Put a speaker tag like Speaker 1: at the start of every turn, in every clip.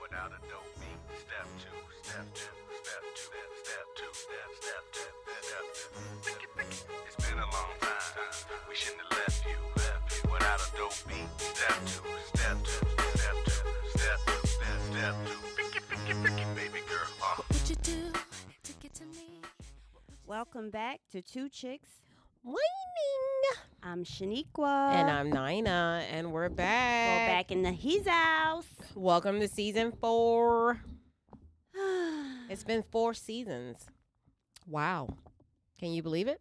Speaker 1: without a dope beat. Step two, step two, step two, step two, step, step, step, step, step. Picky, picky. It's been a long time. We shouldn't have left you, left you without a dope beat. Step two, step two, step two, step two, step, step two. Picky, picky, picky, baby girl. Uh.
Speaker 2: What would you do to get to me?
Speaker 3: Welcome back to Two Chicks.
Speaker 2: Whining.
Speaker 3: I'm Shaniqua.
Speaker 2: And I'm Nina, and we're
Speaker 3: Well,
Speaker 2: back.
Speaker 3: back in the his house.
Speaker 2: Welcome to season four. It's been four seasons. Wow. Can you believe it?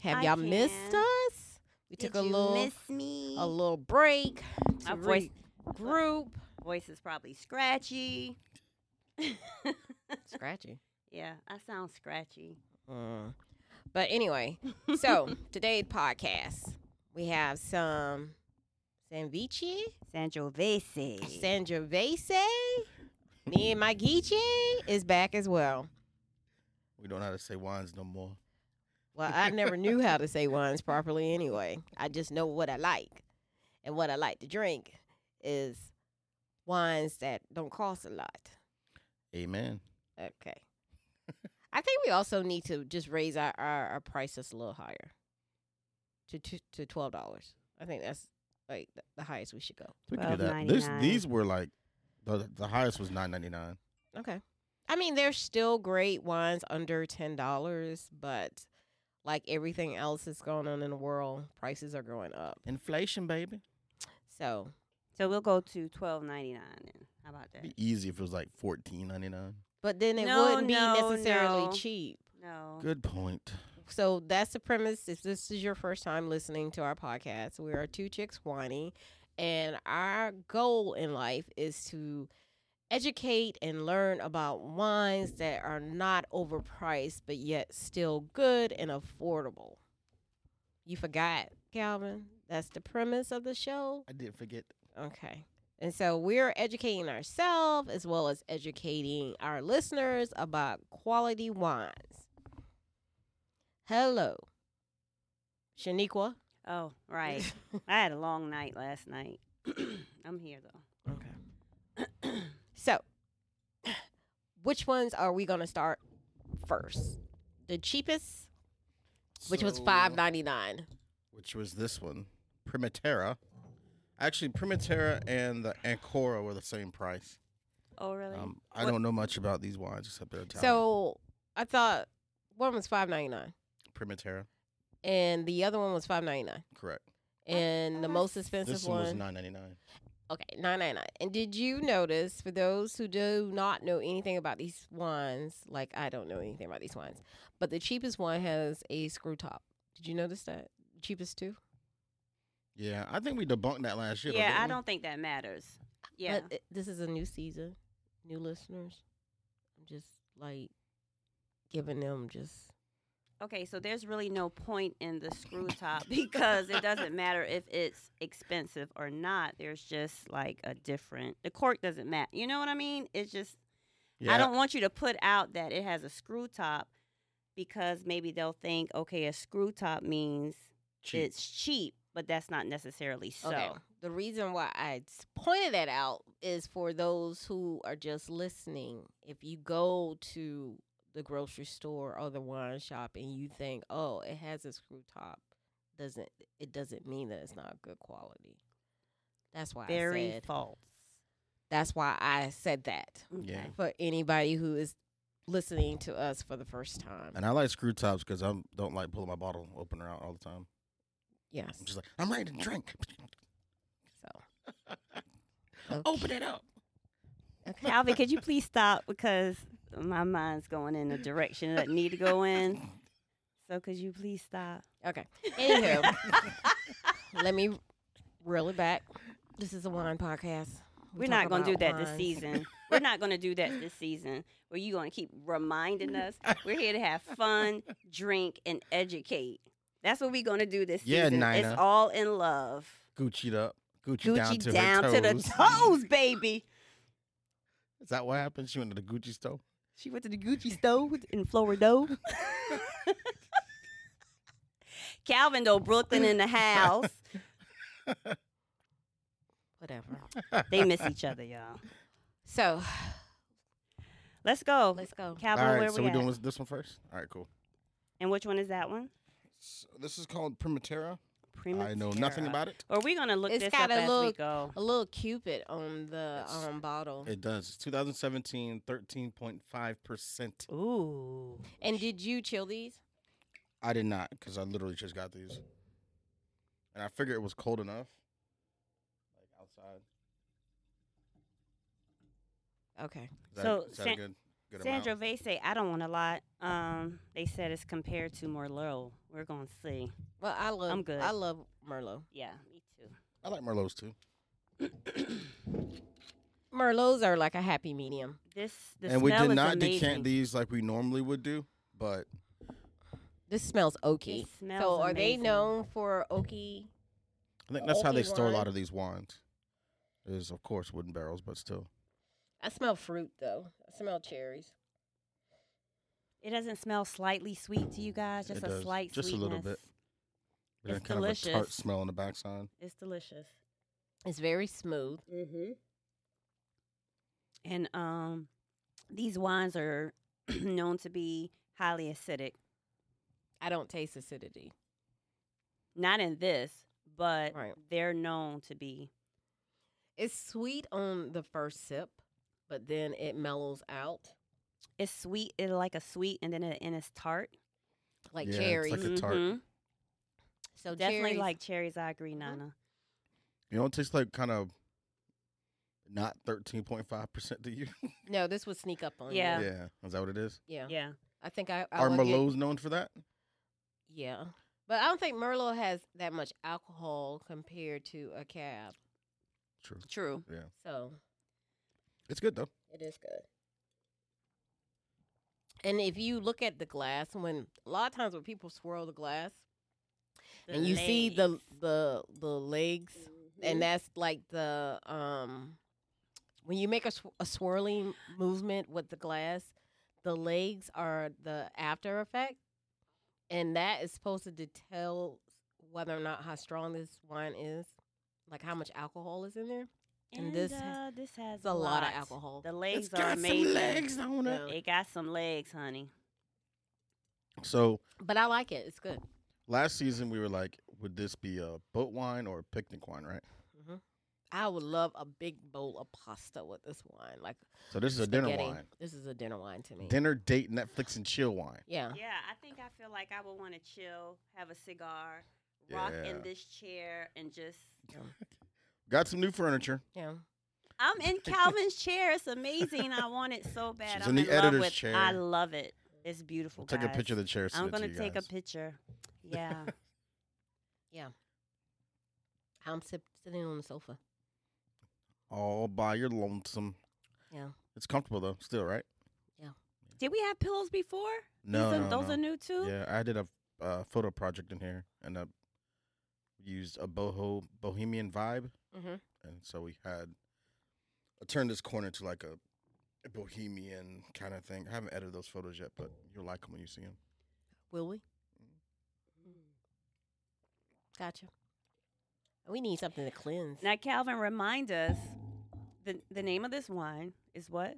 Speaker 2: Have
Speaker 3: I
Speaker 2: y'all missed
Speaker 3: can.
Speaker 2: us? We
Speaker 3: Did
Speaker 2: took a
Speaker 3: you
Speaker 2: little
Speaker 3: miss me.
Speaker 2: a little break
Speaker 3: My
Speaker 2: to
Speaker 3: voice-
Speaker 2: group.
Speaker 3: Voice is probably scratchy.
Speaker 2: Scratchy.
Speaker 3: Yeah, I sound scratchy.
Speaker 2: Mm. But anyway, so today's podcast, we have some Sanvici,
Speaker 3: Sangiovese.
Speaker 2: Sangiovese, me and my Geechee is back as well.
Speaker 4: We don't know how to say wines no more.
Speaker 2: Well, I never knew how to say wines properly anyway. I just know what I like. And what I like to drink is wines that don't cost a lot.
Speaker 4: Amen.
Speaker 2: Okay. I think we also need to just raise our, our, our prices a little higher to to, to twelve dollars. I think that's like the, the highest we should go.
Speaker 4: We can do that. This,
Speaker 3: $12.99.
Speaker 4: these were like the the highest was nine ninety nine.
Speaker 2: Okay. I mean, there's still great wines under ten dollars, but like everything else that's going on in the world, prices are going up.
Speaker 4: Inflation, baby.
Speaker 2: So
Speaker 3: So we'll go to twelve ninety nine. Then how about that?
Speaker 4: It'd be easy if it was like fourteen ninety nine.
Speaker 2: but then it
Speaker 3: No,
Speaker 2: wouldn't be
Speaker 3: no,
Speaker 2: necessarily
Speaker 3: no.
Speaker 2: cheap.
Speaker 3: No.
Speaker 4: Good point.
Speaker 2: So that's the premise. If this is your first time listening to our podcast, we are two chicks whiny, and our goal in life is to educate and learn about wines that are not overpriced but yet still good and affordable. You forgot, Calvin. That's the premise of the show.
Speaker 4: I did forget.
Speaker 2: Okay. And so we're educating ourselves as well as educating our listeners about quality wines. Hello, Shaniqua.
Speaker 3: Oh, right. I had a long night last night. I'm here though.
Speaker 2: Okay. so, which ones are we going to start first? The cheapest, which was
Speaker 4: So-
Speaker 2: five ninety nine.
Speaker 4: Which was this one, Primatera. Actually, Primatera and the Ancora were the same price.
Speaker 3: Oh, really?
Speaker 4: Um, I don't know much about these wines except they're Italian.
Speaker 2: So I thought one was five ninety nine,
Speaker 4: Primatera,
Speaker 2: and the other one was five ninety nine,
Speaker 4: correct.
Speaker 2: and the most expensive
Speaker 4: This one was
Speaker 2: one
Speaker 4: nine ninety nine.
Speaker 2: Okay, nine nine nine. And did you notice for those who do not know anything about these wines, like I don't know anything about these wines, but the cheapest one has a screw top. Did you notice that? Cheapest too.
Speaker 4: Yeah, I think we debunked that last year. though,
Speaker 3: yeah,
Speaker 4: didn't
Speaker 3: I
Speaker 4: we?
Speaker 3: don't think that matters. Yeah.
Speaker 2: But it- this is a new season, new listeners. I'm just like giving them just
Speaker 3: Okay, so there's really no point in the screw top because it doesn't matter if it's expensive or not. There's just like a different. The cork doesn't matter. You know what I mean? It's just I
Speaker 4: Yeah,
Speaker 3: don't want you to put out that it has a screw top because maybe they'll think okay, a screw top means
Speaker 4: cheap.
Speaker 3: it's cheap, but that's not necessarily so.
Speaker 2: Okay. The reason why I s- pointed that out is for those who are just listening. If you go to the grocery store or the wine shop and you think, "Oh, it has a screw top," doesn't it doesn't mean that it's not good quality. That's why I
Speaker 3: Very
Speaker 2: said.
Speaker 3: false.
Speaker 2: That's why I said that
Speaker 3: Okay.
Speaker 4: Yeah.
Speaker 2: for anybody who is listening to us for the first time.
Speaker 4: And I like screw tops because I don't like pulling my bottle opener out all the time.
Speaker 2: Yes.
Speaker 4: I'm just like, I'm ready to drink.
Speaker 2: So
Speaker 4: Open it up.
Speaker 2: okay.
Speaker 3: Alvin, could you please stop because my mind's going in a direction that need to go in. So could you please stop?
Speaker 2: Okay. Anywho, let me reel it back. This is a wine podcast. We
Speaker 3: We're
Speaker 2: talk
Speaker 3: not going to do that
Speaker 2: about
Speaker 3: this
Speaker 2: wines.
Speaker 3: season. We're not going to do that this season. Where you going to keep reminding us we're here to have fun, drink, and educate. That's what we're going to do this
Speaker 4: Yeah,
Speaker 3: season.
Speaker 4: Nina.
Speaker 3: It's all in love.
Speaker 4: Gucci'd up. Gucci,
Speaker 3: Gucci
Speaker 4: down to
Speaker 3: down
Speaker 4: her
Speaker 3: to
Speaker 4: toes.
Speaker 3: the toes, baby.
Speaker 4: Is that what happened? She went to the Gucci store.
Speaker 3: She went to the Gucci store in Florida. Calvin, though, Brooklyn in the house.
Speaker 2: Whatever.
Speaker 3: They miss each other, y'all.
Speaker 2: So
Speaker 3: Let's go.
Speaker 2: let's go.
Speaker 3: Calvin,
Speaker 4: All
Speaker 3: where
Speaker 4: right, so
Speaker 3: we
Speaker 4: we
Speaker 3: at?
Speaker 4: doing this, this one first? All right, cool.
Speaker 3: and which one is that one?
Speaker 4: So this is called Primatera.
Speaker 3: Prima
Speaker 4: I know nothing
Speaker 3: Terra.
Speaker 4: about it.
Speaker 3: Or we're gonna look
Speaker 2: It's
Speaker 3: this up
Speaker 2: got a
Speaker 3: as we
Speaker 2: little-
Speaker 3: go.
Speaker 2: A little cupid on the
Speaker 4: It's-
Speaker 2: um bottle.
Speaker 4: It does. It's 2017, 13.5%.
Speaker 3: Ooh.
Speaker 2: And did you chill these?
Speaker 4: I did not because I literally just got these. And I figured it was cold enough. Like outside.
Speaker 2: Okay.
Speaker 4: Is that,
Speaker 3: So,
Speaker 4: is that
Speaker 3: San-
Speaker 4: a good, good
Speaker 3: Sandra
Speaker 4: amount?
Speaker 3: Vey say I don't want a lot. Um, they said it's compared to Merlot. We're gonna see.
Speaker 2: Well, I love.
Speaker 3: I'm good.
Speaker 2: I love Merlot.
Speaker 3: Yeah, me too.
Speaker 4: I like Merlots too.
Speaker 2: Merlots are like a happy medium.
Speaker 3: This the
Speaker 4: and
Speaker 3: smell
Speaker 4: we did
Speaker 3: is
Speaker 4: not
Speaker 3: amazing.
Speaker 4: decant these like we normally would do, but
Speaker 2: This smells oaky.
Speaker 3: It smells
Speaker 2: so are they
Speaker 3: amazing.
Speaker 2: known for oaky?
Speaker 4: I think that's how they
Speaker 2: Oaky
Speaker 4: store a lot
Speaker 2: wine.
Speaker 4: of these wines. Is of course wooden barrels, but still.
Speaker 2: I smell fruit though. I smell cherries.
Speaker 3: It doesn't smell slightly sweet to you guys. Just
Speaker 4: It
Speaker 3: a
Speaker 4: does.
Speaker 3: slight
Speaker 4: Just a little
Speaker 3: sweetness.
Speaker 4: bit. But
Speaker 3: It's
Speaker 4: kind of a tart
Speaker 3: delicious.
Speaker 4: smell on the backside.
Speaker 3: It's delicious.
Speaker 2: It's very smooth.
Speaker 3: Mm-hmm. And um, these wines are known to be highly acidic.
Speaker 2: I don't taste acidity.
Speaker 3: Not in this, but
Speaker 2: Right.
Speaker 3: they're known to be.
Speaker 2: It's sweet on the first sip, but then it mellows out
Speaker 3: It's sweet. It's like a sweet, and then it, and it's tart.
Speaker 2: like
Speaker 4: Yeah, it's
Speaker 2: cherries.
Speaker 4: like a tart.
Speaker 3: Mhm.
Speaker 2: so
Speaker 3: Definitely
Speaker 2: cherries-
Speaker 3: like cherries. Mm-hmm. I agree, Nana.
Speaker 4: You know, it tastes like kind of not thirteen point five percent to you.
Speaker 2: no. This would sneak up on you.
Speaker 3: Yeah.
Speaker 4: Is that what it is?
Speaker 2: Yeah.
Speaker 3: Yeah.
Speaker 2: I think I. I
Speaker 4: Are
Speaker 2: will get-
Speaker 4: Merlots known for that?
Speaker 2: Yeah. But I don't think Merlot has that much alcohol compared to a cab.
Speaker 4: True.
Speaker 3: True.
Speaker 2: So
Speaker 4: It's good though.
Speaker 2: It is good. And if you look at the glass, when a lot of times when people swirl the glass and you see the the the legs, and that's like the um when you make a, sw- a swirling movement with the glass, the legs are the after effect, and that is supposed to tell whether or not how strong this wine is, like how much alcohol is in there. and this ha-
Speaker 3: uh, this has
Speaker 2: It's a lot of alcohol.
Speaker 3: The legs
Speaker 4: it's
Speaker 3: are
Speaker 4: got
Speaker 3: amazing.
Speaker 4: some legs on it.
Speaker 2: Yeah.
Speaker 3: It got some legs, honey.
Speaker 4: So
Speaker 2: But I like it. It's good.
Speaker 4: last season we were like, would this be a boat wine or a picnic wine, right?
Speaker 2: hmm I would love a big bowl of pasta with this wine. Like
Speaker 4: So this is a dinner
Speaker 2: spaghetti.
Speaker 4: wine.
Speaker 2: This is a dinner wine to me.
Speaker 4: Dinner, date, Netflix, and chill wine.
Speaker 2: yeah.
Speaker 3: Yeah, I think I feel like I would want to chill, have a cigar, rock
Speaker 4: Yeah.
Speaker 3: in this chair, and just.
Speaker 4: Got some new furniture.
Speaker 2: Yeah.
Speaker 3: I'm in Calvin's chair. It's amazing. I want it so bad.
Speaker 4: She's
Speaker 3: I'm
Speaker 4: in
Speaker 3: in
Speaker 4: the
Speaker 3: love
Speaker 4: editor's
Speaker 3: with.
Speaker 4: chair.
Speaker 3: I love it. It's beautiful.
Speaker 4: We'll take a
Speaker 3: guys.
Speaker 4: picture of the chair.
Speaker 3: I'm
Speaker 4: going
Speaker 3: gonna
Speaker 4: to
Speaker 3: take a picture. Yeah.
Speaker 2: I'm sip- sitting on the sofa.
Speaker 4: All by your lonesome.
Speaker 2: Yeah.
Speaker 4: It's comfortable though, still, right?
Speaker 3: Did we have pillows before? These
Speaker 4: No,
Speaker 3: are-
Speaker 4: no,
Speaker 3: those
Speaker 4: no.
Speaker 3: are new too.
Speaker 4: Yeah, I did a uh, photo project in here and I used a boho bohemian vibe.
Speaker 3: Mm-hmm.
Speaker 2: Mhm.
Speaker 4: And so we had, I turned this corner to like a, a bohemian kind of thing. I haven't edited those photos yet, but you'll like them when you see them.
Speaker 2: Will we?
Speaker 3: Mm.
Speaker 2: Gotcha. We need something to cleanse.
Speaker 3: Now, Calvin, remind us the the name of this wine is what,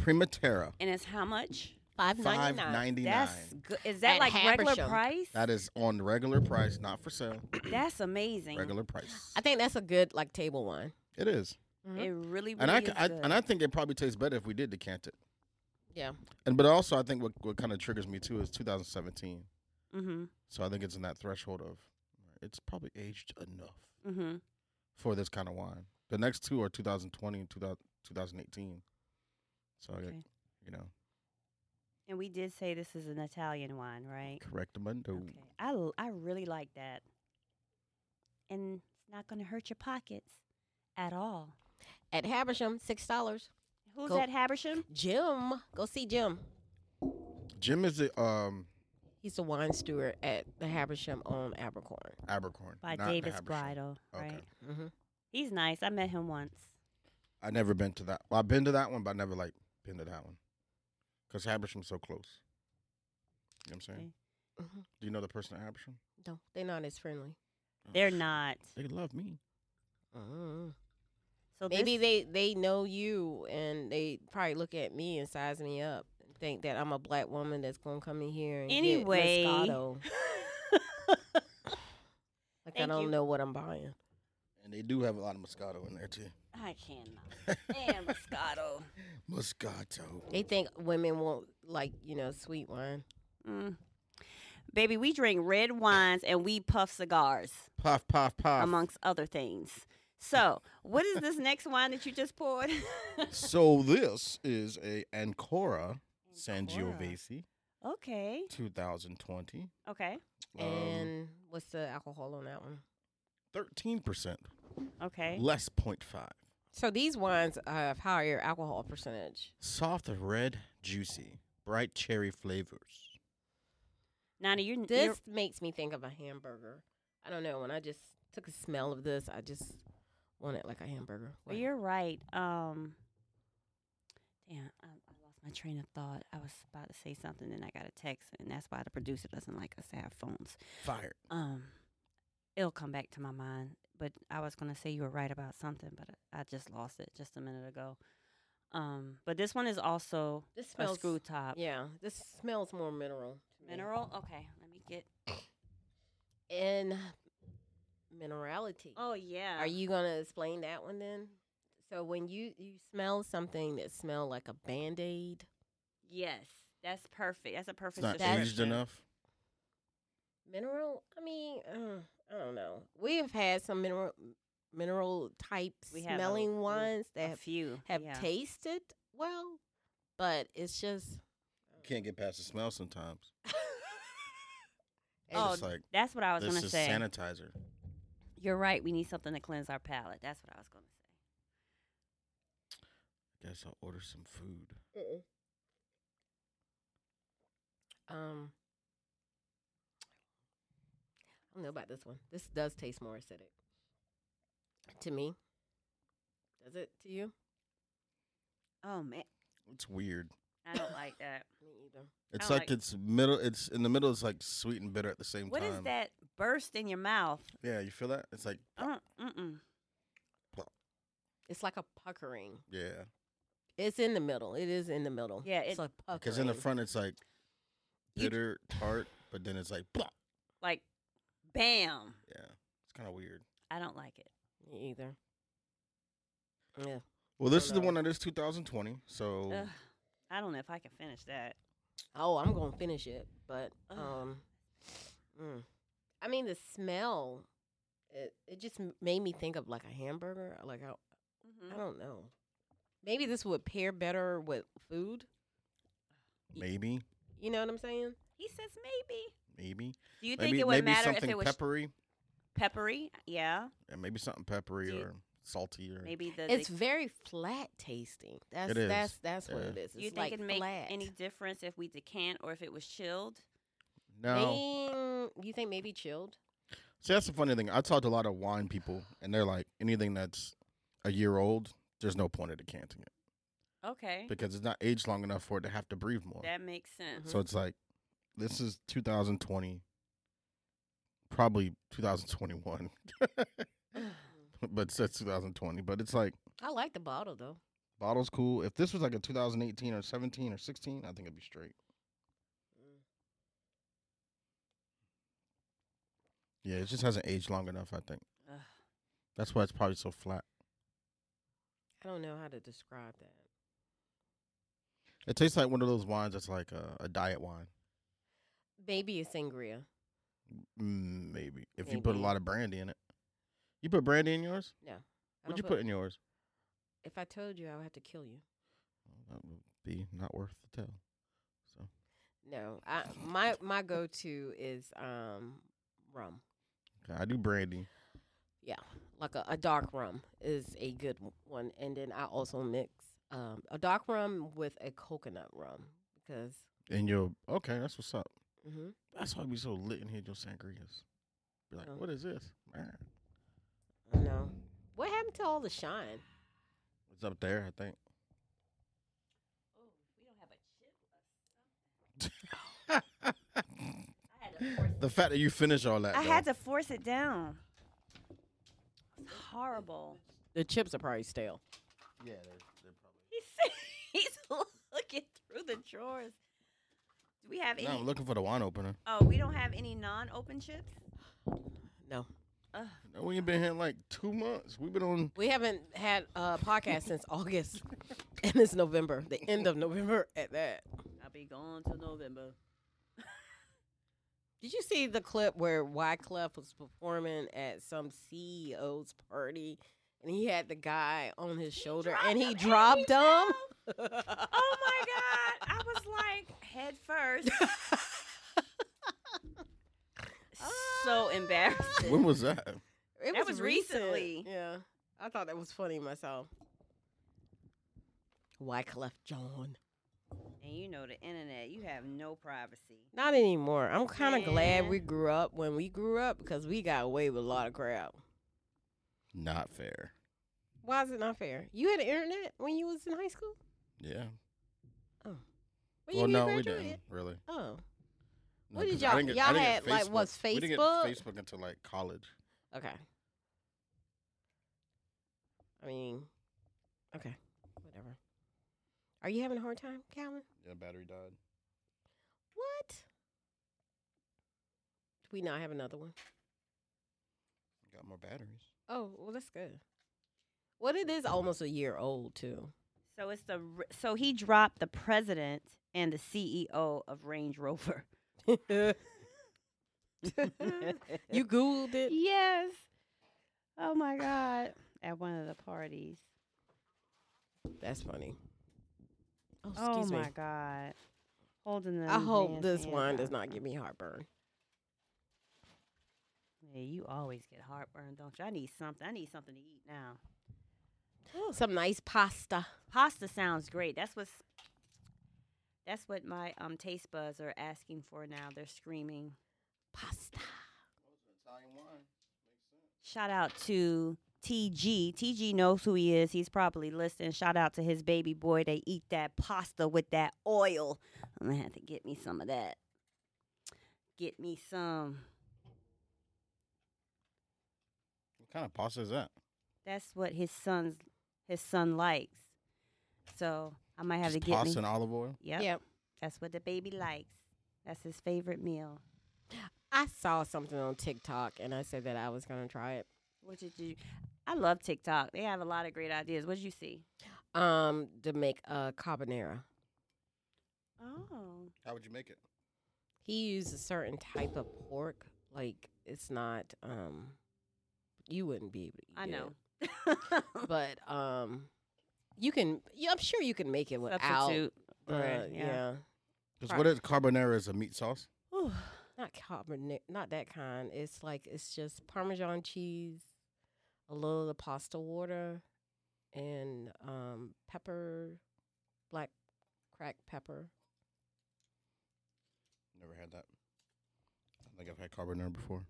Speaker 4: Primatera.
Speaker 3: and it's how much?
Speaker 2: Five ninety
Speaker 4: Five
Speaker 2: nine.
Speaker 4: ninety nine.
Speaker 3: That's good. Is that
Speaker 2: At
Speaker 3: like regular
Speaker 2: Habersham.
Speaker 3: price?
Speaker 4: That is on regular price, not for sale.
Speaker 3: That's amazing.
Speaker 4: Regular price.
Speaker 2: I think that's a good like table wine.
Speaker 4: It is,
Speaker 3: It really, really
Speaker 4: and I,
Speaker 3: is
Speaker 4: c- I-
Speaker 3: good.
Speaker 4: and I think it probably tastes better if we did decant it.
Speaker 2: Yeah.
Speaker 4: And but also, I think what what kind of triggers me too is 2017.
Speaker 3: mm-hmm.
Speaker 4: So I think it's in that threshold of it's probably aged enough
Speaker 3: Mm-hmm.
Speaker 4: for this kind of wine. The next two are 2020 and 2000, 2018. So I,
Speaker 3: Okay.
Speaker 4: you know,
Speaker 3: And we did say this is an Italian wine, right?
Speaker 4: correct mundo.
Speaker 3: Okay. I l- I really like that. And it's not going to hurt your pockets at all.
Speaker 2: At Habersham, six dollars.
Speaker 3: Who's
Speaker 2: Go-
Speaker 3: at Habersham?
Speaker 2: Jim, go see Jim.
Speaker 4: Jim is the um
Speaker 2: He's the wine steward at the Habersham on Abercorn.
Speaker 4: Abercorn
Speaker 3: By
Speaker 4: not the
Speaker 3: Davis
Speaker 4: Habersham.
Speaker 3: Bridal,
Speaker 4: Okay.
Speaker 3: right?
Speaker 2: Mm-hmm.
Speaker 3: He's nice. I met him once.
Speaker 4: I never been to that. Well, I've been to that one, but I never like been to that one because Habersham's so close. You know what I'm saying?
Speaker 3: Okay.
Speaker 2: Mhm.
Speaker 4: Do you know the person at Habersham?
Speaker 2: No, they're not as friendly.
Speaker 4: Oh,
Speaker 3: They're
Speaker 4: shoot.
Speaker 3: not.
Speaker 4: They love me.
Speaker 2: Mm.
Speaker 3: So
Speaker 2: Maybe
Speaker 3: Mm-hmm. this-
Speaker 2: they they know you and they probably look at me and size me up and think that I'm a black woman that's gonna come in here and get
Speaker 3: Anyway.
Speaker 2: Moscato. like I
Speaker 3: Thank
Speaker 2: don't
Speaker 3: you.
Speaker 2: know what I'm buying.
Speaker 4: And they do have a lot of Moscato in there too.
Speaker 3: I cannot. And Moscato.
Speaker 4: Moscato.
Speaker 2: They think women want like you know sweet wine.
Speaker 3: Mm. Baby, we drink red wines and we puff cigars,
Speaker 4: Puff, puff, puff.
Speaker 3: amongst other things. So, what is this next wine that you just poured?
Speaker 4: so this is a Ancora Sangiovese
Speaker 3: okay.
Speaker 4: 2020.
Speaker 3: Okay.
Speaker 4: um,
Speaker 2: and what's the alcohol on that one?
Speaker 4: 13%
Speaker 3: Okay.
Speaker 4: less 0.5.
Speaker 2: So these wines have higher alcohol percentage.
Speaker 4: Soft red, juicy, bright cherry flavors.
Speaker 3: Nani, you're,
Speaker 2: This
Speaker 3: you're
Speaker 2: makes me think of a hamburger. I don't know. When I just took a smell of this, I just wanted like a hamburger.
Speaker 3: Well, you're right. Um, damn, I, I lost my train of thought. I was about to say something, and I got a text, and that's why the producer doesn't like us to have phones.
Speaker 4: Fire.
Speaker 3: Um, it'll come back to my mind. But I was gonna say you were right about something, but I, I just lost it just a minute ago. Um, but this one is also
Speaker 2: This
Speaker 3: a
Speaker 2: smells.
Speaker 3: screw top
Speaker 2: Yeah, this smells more mineral. to me.
Speaker 3: mineral. Okay, let me get.
Speaker 2: and minerality.
Speaker 3: Oh yeah.
Speaker 2: Are you gonna explain that one then? So when you you smell something that smell like a band aid,
Speaker 3: Yes, that's perfect. That's a
Speaker 4: It's
Speaker 3: perfect.
Speaker 4: not
Speaker 2: That's-
Speaker 4: aged
Speaker 3: description.
Speaker 4: enough.
Speaker 2: mineral. I mean, uh, I don't know. We have had some mineral mineral type
Speaker 3: We have a-
Speaker 2: smelling
Speaker 3: we-
Speaker 2: wines that
Speaker 3: A
Speaker 2: have,
Speaker 3: few
Speaker 2: have
Speaker 3: yeah.
Speaker 2: tasted well, but it's just.
Speaker 4: Can't get past the smell sometimes. It's
Speaker 3: Oh,
Speaker 4: just like,
Speaker 3: That's what I was
Speaker 4: this
Speaker 3: gonna
Speaker 4: is
Speaker 3: say.
Speaker 4: sanitizer.
Speaker 3: You're right. We need something to cleanse our palate. That's what I was going to say.
Speaker 4: Guess I'll order some food.
Speaker 2: Um, I don't know about this one. This does taste more acidic to me. Does it to you?
Speaker 3: Oh man,
Speaker 4: It's weird.
Speaker 3: I don't like that.
Speaker 2: Me either.
Speaker 4: It's
Speaker 3: don't
Speaker 4: like,
Speaker 3: like-
Speaker 4: it's middle. It's in the middle. It's like sweet and bitter at the same
Speaker 3: What
Speaker 4: time.
Speaker 3: is that burst in your mouth?
Speaker 4: Yeah, you feel that? It's like,
Speaker 3: I don't. Mm-mm.
Speaker 2: It's like a puckering.
Speaker 4: yeah,
Speaker 2: It's in the middle. It is in the middle.
Speaker 3: Yeah,
Speaker 2: it's
Speaker 3: it-
Speaker 2: like puckering.
Speaker 4: because in the front it's like
Speaker 3: You-
Speaker 4: bitter, tart, but then it's like, blah.
Speaker 3: Like, bam.
Speaker 4: yeah, it's kind of weird.
Speaker 3: I don't like it.
Speaker 2: me either. Yeah.
Speaker 4: Well, this
Speaker 2: Oh,
Speaker 4: is the
Speaker 2: no.
Speaker 4: one that is 2020, so
Speaker 3: Ugh. I don't know if I can finish that.
Speaker 2: Oh, I'm gonna finish it, but
Speaker 3: Ugh.
Speaker 2: um, mm. I mean the smell. It it just m- made me think of like a hamburger. Like
Speaker 3: Mm.
Speaker 2: I, I
Speaker 3: Mm-hmm.
Speaker 2: don't know. Maybe this would pair better with food.
Speaker 4: maybe,
Speaker 2: You know what I'm saying?
Speaker 3: He says maybe.
Speaker 4: maybe,
Speaker 3: Do you think
Speaker 4: maybe,
Speaker 3: it would
Speaker 4: maybe
Speaker 3: matter
Speaker 4: something
Speaker 3: if it was
Speaker 4: peppery,
Speaker 3: peppery? Yeah,
Speaker 4: yeah, maybe something peppery
Speaker 3: Do you-
Speaker 4: or salty or
Speaker 3: maybe the.
Speaker 2: It's
Speaker 3: the
Speaker 2: very flat tasting. That's
Speaker 4: is.
Speaker 2: that's that's what
Speaker 4: Yeah.
Speaker 2: it is. It's
Speaker 3: do you think
Speaker 2: like
Speaker 3: it'd make
Speaker 2: flat.
Speaker 3: any difference if we decant or if it was chilled?
Speaker 4: no.
Speaker 2: Mm, you think maybe chilled?
Speaker 4: See, that's the funny thing. I talked to a lot of wine people, and they're like, anything that's a year old, there's no point in decanting it
Speaker 3: Okay,
Speaker 4: because it's not aged long enough for it to have to breathe more.
Speaker 3: that mm-hmm. makes sense.
Speaker 4: So it's like this is 2020, probably 2021, but it says 2020. But it's like
Speaker 2: Mm. I like the bottle though.
Speaker 4: bottles cool. If this was like a 2018 or 17 or 16, I think it'd be straight.
Speaker 3: Mm.
Speaker 4: Yeah, it just hasn't aged long enough. I think
Speaker 3: Ugh.
Speaker 4: that's why it's probably so flat.
Speaker 2: I don't know how to describe that.
Speaker 4: It tastes like one of those wines that's like a, a diet wine,
Speaker 2: Maybe a sangria.
Speaker 4: mm, maybe. If you put a
Speaker 2: Maybe.
Speaker 4: lot of brandy in it, you put brandy in yours.
Speaker 2: I
Speaker 4: What'd
Speaker 2: don't
Speaker 4: you put in yours?
Speaker 2: If I told you, I would have to kill you.
Speaker 4: That would be not worth the tell. So
Speaker 2: No, I, my my go to is um rum.
Speaker 4: okay, I do brandy.
Speaker 2: Yeah, like a, a dark rum is a good w- one, and then I also mix um, a dark rum with a coconut rum because
Speaker 4: And you'll okay, that's what's up.
Speaker 2: hmm
Speaker 4: That's why we so lit in here, your sangrias. Be like,
Speaker 2: Oh.
Speaker 4: what is this? Man,
Speaker 2: I know what happened to all the shine.
Speaker 4: it's up there, I think.
Speaker 3: Oh, we don't have a chip. I had to force
Speaker 4: the fact that you finish all that.
Speaker 3: I had to force it down. It's horrible.
Speaker 2: The chips are probably stale.
Speaker 4: Yeah, they're, they're probably.
Speaker 3: He's he's looking through the drawers. Do we have any?
Speaker 4: No, I'm looking for the wine opener.
Speaker 3: oh, we don't have any non-open chips.
Speaker 2: No,
Speaker 3: Ugh.
Speaker 4: No, We ain't been here in like two months. We've been on.
Speaker 2: we haven't had a podcast since August, and it's November, the end of November at that.
Speaker 3: I'll be gone till November.
Speaker 2: Did you see the clip where Wyclef was performing at some CEO's party, and he had the guy on his shoulder, and he dropped him?
Speaker 3: Oh my god! I was like head first. so embarrassing.
Speaker 4: When was that?
Speaker 2: It
Speaker 3: That
Speaker 2: was,
Speaker 3: was
Speaker 2: recent.
Speaker 3: recently.
Speaker 2: Yeah. I thought that was funny myself. Wyclef John.
Speaker 3: And you know the internet, you have no privacy.
Speaker 2: Not anymore. I'm kind of glad
Speaker 3: Yeah.
Speaker 2: we grew up when we grew up because we got away with a lot of crap.
Speaker 4: Not fair.
Speaker 2: Why is it not fair? You had internet when you was in high school?
Speaker 4: Yeah.
Speaker 2: When
Speaker 4: well,
Speaker 2: you
Speaker 4: no, we
Speaker 2: graduated?
Speaker 4: didn't really.
Speaker 2: Oh,
Speaker 4: No,
Speaker 2: What did
Speaker 4: 'cause I
Speaker 2: y'all-
Speaker 4: didn't
Speaker 2: y'all
Speaker 4: I didn't
Speaker 2: had, like, what,
Speaker 4: We didn't get
Speaker 2: Facebook?
Speaker 4: Facebook until like college.
Speaker 2: okay. I mean, okay, whatever. Are you having a hard time, Calvin?
Speaker 4: Yeah, battery died.
Speaker 2: What? Do we not have another one?
Speaker 4: Got more batteries.
Speaker 2: Oh, well, that's good. Well, it is almost a year old too.
Speaker 3: So it's the r- so he dropped the president and the CEO of Range Rover.
Speaker 2: you googled it.
Speaker 3: yes. Oh my god! At one of the parties.
Speaker 2: That's funny. Oh,
Speaker 3: Oh
Speaker 2: excuse
Speaker 3: my
Speaker 2: me.
Speaker 3: god! Holding the.
Speaker 2: I hope this wine does not give me heartburn.
Speaker 3: Yeah, you always get heartburn, don't you? I need something. I need something to eat now.
Speaker 2: Some nice pasta.
Speaker 3: Pasta sounds great. That's what's. That's what my um taste buds are asking for now. They're screaming.
Speaker 2: Pasta.
Speaker 4: Italian wine.
Speaker 3: Shout out to TG. TG knows who he is. He's probably listening. Shout out to his baby boy. They eat that pasta with that oil. I'm gonna have to get me some of that. Get me some.
Speaker 4: What kind of pasta is that?
Speaker 3: That's what his son's his son likes. So I might have
Speaker 4: Just
Speaker 3: to get
Speaker 4: pasta
Speaker 3: me.
Speaker 4: and olive oil.
Speaker 3: Yep.
Speaker 2: Yep.
Speaker 3: That's what the baby likes. That's his favorite meal.
Speaker 2: I saw something on TikTok and I said that I was gonna try it.
Speaker 3: What did you? I love TikTok. They have a lot of great ideas. What did you see?
Speaker 2: Um, to make a carbonara.
Speaker 3: Oh,
Speaker 4: How would you make it?
Speaker 2: He used a certain type of pork. Like it's not. Um, you wouldn't be able to. Eat
Speaker 3: I
Speaker 2: it.
Speaker 3: know.
Speaker 2: but um, you can. Yeah, I'm sure you can make it without.
Speaker 3: Substitute.
Speaker 2: the-
Speaker 3: Right,
Speaker 2: yeah.
Speaker 3: yeah.
Speaker 4: Because what is carbonara is a meat sauce.
Speaker 3: Ooh.
Speaker 2: not carbonara, not that kind. It's like it's just Parmesan cheese, a little of the pasta water, and um, pepper, black cracked pepper.
Speaker 4: Never had that. I think I've had carbonara before.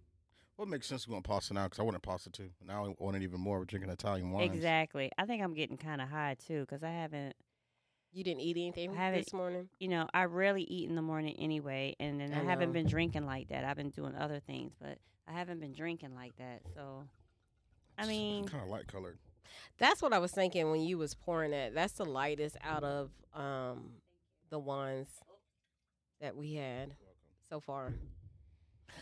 Speaker 4: Well, it makes sense we want pasta now because I wanted pasta too. Now I want it even more. We're drinking Italian wine.
Speaker 3: Exactly. I think I'm getting kind of high too because I haven't,
Speaker 2: You didn't eat anything
Speaker 3: I haven't-
Speaker 2: this morning.
Speaker 3: you know, I rarely eat in the morning anyway, and then I,
Speaker 2: I
Speaker 3: haven't
Speaker 2: know.
Speaker 3: been drinking like that. I've been doing other things, but I haven't been drinking like that. So, I mean,
Speaker 4: kind of light colored.
Speaker 2: That's what I was thinking when you was pouring that. That's the lightest out of
Speaker 3: Mm-hmm.
Speaker 2: um, the ones that we had so far.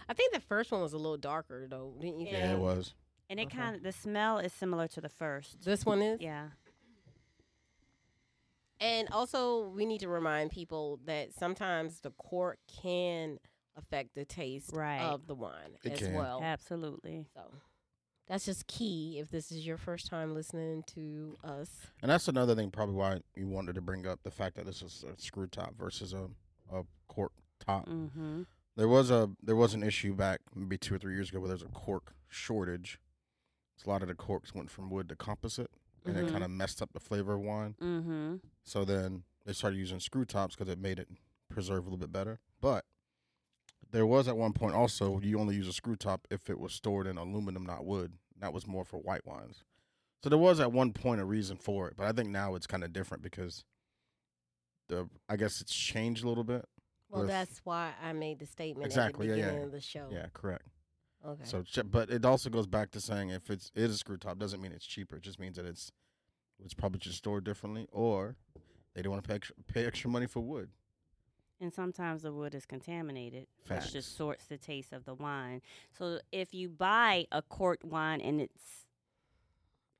Speaker 2: I think the first one was a little darker though, didn't you?
Speaker 4: Yeah,
Speaker 2: think?
Speaker 3: Yeah.
Speaker 4: it was.
Speaker 3: and it
Speaker 2: Okay.
Speaker 3: kind of the smell is similar to the first.
Speaker 2: This one is.
Speaker 3: Yeah.
Speaker 2: And also, we need to remind people that sometimes the cork can affect the taste
Speaker 3: Right.
Speaker 2: of the wine
Speaker 4: It
Speaker 2: as
Speaker 4: can.
Speaker 2: well.
Speaker 3: Absolutely.
Speaker 2: So that's just key if this is your first time listening to us.
Speaker 4: And that's another thing, probably why you wanted to bring up the fact that this is a screw top versus a, a cork top.
Speaker 3: Mm-hmm.
Speaker 4: There was a there was an issue back maybe two or three years ago where there was a cork shortage. So a lot of the corks went from wood to composite, and it
Speaker 3: Mhm.
Speaker 4: kind of messed up the flavor of wine.
Speaker 3: Mm-hmm.
Speaker 4: So then they started using screw tops because it made it preserve a little bit better. But there was at one point also you only use a screw top if it was stored in aluminum, not wood. That was more for white wines. So there was at one point a reason for it, but I think now it's kind of different because the I guess it's changed a little bit.
Speaker 2: Well,
Speaker 4: With-
Speaker 2: that's why I made the statement
Speaker 4: Exactly,
Speaker 2: at
Speaker 4: yeah,
Speaker 2: the
Speaker 4: yeah,
Speaker 2: beginning
Speaker 4: yeah.
Speaker 2: of the show.
Speaker 4: Yeah, correct.
Speaker 2: Okay.
Speaker 4: So, ch- but it also goes back to saying if it's it is a screw top doesn't mean it's cheaper. It just means that it's it's probably just stored differently, or they don't want to pay extra, pay extra money for wood.
Speaker 3: And sometimes the wood is contaminated, which
Speaker 4: Facts.
Speaker 3: just sorts the taste of the wine. So if you buy a corked wine and it's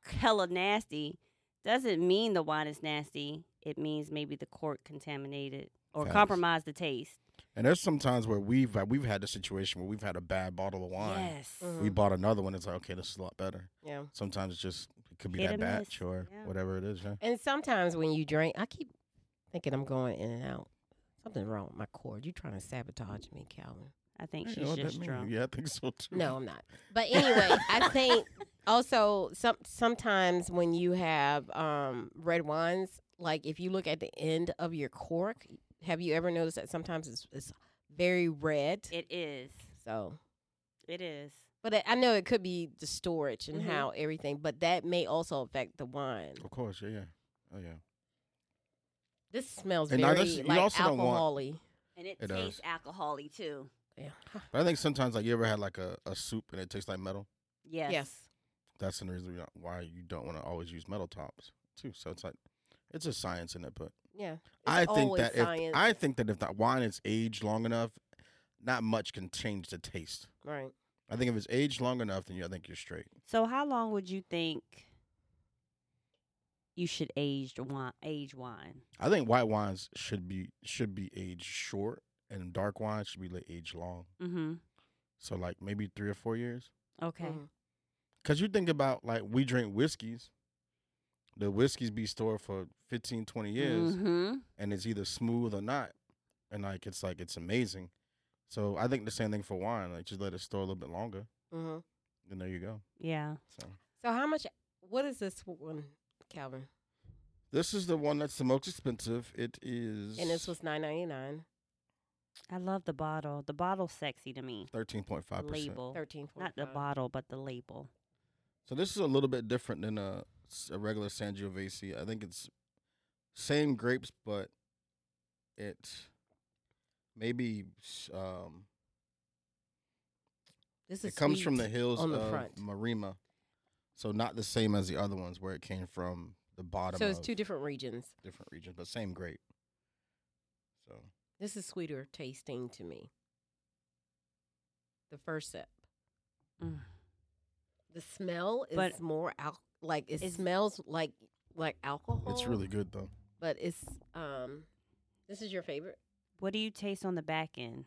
Speaker 3: hella nasty, doesn't mean the wine is nasty. It means maybe the cork contaminated or
Speaker 4: Facts.
Speaker 3: compromised the taste.
Speaker 4: And there's some times where we've uh, we've had the situation where we've had a bad bottle of wine.
Speaker 3: Yes.
Speaker 2: Mhm.
Speaker 4: We bought another one. It's like okay, this is a lot better.
Speaker 2: yeah.
Speaker 4: Sometimes it's just it could be
Speaker 3: Hit
Speaker 4: that
Speaker 3: or miss,
Speaker 4: batch or
Speaker 3: yeah.
Speaker 4: whatever it is. Yeah.
Speaker 2: And sometimes when you drink, I keep thinking I'm going in and out. Something's wrong with my cord. You trying to sabotage me, Calvin?
Speaker 3: I think
Speaker 4: I don't
Speaker 3: she's
Speaker 4: know what that
Speaker 3: just
Speaker 4: means.
Speaker 3: drunk.
Speaker 4: Yeah, I think so too.
Speaker 2: No, I'm not. But anyway, I think also some sometimes when you have um, red wines, like if you look at the end of your cork, have you ever noticed that sometimes it's, it's very red?
Speaker 3: It is.
Speaker 2: so,
Speaker 3: It is.
Speaker 2: but I- I know it could be the storage and
Speaker 3: Mhm.
Speaker 2: how everything, but that may also affect the wine.
Speaker 4: Of course, yeah, yeah, oh yeah.
Speaker 2: This smells
Speaker 4: And now
Speaker 2: very
Speaker 4: this- you
Speaker 2: like
Speaker 4: also don't want-
Speaker 2: alcoholy.
Speaker 3: And it,
Speaker 4: It
Speaker 3: tastes
Speaker 4: does.
Speaker 3: alcoholic too.
Speaker 2: Yeah.
Speaker 4: But I think sometimes like you ever had like a, a soup and it tastes like metal.
Speaker 3: Yes.
Speaker 2: yes.
Speaker 4: That's the reason we- why you don't want to always use metal tops too. So it's like it's a science in it, but
Speaker 2: Yeah. It's
Speaker 4: I think
Speaker 2: always
Speaker 4: that if,
Speaker 2: science.
Speaker 4: I think that if that wine is aged long enough, not much can change the taste.
Speaker 2: right.
Speaker 4: I think if it's aged long enough, then you, I think you're straight.
Speaker 3: So how long would you think you should age the wine? Age wine.
Speaker 4: I think white wines should be should be aged short, and dark wines should be like, aged long.
Speaker 3: Mm-hmm.
Speaker 4: So like maybe three or four years.
Speaker 3: Okay.
Speaker 2: Mhm.
Speaker 4: Cause you think about like we drink whiskeys. The whiskeys be stored for 15, 20 years,
Speaker 3: Mm-hmm.
Speaker 4: and it's either smooth or not, and like it's like it's amazing. So I think the same thing for wine. Like just let it store a little bit longer,
Speaker 2: hmm
Speaker 4: and there you go.
Speaker 3: Yeah.
Speaker 4: So.
Speaker 2: So how much? What is this one, Calvin?
Speaker 4: This is the one that's the most expensive. It is
Speaker 2: And this was nine ninety nine,
Speaker 3: I love the bottle. The bottle's sexy to me.
Speaker 4: thirteen point five percent.
Speaker 3: Label.
Speaker 2: thirteen forty
Speaker 3: Not the bottle, but the label.
Speaker 4: So this is a little bit different than a, s- a regular Sangiovese. I think it's same grapes, but it maybe s- um,
Speaker 2: This is
Speaker 4: it comes from the
Speaker 2: sweet.
Speaker 4: hills
Speaker 2: on the
Speaker 4: of
Speaker 2: front.
Speaker 4: Marima, so not the same as the other ones where it came from the bottom.
Speaker 2: So it's
Speaker 4: of
Speaker 2: two different regions.
Speaker 4: different regions, but same grape. So
Speaker 2: This is sweeter tasting to me. The first sip,
Speaker 3: Mm.
Speaker 2: the smell is
Speaker 3: But-
Speaker 2: more al- like it
Speaker 3: It's-
Speaker 2: smells like like alcohol.
Speaker 4: it's really good though.
Speaker 2: but it's um. This is your favorite.
Speaker 3: What do you taste on the back end?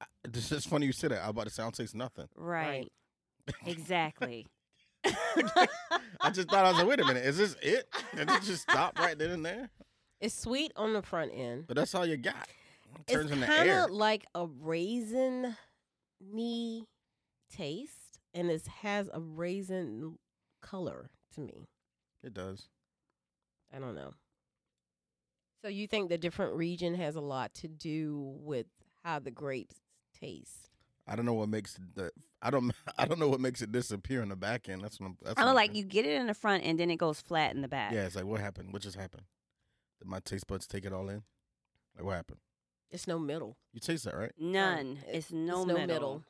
Speaker 4: I, it's just funny you said that. I'm about to say I don't taste nothing.
Speaker 3: Right.
Speaker 2: Right.
Speaker 3: Exactly.
Speaker 4: I just thought I was like, wait a minute, is this it? Did it just stop right then and there?
Speaker 2: It's sweet on the front end.
Speaker 4: But that's all you got. It turns
Speaker 2: it's
Speaker 4: into
Speaker 2: kinda
Speaker 4: air.
Speaker 2: like a raisin knee taste and it has a raisin color to me
Speaker 4: It does.
Speaker 2: i don't know so you think the different region has a lot to do with how the grapes taste
Speaker 4: I don't know what makes the. I don't. I don't know what makes it disappear in the back end. That's what I'm. That's what
Speaker 3: I'm
Speaker 4: I'm
Speaker 3: like,
Speaker 4: thinking.
Speaker 3: you get it in the front and then it goes flat in the back.
Speaker 4: Yeah, it's like what happened? What just happened? Did my taste buds take it all in? Like what happened?
Speaker 2: it's no middle
Speaker 4: You taste that right?
Speaker 3: None.
Speaker 2: it-
Speaker 3: It's no,
Speaker 2: it's
Speaker 3: middle.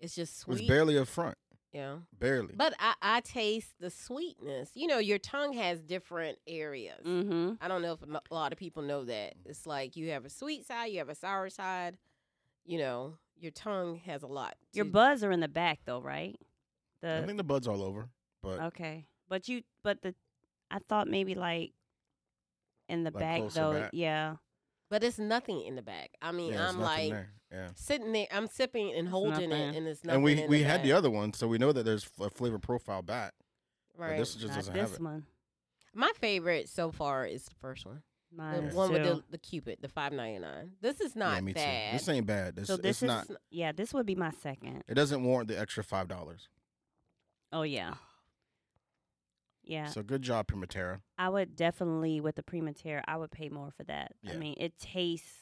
Speaker 2: it's just
Speaker 4: It was
Speaker 2: sweet
Speaker 4: barely a front.
Speaker 2: yeah
Speaker 4: Barely.
Speaker 2: but I, I taste the sweetness you know your tongue has different areas
Speaker 3: Mm-hmm.
Speaker 2: I don't know if m- a lot of people know that. It's like you have a sweet side, you have a sour side. You know, your tongue has a lot.
Speaker 3: Your
Speaker 2: to-
Speaker 3: buds are in the back though, right? The
Speaker 4: I think the buds all over, but
Speaker 3: Okay. But you but the I thought maybe like in the
Speaker 4: Like
Speaker 3: back
Speaker 4: closer
Speaker 3: though.
Speaker 4: back.
Speaker 3: Yeah.
Speaker 2: but it's nothing in the back. I mean,
Speaker 4: yeah,
Speaker 2: I'm
Speaker 4: I'm nothing
Speaker 2: like
Speaker 4: there. Yeah.
Speaker 2: sitting there, I'm sipping and holding
Speaker 3: nothing.
Speaker 2: it, and it's nothing.
Speaker 4: And we
Speaker 2: in
Speaker 4: we
Speaker 2: the
Speaker 4: had
Speaker 2: back.
Speaker 4: the other one, so we know that there's a flavor profile back.
Speaker 2: right.
Speaker 4: But this just
Speaker 3: Not
Speaker 4: doesn't
Speaker 3: this
Speaker 4: have it.
Speaker 3: one.
Speaker 2: My favorite so far is the first one, the
Speaker 3: Mine
Speaker 2: one
Speaker 3: too.
Speaker 2: with the, the cupid, the five ninety nine. This is
Speaker 4: yeah,
Speaker 2: not
Speaker 4: me
Speaker 2: bad.
Speaker 4: too. This ain't bad. This,
Speaker 3: so this
Speaker 4: it's
Speaker 3: is
Speaker 4: not.
Speaker 3: yeah, this would be my second.
Speaker 4: It doesn't warrant the extra five dollars.
Speaker 3: Oh yeah. Yeah.
Speaker 4: So good job, Primatera.
Speaker 3: I would definitely with the Primatera, I would pay more for that. I
Speaker 4: Yeah.
Speaker 3: mean, it tastes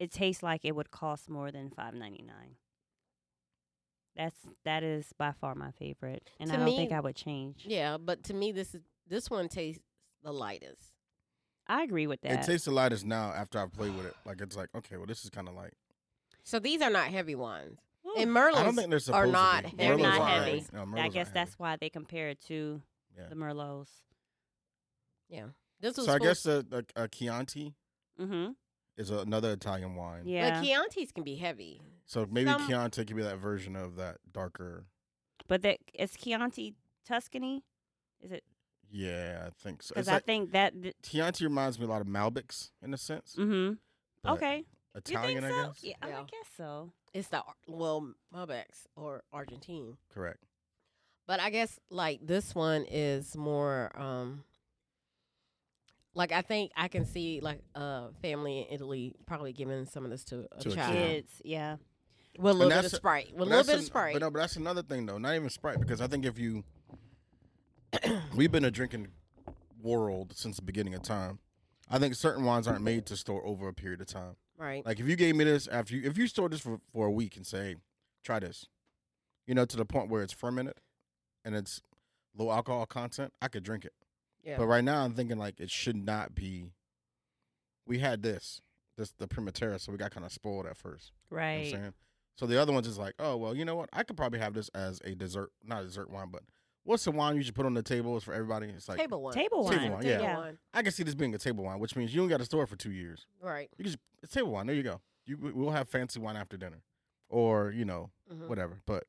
Speaker 3: it tastes like it would cost more than five ninety nine. That's that is by far my favorite. And
Speaker 2: To
Speaker 3: I don't
Speaker 2: me-
Speaker 3: think I would change.
Speaker 2: yeah, but to me, this is this one tastes the lightest.
Speaker 3: I agree with that.
Speaker 4: It tastes the lightest now after I've played with it. Like it's like okay, well this is kind of like
Speaker 2: So these are not heavy ones.
Speaker 3: Woo!
Speaker 2: And Merlot's
Speaker 4: I don't think they're supposed to
Speaker 2: not
Speaker 4: be.
Speaker 2: heavy. They're
Speaker 4: Merlots
Speaker 2: not
Speaker 4: are
Speaker 2: heavy.
Speaker 4: No,
Speaker 3: I
Speaker 4: Merlots
Speaker 3: guess
Speaker 4: are heavy.
Speaker 3: that's why they compare it to
Speaker 4: Yeah.
Speaker 3: the Merlots.
Speaker 2: this was
Speaker 4: So I
Speaker 2: supposed-
Speaker 4: guess a, a, a Chianti
Speaker 3: Mm-hmm.
Speaker 4: is another Italian wine.
Speaker 3: Yeah.
Speaker 2: But Chiantis can be heavy.
Speaker 4: So maybe
Speaker 2: Some-
Speaker 4: Chianti could be that version of that darker.
Speaker 3: but that it's Chianti Tuscany. Is it?
Speaker 4: Yeah, I think so.
Speaker 3: Because
Speaker 4: It's
Speaker 3: I
Speaker 4: like,
Speaker 3: think that. Th-
Speaker 4: Chianti reminds me a lot of Malbecs in a sense.
Speaker 3: mm-hmm.
Speaker 4: but
Speaker 3: Okay. you
Speaker 4: Italian,
Speaker 3: think
Speaker 4: I
Speaker 3: so?
Speaker 4: guess.
Speaker 3: Yeah, I
Speaker 2: Yeah.
Speaker 3: would guess so.
Speaker 2: It's the Ar- well Malbecs or Argentine,
Speaker 4: Correct.
Speaker 2: but I guess like this one is more. um Like I think I can see like a family in Italy probably giving some of this to a
Speaker 4: To a
Speaker 2: child
Speaker 4: kid.
Speaker 3: Kids, yeah.
Speaker 2: with a little bit of
Speaker 4: that's-
Speaker 2: Sprite, with a
Speaker 4: But
Speaker 2: little
Speaker 4: that's
Speaker 2: bit of
Speaker 4: an-
Speaker 2: Sprite.
Speaker 4: But no, but that's another thing though. Not even Sprite because I think if you, we've been a drinking world since the beginning of time. I think certain wines aren't made to store over a period of time.
Speaker 2: right?
Speaker 4: Like if you gave me this after you, if you stored this for, for a week and say, hey, try this, you know, to the point where it's fermented and it's low alcohol content, I could drink it.
Speaker 2: Yeah.
Speaker 4: But right now I'm thinking like it should not be. We had this, this the Primavera, so we got kind of spoiled at first. You know what
Speaker 3: Right.
Speaker 4: I'm saying? So the other one's just like, oh well, you know what? I could probably have this as a dessert, not a dessert wine, but what's the wine you should put on the table for everybody? It's like
Speaker 2: table one,
Speaker 3: table
Speaker 4: Table
Speaker 3: wine.
Speaker 4: wine, yeah.
Speaker 3: yeah.
Speaker 2: one,
Speaker 4: I can see this being a table wine, which means you don't got to store it for two years.
Speaker 2: right?
Speaker 4: You can just it's table wine. There you go. You we- we'll have fancy wine after dinner, or you know
Speaker 2: Mhm.
Speaker 4: whatever. But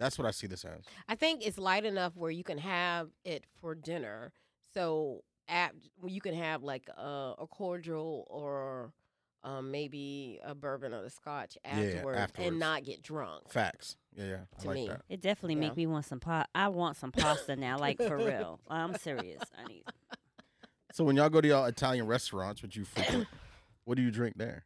Speaker 4: that's what I see this as.
Speaker 2: I think it's light enough where you can have it for dinner. So at you can have like a, a cordial or um, maybe a bourbon or a scotch afterwards,
Speaker 4: afterwards.
Speaker 2: and not get drunk.
Speaker 4: Facts. Yeah, yeah. I
Speaker 2: To
Speaker 4: like
Speaker 2: me.
Speaker 4: that.
Speaker 3: It definitely
Speaker 2: Yeah.
Speaker 3: make me want some pot. I want some pasta now, like for real. I'm serious. I need.
Speaker 4: So when y'all go to y'all Italian restaurants, which you frequent, what do you drink there?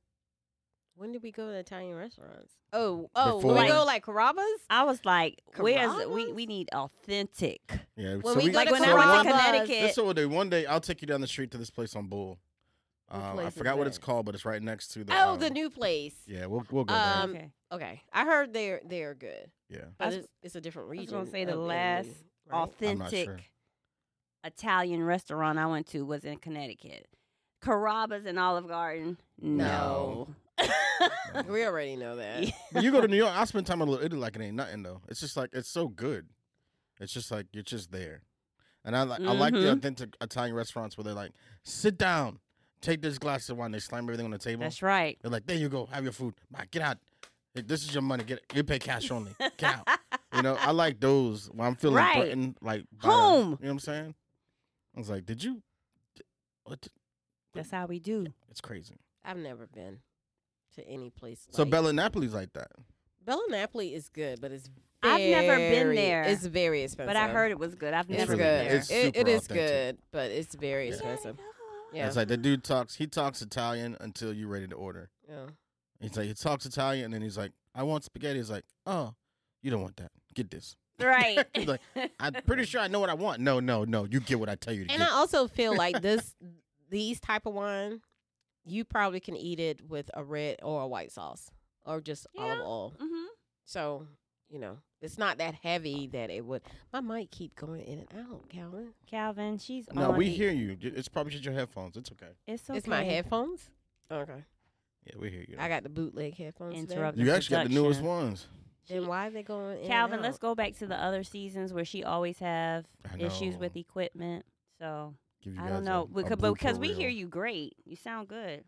Speaker 2: When did we go to Italian restaurants? Oh, oh, when
Speaker 4: Before-
Speaker 2: we go like Carrabba's.
Speaker 3: I was like, where's we?
Speaker 2: Carrabba's?
Speaker 3: We need authentic.
Speaker 4: Yeah.
Speaker 2: When
Speaker 4: so
Speaker 2: we go
Speaker 3: Like
Speaker 2: to
Speaker 3: when I
Speaker 4: so
Speaker 2: Carrabba's,
Speaker 3: went
Speaker 4: one-
Speaker 3: to
Speaker 4: That's
Speaker 3: Connecticut.
Speaker 4: what we'll do. One day I'll take you down the street to this place on Bull.
Speaker 2: What
Speaker 4: Um,
Speaker 2: place
Speaker 4: I
Speaker 2: is
Speaker 4: forgot what it's
Speaker 2: that?
Speaker 4: called, but it's right next to the.
Speaker 2: Oh,
Speaker 4: um,
Speaker 2: the new place.
Speaker 4: Yeah, we'll we'll go
Speaker 2: um,
Speaker 3: okay.
Speaker 2: Okay. I heard they're they're good,
Speaker 4: there.
Speaker 3: I
Speaker 2: but
Speaker 3: was-
Speaker 2: it's, it's a different
Speaker 3: was
Speaker 2: region.
Speaker 3: gonna say the
Speaker 2: of Italy,
Speaker 3: last
Speaker 2: right?
Speaker 3: authentic
Speaker 4: sure.
Speaker 3: Italian restaurant I went to was in Connecticut. Carrabba's and Olive Garden. No.
Speaker 2: We already know that.
Speaker 4: Yeah. But you go to New York. I spend time in Little Italy like it ain't nothing though. It's just like it's so good. It's just like you're just there, and I like I like the
Speaker 3: Mhm.
Speaker 4: authentic Italian restaurants where they're like, sit down, take this glass of wine, they slam everything on the table.
Speaker 3: That's right.
Speaker 4: They're like, there you go, have your food. Bye, get out. Hey, This is your money. Get you pay cash only. Get out. You know, I like those when I'm feeling
Speaker 3: Right.
Speaker 4: threatened, like by the-
Speaker 3: Home.
Speaker 4: you know what I'm saying? I was like, did you? d- What?
Speaker 3: That's how we do.
Speaker 4: It's crazy.
Speaker 2: I've never been to any place.
Speaker 4: So
Speaker 2: like-
Speaker 4: Bella Napoli's like that.
Speaker 2: Bella Napoli is good, but it's
Speaker 3: I've never been
Speaker 2: very-
Speaker 3: there,
Speaker 2: It's very expensive.
Speaker 3: But I heard it was good. I've
Speaker 2: it's
Speaker 3: never
Speaker 4: really
Speaker 2: good.
Speaker 3: been there.
Speaker 4: It's
Speaker 2: It- it
Speaker 4: super
Speaker 2: is
Speaker 4: authentic.
Speaker 2: good, but it's very
Speaker 4: Yeah.
Speaker 2: expensive.
Speaker 3: Yeah.
Speaker 2: Yeah.
Speaker 4: It's like the dude talks. He talks Italian until you're ready to order.
Speaker 2: Yeah.
Speaker 4: He's like, he talks Italian, and then he's like, I want spaghetti. He's like, oh, you don't want that. Get this.
Speaker 3: Right.
Speaker 4: He's like, I'm pretty sure I know what I want. No, no, no. You get what I tell you to
Speaker 2: And
Speaker 4: get.
Speaker 2: I also feel like this, these type of wine, you probably can eat it with a red or a white sauce or just olive
Speaker 3: Yeah.
Speaker 2: oil.
Speaker 3: hmm
Speaker 2: So you know, it's not that heavy that it would. My mic keep going in and out, Calvin.
Speaker 3: Calvin, she's
Speaker 4: no,
Speaker 3: on
Speaker 4: we
Speaker 3: it.
Speaker 4: hear you. Y- It's probably just your headphones. It's okay.
Speaker 3: It's okay.
Speaker 2: It's my headphones. Okay,
Speaker 4: Yeah, we hear you.
Speaker 2: I got the bootleg headphones. today.
Speaker 3: Interrupt.
Speaker 4: you actually got the newest
Speaker 3: Production.
Speaker 4: ones.
Speaker 2: Then why are they going? in and
Speaker 3: Calvin, let's
Speaker 2: out?
Speaker 3: go back to the other seasons where she always have
Speaker 4: I
Speaker 3: issues
Speaker 4: know.
Speaker 3: with equipment. So
Speaker 4: Give you
Speaker 3: I
Speaker 4: guys
Speaker 3: don't
Speaker 4: a-
Speaker 3: know
Speaker 4: a
Speaker 3: because
Speaker 4: blooper
Speaker 3: because we hear
Speaker 4: reel.
Speaker 3: you great. You sound good.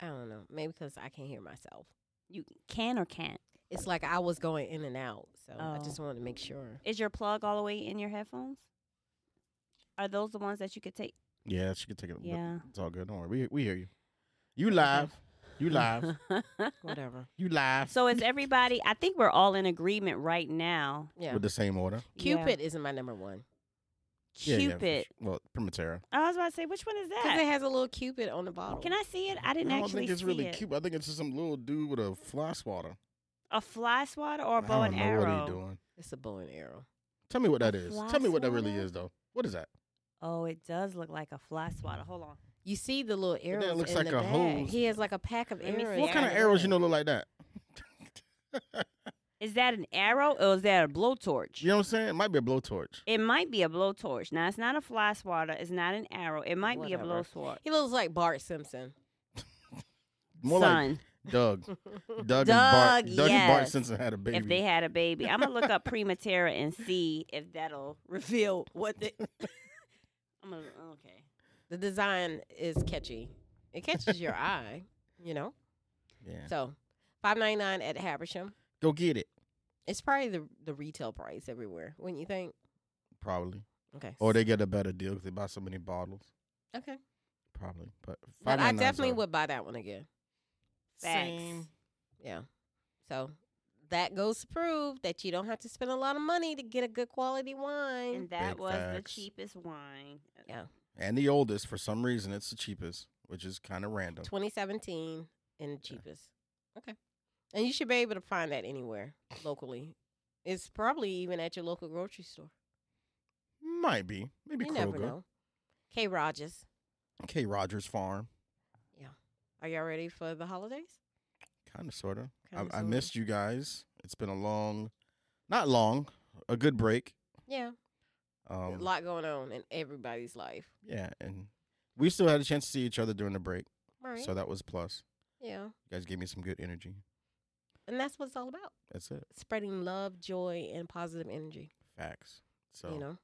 Speaker 2: I don't know. Maybe because I can't hear myself.
Speaker 3: You can or can't.
Speaker 2: It's like I was going in and out, so I
Speaker 3: Oh.
Speaker 2: just wanted to make sure.
Speaker 3: Is your plug all the way in your headphones? Are those the ones that you could take?
Speaker 4: Yeah, she can take it. Yeah,
Speaker 3: Yeah.
Speaker 4: it's all good. Don't worry. We we hear you. You live. You live.
Speaker 2: Whatever.
Speaker 4: you live.
Speaker 3: so is everybody? I think we're all in agreement right now.
Speaker 2: Yeah.
Speaker 4: with the same order.
Speaker 3: Yeah.
Speaker 2: Cupid isn't my number one
Speaker 4: Yeah, yeah, for
Speaker 3: Cupid.
Speaker 4: sure. Well, Primavera.
Speaker 3: I was about to say, which one is
Speaker 2: because
Speaker 3: that?
Speaker 2: it has a little cupid on the bottle.
Speaker 3: Can I see it? I didn't
Speaker 4: I don't
Speaker 3: actually
Speaker 4: think it's
Speaker 3: see
Speaker 4: really
Speaker 3: it.
Speaker 4: cute. I think it's just some little dude with a fly swatter.
Speaker 3: A fly swatter or a bow
Speaker 4: I don't
Speaker 3: and
Speaker 4: know
Speaker 3: arrow?
Speaker 4: what he doing.
Speaker 2: It's a bow and arrow.
Speaker 4: Tell me what
Speaker 3: A
Speaker 4: that is.
Speaker 3: fly
Speaker 4: Tell me what that really
Speaker 3: swatter?
Speaker 4: is, though. What is that?
Speaker 3: Oh, it does look like a fly swatter. Hold on.
Speaker 2: You see the little
Speaker 4: then it
Speaker 2: arrows
Speaker 4: looks
Speaker 2: in
Speaker 4: like
Speaker 2: the
Speaker 4: a
Speaker 2: bag.
Speaker 4: hose.
Speaker 2: He has like a pack of
Speaker 3: Let me
Speaker 2: arrows.
Speaker 3: see.
Speaker 4: What
Speaker 3: Oh, Yeah,
Speaker 4: kind of
Speaker 3: I know
Speaker 4: arrows you know look like that?
Speaker 3: Is that an arrow or is that a blowtorch?
Speaker 4: You know what I'm saying? It might be a blowtorch.
Speaker 3: It might be a blowtorch. Now it's not a fly swatter. It's not an arrow. It might be a
Speaker 2: Whatever.
Speaker 3: blowtorch.
Speaker 2: He looks like Bart Simpson.
Speaker 4: More like
Speaker 3: Son,
Speaker 4: Doug. Doug, and
Speaker 3: Doug,
Speaker 4: Bart. Doug and Bart
Speaker 3: yes.
Speaker 4: Simpson had a baby.
Speaker 3: If they had a baby, I'm gonna look up Primatera and see if that'll reveal what the. I'm gonna okay.
Speaker 2: The design is catchy. It catches your eye, you know.
Speaker 4: yeah.
Speaker 2: So, five ninety nine at Habersham.
Speaker 4: Go get it,
Speaker 2: It's probably the the retail price everywhere, wouldn't you think?
Speaker 4: probably.
Speaker 2: Okay.
Speaker 4: Or they get a better deal because they buy so many bottles,
Speaker 2: okay.
Speaker 4: probably. But,
Speaker 2: But I
Speaker 4: 5.99 's
Speaker 2: definitely
Speaker 4: all-
Speaker 2: would buy that one again.
Speaker 3: Facts.
Speaker 2: Yeah. So that goes to prove that you don't have to spend a lot of money to get a good quality wine.
Speaker 3: And that
Speaker 4: Big
Speaker 3: was
Speaker 4: facts.
Speaker 3: the cheapest wine.
Speaker 2: Yeah.
Speaker 4: And the oldest, for some reason, it's the cheapest, which is kind of random.
Speaker 2: 2017 and the cheapest. Okay. And you should be able to find that anywhere locally. It's probably even at your local grocery store.
Speaker 4: Might be, maybe
Speaker 2: you never
Speaker 4: Kroger,
Speaker 2: know. K Rogers,
Speaker 4: K. Rogers Farm,
Speaker 2: are y'all ready for the holidays?
Speaker 4: kind of, sorta. I,
Speaker 2: Kinda,
Speaker 4: I
Speaker 2: sorta.
Speaker 4: missed you guys. It's been a long, not long, a good break.
Speaker 2: Yeah.
Speaker 4: Um,
Speaker 2: a lot going on in everybody's life.
Speaker 4: yeah, and we still had a chance to see each other during the break,
Speaker 2: Right.
Speaker 4: so that was plus.
Speaker 2: yeah.
Speaker 4: You guys gave me some good energy.
Speaker 2: And that's what it's all about.
Speaker 4: That's it.
Speaker 2: Spreading love, joy, and positive energy.
Speaker 4: Facts. So
Speaker 2: You know?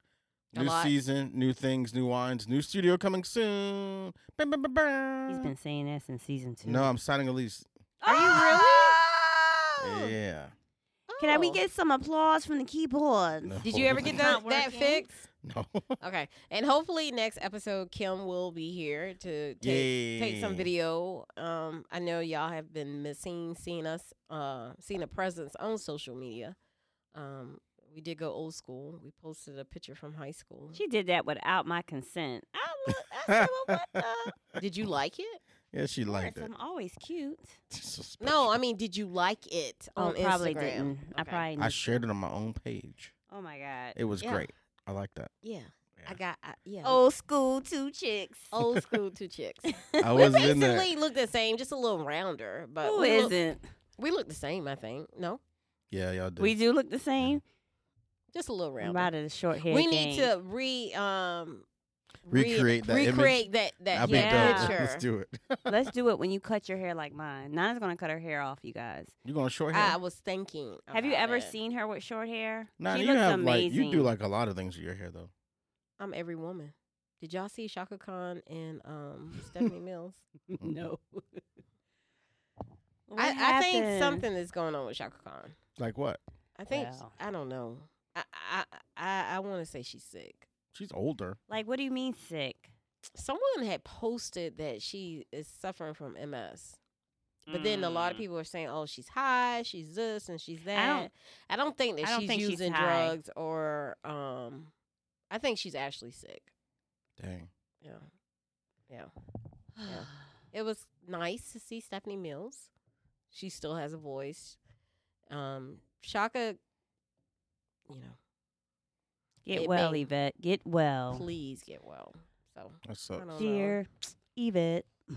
Speaker 2: a
Speaker 4: new
Speaker 2: lot.
Speaker 4: season, new things, new wines, new studio coming soon. Bam, bam, bam,
Speaker 3: He's
Speaker 4: bam.
Speaker 3: been saying that since season two.
Speaker 4: No, I'm signing a lease.
Speaker 2: Are you really?
Speaker 3: really?
Speaker 4: Yeah.
Speaker 3: Can I, we
Speaker 2: Oh.
Speaker 3: get some applause from the keyboard?
Speaker 4: No.
Speaker 2: Did you ever get
Speaker 3: It's
Speaker 2: that,
Speaker 3: not
Speaker 2: that
Speaker 3: working.
Speaker 2: fixed?
Speaker 4: No.
Speaker 2: Okay. And hopefully next episode Kim will be here to take,
Speaker 4: Yay.
Speaker 2: take some video. Um I know y'all have been missing seeing us uh seeing a presence on social media. Um we did go old school. We posted a picture from high school.
Speaker 3: She did that without my consent. I look. I said, well, what the?
Speaker 2: Did you like it?
Speaker 4: Yeah, she liked
Speaker 3: Yes,
Speaker 4: it.
Speaker 3: I'm always cute.
Speaker 4: So special.
Speaker 2: No, I mean, did you like it on
Speaker 3: oh, probably
Speaker 2: Instagram?
Speaker 3: didn't. I
Speaker 2: Okay.
Speaker 3: probably.
Speaker 4: I
Speaker 3: didn't.
Speaker 4: shared it on my own page.
Speaker 3: oh my god.
Speaker 4: It was
Speaker 2: Yeah.
Speaker 4: great. I like that.
Speaker 2: Yeah.
Speaker 4: Yeah.
Speaker 2: I got I, yeah.
Speaker 3: Old school two chicks.
Speaker 2: Old school two chicks.
Speaker 4: I
Speaker 2: we
Speaker 4: wasn't in there.
Speaker 2: basically look the same, just a little rounder, but
Speaker 3: Who
Speaker 2: Uh, we look,
Speaker 3: isn't?
Speaker 2: we look the same, I think. No,
Speaker 4: Yeah, y'all did.
Speaker 3: We do look the same.
Speaker 2: just a little
Speaker 3: I'm
Speaker 2: rounder.
Speaker 3: out of the short hair.
Speaker 2: we
Speaker 3: gang.
Speaker 2: need to re um re-
Speaker 4: Recreate that image.
Speaker 2: recreate that that
Speaker 4: I'll be
Speaker 2: yeah.
Speaker 4: dope.
Speaker 2: picture.
Speaker 4: Let's do it.
Speaker 3: Let's do it when you cut your hair like mine. Nana's gonna cut her hair off, you guys.
Speaker 4: You going to short hair?
Speaker 2: I was thinking.
Speaker 3: Have you
Speaker 2: about
Speaker 3: ever
Speaker 2: that.
Speaker 3: seen her with short hair?
Speaker 4: Nah,
Speaker 3: she
Speaker 4: you
Speaker 3: looks
Speaker 4: have
Speaker 3: amazing.
Speaker 4: like you do like a lot of things with your hair though.
Speaker 2: I'm every woman. Did y'all see Shaka Khan and um Stephanie Mills?
Speaker 3: no. What
Speaker 2: I, I think
Speaker 3: happened?
Speaker 2: something is going on with Shaka Khan.
Speaker 4: Like what?
Speaker 2: I think
Speaker 3: Wow.
Speaker 2: I don't know. I I I, I want to say she's sick.
Speaker 4: She's older.
Speaker 3: Like, what do you mean sick?
Speaker 2: Someone had posted that she is suffering from MS. But then a lot of
Speaker 3: Mm.
Speaker 2: people are saying, "Oh, she's high, she's this, and she's that."
Speaker 3: I don't-
Speaker 2: I don't think that
Speaker 3: I don't
Speaker 2: she's
Speaker 3: think she's
Speaker 2: using
Speaker 3: high.
Speaker 2: drugs or um. I think she's actually sick.
Speaker 4: Dang.
Speaker 2: Yeah, yeah. Yeah. It was nice to see Stephanie Mills. She still has a voice. Um, Shaka, you know,
Speaker 3: Get
Speaker 2: It
Speaker 3: well,
Speaker 2: may-
Speaker 3: Yvette. Get well,
Speaker 2: please get well. So
Speaker 4: That
Speaker 2: I
Speaker 4: sucks.
Speaker 2: don't
Speaker 3: dear Yvette.
Speaker 2: know.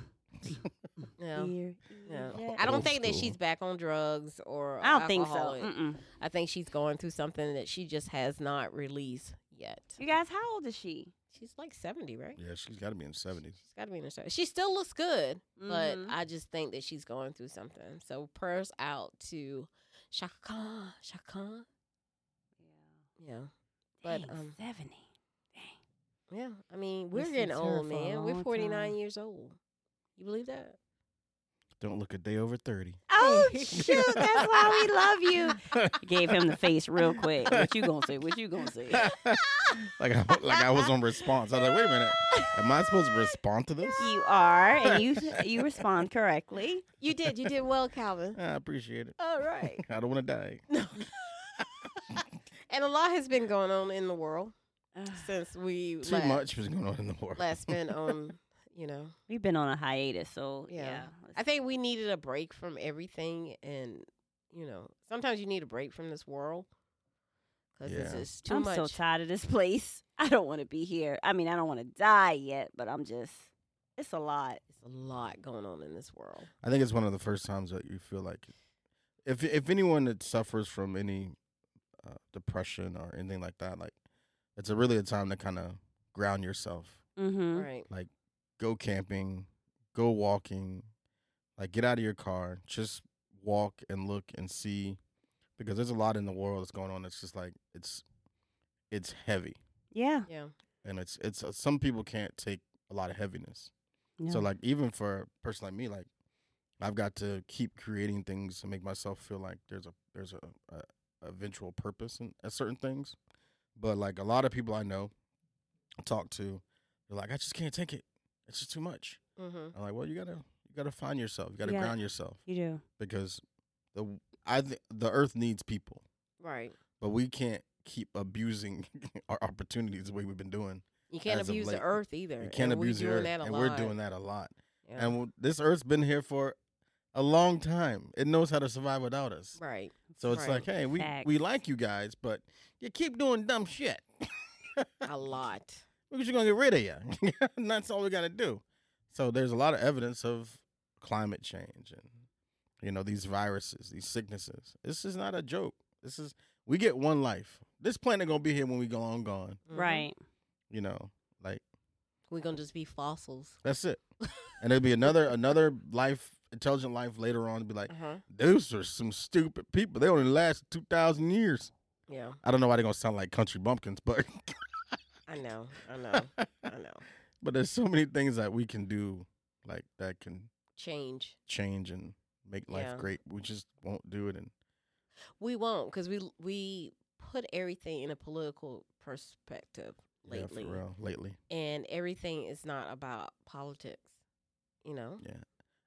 Speaker 2: Yeah.
Speaker 3: Dear
Speaker 2: Yeah.
Speaker 3: Yvette.
Speaker 2: I don't
Speaker 4: Old
Speaker 2: think that
Speaker 4: school.
Speaker 2: she's back on drugs or
Speaker 3: I don't think so. Mm.
Speaker 2: alcoholic.
Speaker 3: Mm-mm.
Speaker 2: I think she's going through something that she just has not released yet.
Speaker 3: You guys, how old is she?
Speaker 2: She's like 70, right?
Speaker 4: Yeah, she's got to be in the 70s.
Speaker 2: She's got to be in her 70s. She still looks good,
Speaker 3: Mhm.
Speaker 2: but I just think that she's going through something. So prayers out to Shaka Khan. Shaka Khan. Yeah. But,
Speaker 3: Dang,
Speaker 2: um,
Speaker 3: seventy. Dang.
Speaker 2: Yeah. I mean, we're
Speaker 3: This
Speaker 2: getting
Speaker 3: is her
Speaker 2: old,
Speaker 3: for a
Speaker 2: man. We're
Speaker 3: long
Speaker 2: 49
Speaker 3: time.
Speaker 2: years old. You believe that?
Speaker 4: Don't look a day over 30.
Speaker 3: Oh shoot! That's why we love you. Gave him the face real quick. What you gonna say? What you gonna say?
Speaker 4: like I, like I was on response. I was like, wait a minute, am I supposed to respond to this?
Speaker 3: You are, and you you respond correctly.
Speaker 2: You did. You did well, Calvin.
Speaker 4: I appreciate it.
Speaker 2: All right.
Speaker 4: I don't want to die.
Speaker 2: And a lot has been going on in the world since we
Speaker 4: Too
Speaker 2: last,
Speaker 4: much was going on in the world.
Speaker 2: last been on, you know.
Speaker 3: We've been on a hiatus, so
Speaker 2: Yeah.
Speaker 3: yeah.
Speaker 2: I think we needed a break from everything, and you know, sometimes you need a break from this world because it's
Speaker 4: Yeah.
Speaker 2: just too
Speaker 3: I'm
Speaker 2: much.
Speaker 3: so tired of this place. I don't want to be here. I mean, I don't want to die yet, but I'm just. It's a lot.
Speaker 2: it's a lot going on in this world.
Speaker 4: I think it's one of the first times that you feel like, if if anyone that suffers from any uh, depression or anything like that, like it's a really a time to kind of ground yourself.
Speaker 3: Mm-hmm.
Speaker 2: Right?
Speaker 4: Go camping, go walking, Like, get out of your car, just walk and look and see, because there's a lot in the world that's going on. That's just like it's, it's heavy,
Speaker 3: Yeah.
Speaker 2: Yeah.
Speaker 4: and it's it's uh, some people can't take a lot of heaviness.
Speaker 3: No.
Speaker 4: So like even for a person like me, like I've got to keep creating things to make myself feel like there's a there's a, a eventual purpose in at certain things. But like a lot of people I know talk to, they're like, I just can't take it. It's just too much.
Speaker 2: Mm-hmm.
Speaker 4: I'm like, well, you gotta you gotta find yourself. You gotta
Speaker 3: Yeah.
Speaker 4: ground yourself
Speaker 3: you do.
Speaker 4: because the I th- the earth needs people,
Speaker 2: Right.
Speaker 4: but we can't keep abusing our opportunities the way we've been doing.
Speaker 2: You can't
Speaker 4: As of
Speaker 2: abuse the
Speaker 4: late,
Speaker 2: earth either.
Speaker 4: We can't
Speaker 2: and
Speaker 4: abuse
Speaker 2: we're
Speaker 4: the
Speaker 2: doing
Speaker 4: earth,
Speaker 2: that a
Speaker 4: and
Speaker 2: lot.
Speaker 4: we're doing that a lot.
Speaker 2: Yeah.
Speaker 4: And w- this Earth's been here for a long time. It knows how to survive without us.
Speaker 2: right.
Speaker 4: So it's
Speaker 2: Right.
Speaker 4: like, hey, we, we
Speaker 3: Facts.
Speaker 4: like you guys, but you keep doing dumb shit.
Speaker 2: A lot.
Speaker 4: We're just gonna get rid of you. and that's all we gotta do. So there's a lot of evidence of climate change and you know these viruses, these sicknesses. This is not a joke. This is we get one life. This planet gonna be here when we go on gone.
Speaker 2: Mhm.
Speaker 3: Right.
Speaker 4: You know, like
Speaker 2: We're gonna just be fossils.
Speaker 4: that's it. and there'll be another another life, intelligent life later on. To be like,
Speaker 2: Uh-huh.
Speaker 4: those are some stupid people. They only last two thousand years.
Speaker 2: Yeah.
Speaker 4: I don't know why they're gonna sound like country bumpkins, but
Speaker 2: I know. I know. I know.
Speaker 4: but there's so many things that we can do, like that can
Speaker 2: Change.
Speaker 4: change and make life
Speaker 2: Yeah.
Speaker 4: great. We just won't do it. And
Speaker 2: We won't because we we put everything in a political perspective lately,
Speaker 4: yeah, for real, lately,
Speaker 2: and everything is not about politics. You know,
Speaker 4: yeah.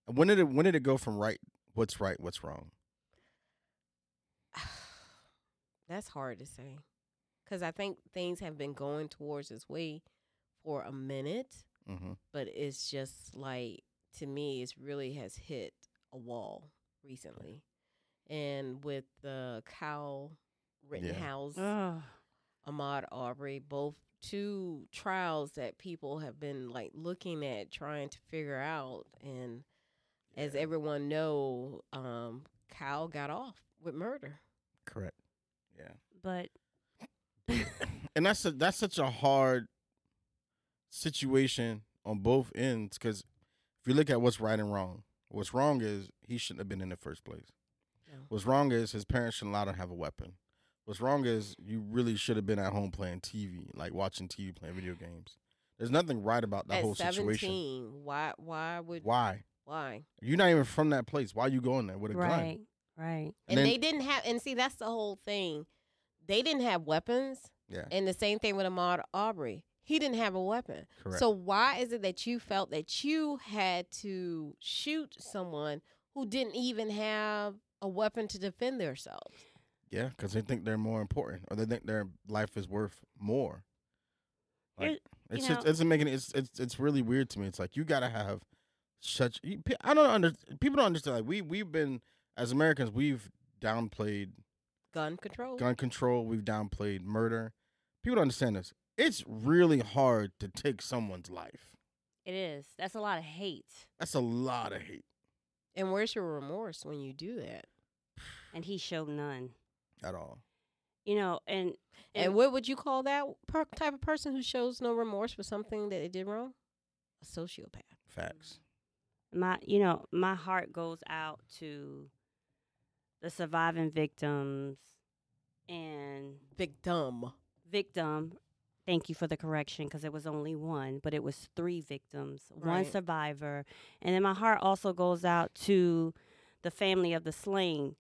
Speaker 4: And When did it? When did it go from right? What's right? What's wrong?
Speaker 2: that's hard to say because I think things have been going towards this way for a minute,
Speaker 4: Mm-hmm.
Speaker 2: but it's just like to me, it's really has hit a wall recently, and with the cow Rittenhouse.
Speaker 3: Oh.
Speaker 2: Ahmad Aubrey, both two trials that people have been like looking at, trying to figure out. And as everyone know, um, Kyle got off with murder.
Speaker 4: Correct. Yeah.
Speaker 3: But
Speaker 4: and that's a, that's such a hard situation on both ends because if you look at what's right and wrong, what's wrong is he shouldn't have been in the first place.
Speaker 2: No.
Speaker 4: What's wrong is his parents shouldn't allow him to have a weapon. What's wrong is you really should have been at home playing TV, like watching TV, playing video games. There's nothing right about the
Speaker 2: At
Speaker 4: whole
Speaker 2: seventeen,
Speaker 4: situation.
Speaker 2: why? Why would? Why?
Speaker 4: Why? You're not even from that place. Why you going there with a gun?
Speaker 3: right, right.
Speaker 2: And,
Speaker 4: then-
Speaker 2: they didn't have. And see, that's the whole thing. They didn't have weapons.
Speaker 4: Yeah.
Speaker 2: And the same thing with Ahmad Aubrey. He didn't have a weapon.
Speaker 4: Correct.
Speaker 2: So why is it that you felt that you had to shoot someone who didn't even have a weapon to defend themselves?
Speaker 4: yeah, because they think they're more important, or they think their life is worth more. Like,
Speaker 3: Here's-
Speaker 4: It's
Speaker 3: you
Speaker 4: just
Speaker 3: know-
Speaker 4: it's making it's it's it's really weird to me. It's like you gotta have such. you- pe- I don't under people don't understand. Like we we've been as Americans, we've downplayed
Speaker 2: Gun control.
Speaker 4: gun control, we've downplayed murder. People don't understand this. It's really hard to take someone's life.
Speaker 3: It is. That's a lot of hate.
Speaker 4: That's a lot of hate
Speaker 2: and where's your remorse when you do that?
Speaker 3: And he showed none.
Speaker 4: at all.
Speaker 3: You know, and
Speaker 2: And
Speaker 3: And-
Speaker 2: what would you call that per- type of person who shows no remorse for something that they did wrong? A sociopath.
Speaker 4: Facts.
Speaker 3: my you know, my heart goes out to the surviving victims and
Speaker 2: Victim.
Speaker 3: victim. Thank you for the correction because it was only one, but it was three victims, one
Speaker 2: Right.
Speaker 3: survivor. And then my heart also goes out to the family of the slain.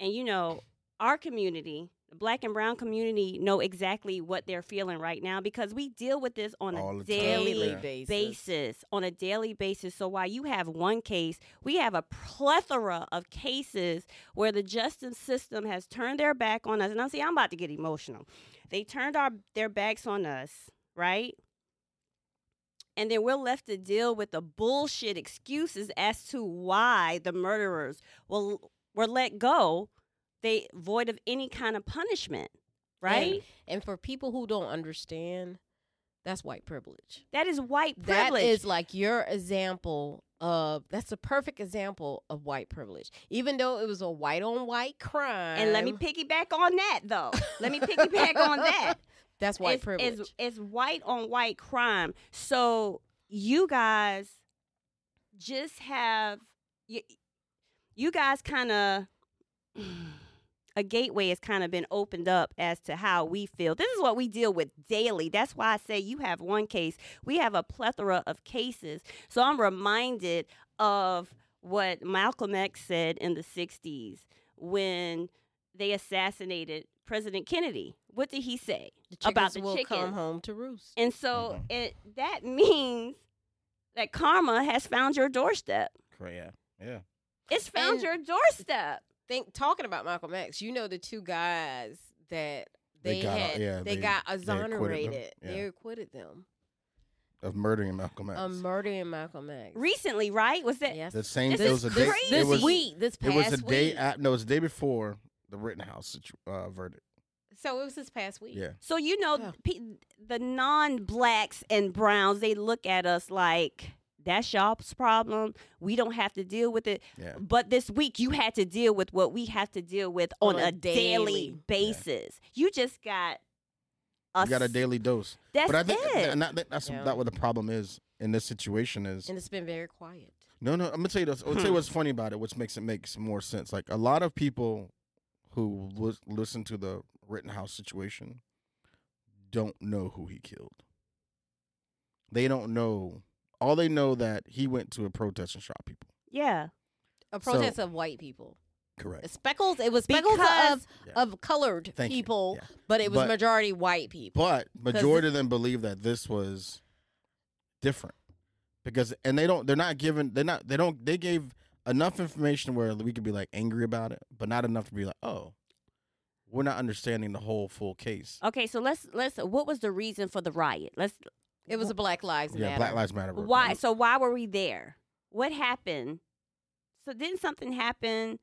Speaker 3: And you know, our community, the black and brown community, know exactly what they're feeling right now because we deal with this on a
Speaker 4: All the time,
Speaker 3: daily
Speaker 4: Oh, yeah.
Speaker 2: basis.
Speaker 3: basis on a daily basis. So while you have one case, we have a plethora of cases where the justice system has turned their back on us. And I'm see, I'm about to get emotional. They turned our their backs on us, right? And then we're left to deal with the bullshit excuses as to why the murderers will were let go, they void of any kind of punishment, right?
Speaker 2: And for people who don't understand, that's white privilege.
Speaker 3: That is white privilege.
Speaker 2: That is like your example of that's a perfect example of white privilege. Even though it was a white on white crime.
Speaker 3: And let me piggyback on that though. Let me piggyback on that.
Speaker 2: That's white
Speaker 3: it's,
Speaker 2: privilege.
Speaker 3: It's, it's white on white crime. So you guys just have you, you guys kind of a gateway has kind of been opened up as to how we feel. This is what we deal with daily. That's why I say you have one case. We have a plethora of cases. So I'm reminded of what Malcolm X said in the 60s when they assassinated President Kennedy. What did he say?
Speaker 2: The
Speaker 3: About
Speaker 2: chickens
Speaker 3: the
Speaker 2: will come
Speaker 3: chicken.
Speaker 2: home to roost.
Speaker 3: And so it that means that karma has found your doorstep.
Speaker 2: Mm.
Speaker 4: Yeah. Yeah.
Speaker 3: It's found
Speaker 2: And-
Speaker 3: your doorstep.
Speaker 2: think talking about Malcolm X, you know the two guys that
Speaker 4: They
Speaker 2: they,
Speaker 4: got-
Speaker 2: had
Speaker 4: yeah,
Speaker 2: they,
Speaker 4: they-
Speaker 2: got
Speaker 4: acquitted them.
Speaker 2: exonerated. They acquitted them,
Speaker 4: Yeah. Of murdering Malcolm X.
Speaker 2: on murdering Malcolm X.
Speaker 3: Recently, right? Was that
Speaker 2: yes.
Speaker 4: the same.
Speaker 2: This,
Speaker 4: it was a day.
Speaker 2: this,
Speaker 4: it
Speaker 2: this
Speaker 4: was,
Speaker 2: week, this
Speaker 4: It
Speaker 2: past
Speaker 4: was the day.
Speaker 2: week.
Speaker 4: a- no, it was the day before the Rittenhouse situ- uh, verdict.
Speaker 2: so it was this past week.
Speaker 4: Yeah.
Speaker 3: So you know,
Speaker 2: Yeah.
Speaker 3: pe- the non-blacks and browns, they look at us like that's y'all's problem. We don't have to deal with it.
Speaker 4: Yeah.
Speaker 3: But this week, you had to deal with what we have to deal with on,
Speaker 2: On
Speaker 3: a,
Speaker 2: a
Speaker 3: daily,
Speaker 2: daily.
Speaker 3: basis. You just got us.
Speaker 4: You got a daily dose.
Speaker 3: That's
Speaker 4: but I think
Speaker 3: it.
Speaker 4: and I think that's
Speaker 2: Yeah.
Speaker 4: not what the problem is in this situation is.
Speaker 2: And it's been very quiet.
Speaker 4: No, no. I'm gonna tell you this. I'll tell you
Speaker 3: Hmm.
Speaker 4: what's funny about it, which makes it makes more sense. Like a lot of people who lis- listen to the Rittenhouse situation don't know who he killed. They don't know. All they know that he went to a protest and shot people.
Speaker 3: yeah.
Speaker 2: A
Speaker 4: So-
Speaker 2: protest of white people.
Speaker 4: Correct.
Speaker 2: Speckles. It was speckles
Speaker 3: Because-
Speaker 2: of
Speaker 4: Yeah.
Speaker 2: of colored
Speaker 4: Thank you.
Speaker 2: people,
Speaker 4: Yeah.
Speaker 2: but it was
Speaker 4: But-
Speaker 2: majority white people.
Speaker 4: But majority of them believe that this was different because, and they don't. They're not given. They're not. They don't. They gave enough information where we could be like angry about it, but not enough to be like, oh, we're not understanding the whole full case.
Speaker 3: Okay. So let's let's. What was the reason for the riot? Let's.
Speaker 2: It was a Black Lives
Speaker 4: yeah,
Speaker 2: Matter.
Speaker 4: Black Lives Matter. movement.
Speaker 3: Why? So why were we there? What happened? So didn't something happen?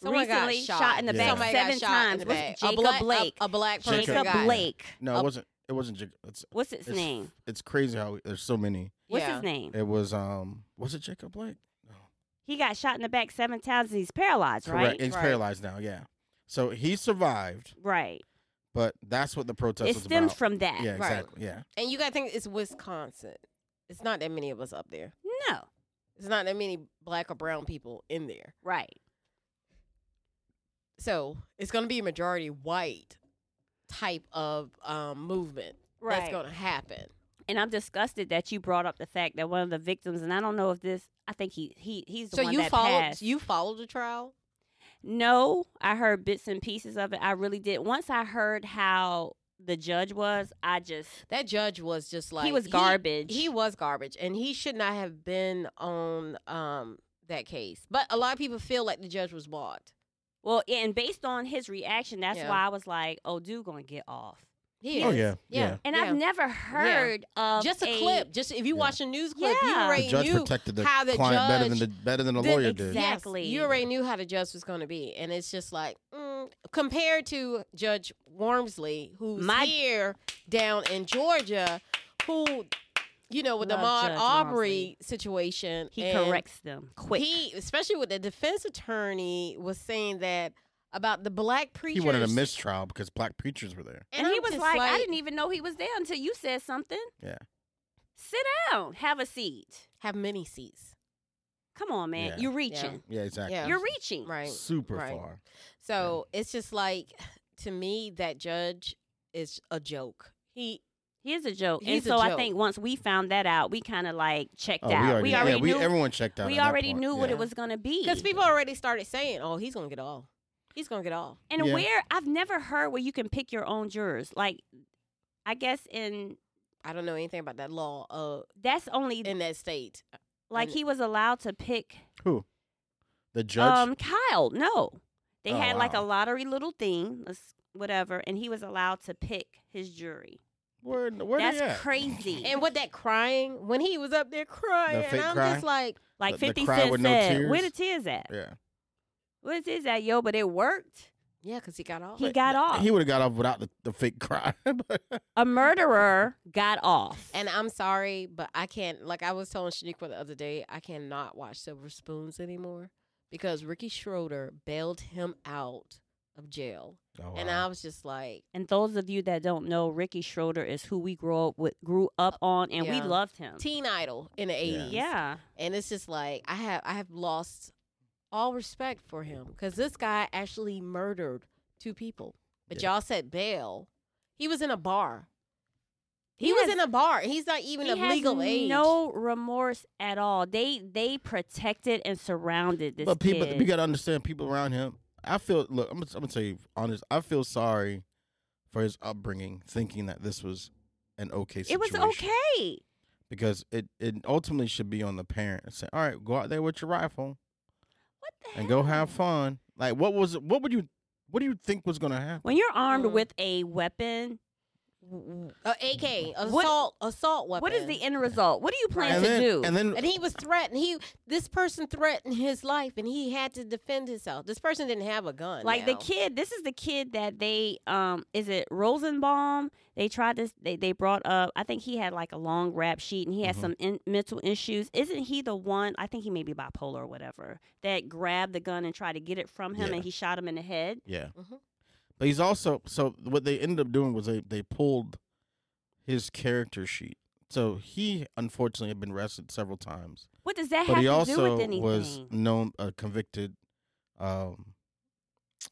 Speaker 2: Someone got
Speaker 3: recently
Speaker 2: shot.
Speaker 3: in the
Speaker 4: Yeah.
Speaker 3: back
Speaker 2: Somebody got
Speaker 3: seven
Speaker 2: shot in
Speaker 3: times.
Speaker 2: the
Speaker 3: Was
Speaker 2: back.
Speaker 3: it
Speaker 2: A
Speaker 3: Jacob
Speaker 2: black- a-
Speaker 3: Blake?
Speaker 2: A, black person
Speaker 4: Jacob
Speaker 3: Jacob
Speaker 2: got
Speaker 3: Blake.
Speaker 4: No,
Speaker 2: Uh,
Speaker 4: it wasn't. It wasn't. Jac- It's
Speaker 3: oh. What's his
Speaker 4: it's,
Speaker 3: name?
Speaker 4: It's crazy how we, there's so many.
Speaker 3: What's
Speaker 2: yeah.
Speaker 3: his name?
Speaker 4: It was um. Was it Jacob Blake? No.
Speaker 3: He got shot in the back seven times and he's paralyzed,
Speaker 4: Correct.
Speaker 3: right?
Speaker 4: He's
Speaker 2: Right.
Speaker 4: paralyzed now. Yeah. So he survived,
Speaker 3: Right.
Speaker 4: but that's what the protest
Speaker 3: it
Speaker 4: was
Speaker 3: stems
Speaker 4: about.
Speaker 3: from that.
Speaker 4: yeah,
Speaker 2: Right.
Speaker 4: exactly. Yeah.
Speaker 2: And you got to think it's Wisconsin. It's not that many of us up there.
Speaker 3: No.
Speaker 2: It's not that many black or brown people in there.
Speaker 3: Right.
Speaker 2: So it's going to be a majority white type of um, movement
Speaker 3: Right.
Speaker 2: that's going to happen.
Speaker 3: and I'm disgusted that you brought up the fact that one of the victims, and I don't know if this, I think he he he's the
Speaker 2: so
Speaker 3: one
Speaker 2: you
Speaker 3: that
Speaker 2: followed
Speaker 3: passed.
Speaker 2: you followed the trial.
Speaker 3: No, I heard bits and pieces of it. I really did. Once I heard how the judge was, I just
Speaker 2: That judge was just like
Speaker 3: he was garbage.
Speaker 2: He, was garbage, and he should not have been on um, that case. But a lot of people feel like the judge was bought.
Speaker 3: well, and based on his reaction, that's
Speaker 2: Yeah.
Speaker 3: why I was like, "Oh, dude, gonna get off."
Speaker 2: He
Speaker 4: Oh
Speaker 2: is.
Speaker 4: yeah. Yeah.
Speaker 3: And I've never heard of
Speaker 2: just a, clip. Just if you
Speaker 4: Yeah.
Speaker 2: watch a news
Speaker 3: Yeah.
Speaker 2: clip, you
Speaker 3: The
Speaker 4: The
Speaker 2: already
Speaker 4: judge
Speaker 2: knew
Speaker 4: protected the
Speaker 2: how the
Speaker 4: client better than
Speaker 2: judge
Speaker 4: the better than the
Speaker 2: did
Speaker 4: lawyer did.
Speaker 2: Yes,
Speaker 3: Exactly.
Speaker 2: you already knew how the judge was going to be, and it's just like mm, compared to Judge Wormsley, who's
Speaker 3: My-
Speaker 2: here down in Georgia, who you know with the
Speaker 3: Love
Speaker 2: Maude
Speaker 3: Judge
Speaker 2: Aubrey situation,
Speaker 3: He
Speaker 2: and
Speaker 3: corrects them quick.
Speaker 2: He, especially with the defense attorney, was saying that about the black
Speaker 4: He
Speaker 2: preachers.
Speaker 4: wanted a mistrial because black preachers were there.
Speaker 3: And, he
Speaker 2: I'm
Speaker 3: was
Speaker 2: just
Speaker 3: like, I didn't even know he was there until you said something.
Speaker 4: Yeah.
Speaker 3: Sit down. Have a seat.
Speaker 2: have many seats,
Speaker 3: Come on, man.
Speaker 4: Yeah.
Speaker 3: You're reaching.
Speaker 4: Yeah, exactly.
Speaker 2: Yeah.
Speaker 3: You're reaching.
Speaker 2: right?
Speaker 4: super
Speaker 2: right.
Speaker 4: far.
Speaker 2: So it's just like to me that judge is a joke. He
Speaker 3: Here's a joke. and
Speaker 2: He's a
Speaker 3: so I
Speaker 2: joke.
Speaker 3: think once we found that out, we kind of like checked
Speaker 4: Oh, we
Speaker 3: out.
Speaker 4: already,
Speaker 3: We
Speaker 4: yeah,
Speaker 3: already,
Speaker 4: we-
Speaker 3: knew.
Speaker 4: everyone checked out.
Speaker 3: we
Speaker 4: at that
Speaker 3: already
Speaker 4: point.
Speaker 3: knew what
Speaker 4: Yeah.
Speaker 3: it was gonna be.
Speaker 2: because people already started saying, "Oh, he's gonna get off. He's gonna get off."
Speaker 3: and
Speaker 4: Yeah.
Speaker 3: where I've never heard where you can pick your own jurors. Like, I guess in
Speaker 2: I don't know anything about that law uh,
Speaker 3: that's only
Speaker 2: in that state.
Speaker 3: like
Speaker 2: and-
Speaker 3: he was allowed to pick
Speaker 4: Who? The judge.
Speaker 3: um Kyle. No, they
Speaker 4: Oh,
Speaker 3: had like a
Speaker 4: wow.
Speaker 3: lottery little thing, let's- whatever, and he was allowed to pick his jury.
Speaker 4: where? Where they
Speaker 3: that's
Speaker 4: at?
Speaker 3: crazy.
Speaker 2: And with that crying, when he was up there crying,
Speaker 4: fake
Speaker 2: and I'm
Speaker 4: cry?
Speaker 2: just like,
Speaker 3: Like
Speaker 4: The- the
Speaker 3: Fifty
Speaker 4: cry
Speaker 3: Cent
Speaker 4: with no
Speaker 3: said, "Where the
Speaker 4: tears?
Speaker 3: tears at?
Speaker 4: Yeah.
Speaker 3: Where the tears at, yo?" But it worked.
Speaker 2: yeah, because he got off.
Speaker 3: He got off.
Speaker 4: He would have got off without the, the fake cry. but
Speaker 3: a murderer got off.
Speaker 2: and I'm sorry, but I can't. Like I was telling Shaniqua the other day, I cannot watch Silver Spoons anymore because Ricky Schroeder bailed him out of jail,
Speaker 4: Oh,
Speaker 2: and I
Speaker 4: wow.
Speaker 2: was just like,
Speaker 3: And those of you that don't know, Ricky Schroeder is who we grew up with, grew up on, and we
Speaker 2: Yeah.
Speaker 3: loved him.
Speaker 2: teen idol in the
Speaker 4: Yeah.
Speaker 2: '80s.
Speaker 3: Yeah,
Speaker 2: and it's just like I have I have lost all respect for him because this guy actually murdered two people. But
Speaker 4: Yeah.
Speaker 2: y'all said bail. He was in a bar. He,
Speaker 3: He
Speaker 2: was
Speaker 3: has-
Speaker 2: in a bar. He's not even
Speaker 3: He
Speaker 2: of
Speaker 3: has
Speaker 2: legal age.
Speaker 3: No remorse at all. They they protected and surrounded this
Speaker 4: but people,
Speaker 3: kid.
Speaker 4: we gotta understand people around him. I feel. Look, I'm, gonna- I'm gonna tell you honest. I feel sorry for his upbringing, thinking that this was an okay
Speaker 3: it
Speaker 4: situation.
Speaker 3: was okay.
Speaker 4: because it it ultimately should be on the parent and say, "All right, go out there with your rifle
Speaker 3: What the
Speaker 4: and go
Speaker 3: hell?
Speaker 4: have fun." Like, what was what would you what do you think was gonna happen?
Speaker 3: When you're armed
Speaker 2: Mm.
Speaker 3: with a weapon, w-
Speaker 2: Uh, AK
Speaker 3: What-
Speaker 2: assault assault weapon.
Speaker 3: what is the end result? What do you plan
Speaker 4: and
Speaker 3: to
Speaker 4: then,
Speaker 3: do?
Speaker 4: and then
Speaker 2: And he was threatened. He this person threatened his life, and he had to defend himself. This person didn't have a
Speaker 4: Uh,
Speaker 2: gun.
Speaker 3: like the
Speaker 2: now.
Speaker 3: kid, this is the kid that they um is it Rosenbaum? They tried this. They they brought up. I think he had like a long rap sheet, and he had
Speaker 4: Mhm.
Speaker 3: some in, mental issues. Isn't he the one? I think he may be bipolar or whatever. That grabbed the gun and tried to get it from him,
Speaker 4: Yeah.
Speaker 3: and he shot him in the head.
Speaker 4: yeah,
Speaker 3: Mm-hmm.
Speaker 2: Mhm.
Speaker 4: but he's also so what they ended up doing was they they pulled his character sheet. So he unfortunately had been arrested several times,
Speaker 3: What does that
Speaker 4: but
Speaker 3: have
Speaker 4: he
Speaker 3: to do
Speaker 4: also
Speaker 3: with anything?
Speaker 4: was known a convicted um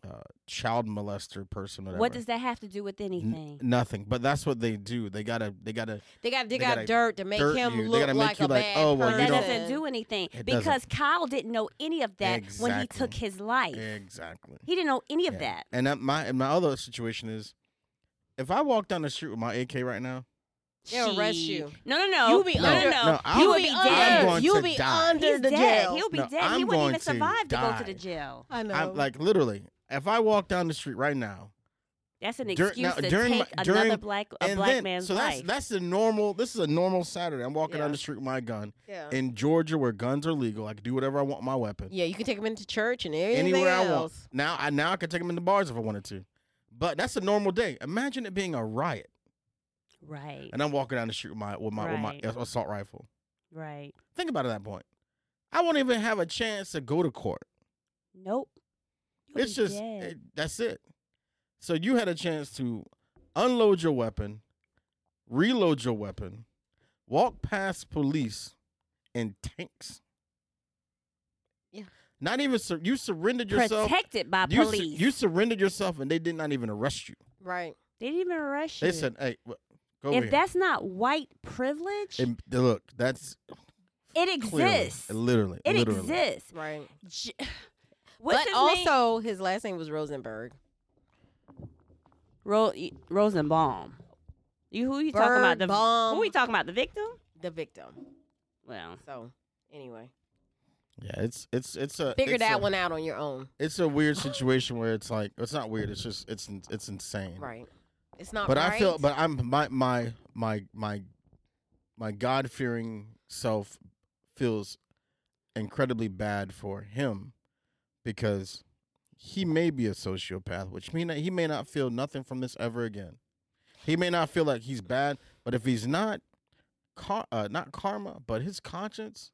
Speaker 4: uh child molester person. Whatever.
Speaker 3: what does that have to do with
Speaker 4: N-
Speaker 3: anything?
Speaker 4: nothing. But that's what they do. They gotta they gotta
Speaker 2: they got they,
Speaker 4: they
Speaker 2: got
Speaker 4: gotta
Speaker 2: dirt to make
Speaker 4: dirt
Speaker 2: him
Speaker 4: you. They
Speaker 2: look
Speaker 4: gotta make
Speaker 2: like
Speaker 4: you
Speaker 2: a
Speaker 4: like,
Speaker 2: bad
Speaker 4: oh, well,
Speaker 2: person.
Speaker 4: you
Speaker 3: that
Speaker 4: don't-
Speaker 3: doesn't do anything
Speaker 4: It
Speaker 3: because
Speaker 4: doesn't.
Speaker 3: Kyle didn't know any of that when he took
Speaker 4: Exactly.
Speaker 3: his life.
Speaker 4: Exactly.
Speaker 3: He didn't know any of
Speaker 4: Yeah.
Speaker 3: that.
Speaker 4: And that my and my other situation is, if I walk down the street with my AK right now,
Speaker 2: They'll arrest
Speaker 3: She-
Speaker 2: you.
Speaker 3: No, no, no.
Speaker 2: You'll be
Speaker 3: no, no,
Speaker 2: under-
Speaker 4: no,
Speaker 3: no.
Speaker 4: I'll-
Speaker 3: you
Speaker 2: You
Speaker 3: will
Speaker 2: would
Speaker 3: be
Speaker 2: be
Speaker 4: I'm
Speaker 2: under.
Speaker 3: dead.
Speaker 4: going
Speaker 2: You
Speaker 4: to
Speaker 2: would be
Speaker 4: die.
Speaker 2: under
Speaker 3: He's
Speaker 2: the
Speaker 3: dead.
Speaker 2: jail.
Speaker 3: He'll be
Speaker 4: No,
Speaker 3: dead. he
Speaker 4: I'm
Speaker 3: wouldn't even
Speaker 4: going to
Speaker 3: survive to go to the
Speaker 4: die.
Speaker 3: jail.
Speaker 2: I know.
Speaker 4: I'm like literally, if I walk down the street right now,
Speaker 3: That's an
Speaker 4: Dur-
Speaker 3: excuse
Speaker 4: now,
Speaker 3: to
Speaker 4: during
Speaker 3: take
Speaker 4: my- during-
Speaker 3: another black a
Speaker 4: and
Speaker 3: black
Speaker 4: then
Speaker 3: man's
Speaker 4: so that's
Speaker 3: life.
Speaker 4: that's the normal. This is a normal Saturday. I'm walking
Speaker 2: Yeah.
Speaker 4: down the street with my gun
Speaker 2: yeah.
Speaker 3: Uh-huh.
Speaker 4: in Georgia where guns are legal. I can do whatever I want with my weapon.
Speaker 2: yeah, you can take him into church and everything
Speaker 4: Anywhere
Speaker 2: else.
Speaker 4: I want. Now I now I can take them into bars if I wanted to. But that's a normal day. Imagine it being a riot,
Speaker 3: right,
Speaker 4: and I'm walking down the street with my with my
Speaker 3: Right.
Speaker 4: with my assault rifle.
Speaker 3: right.
Speaker 4: Think about it at that point. I won't even have a chance to go to court.
Speaker 3: Nope. You'll
Speaker 4: it's
Speaker 3: be
Speaker 4: just
Speaker 3: dead.
Speaker 4: it, that's it. So you had a chance to unload your weapon, reload your weapon, walk past police and tanks.
Speaker 2: Yeah.
Speaker 4: Not even sur- you surrendered yourself.
Speaker 3: protected by
Speaker 4: you, su-
Speaker 3: police.
Speaker 4: you surrendered yourself, and they did not even arrest you.
Speaker 2: Right.
Speaker 3: they didn't even arrest you.
Speaker 4: They said, "Hey, wh- go
Speaker 3: if
Speaker 4: over here."
Speaker 3: that's not white privilege, it,
Speaker 4: And look, that's clearly-
Speaker 3: exists.
Speaker 4: literally,
Speaker 3: It
Speaker 4: literally.
Speaker 3: exists.
Speaker 2: Right.
Speaker 3: J- What's
Speaker 2: but
Speaker 3: his name?
Speaker 2: also, his last name was Rosenberg.
Speaker 3: Ro- y- Rosenbaum. You who you talking about? The
Speaker 2: Birnbaum.
Speaker 3: who we talking about? The victim?
Speaker 2: The victim.
Speaker 3: Well,
Speaker 2: So, anyway,
Speaker 4: Yeah, it's it's it's a
Speaker 2: figure
Speaker 4: it's
Speaker 2: that
Speaker 4: a-
Speaker 2: one out on your own.
Speaker 4: It's a weird situation where it's like it's not weird. It's just it's in- it's insane.
Speaker 2: Right. It's not.
Speaker 4: but
Speaker 2: right.
Speaker 4: I feel but I'm my my my my my God fearing self feels incredibly bad for him because he may be a sociopath, which mean that he may not feel nothing from this ever again. He may not feel like he's bad, but if he's not, car, uh, not karma, but his conscience.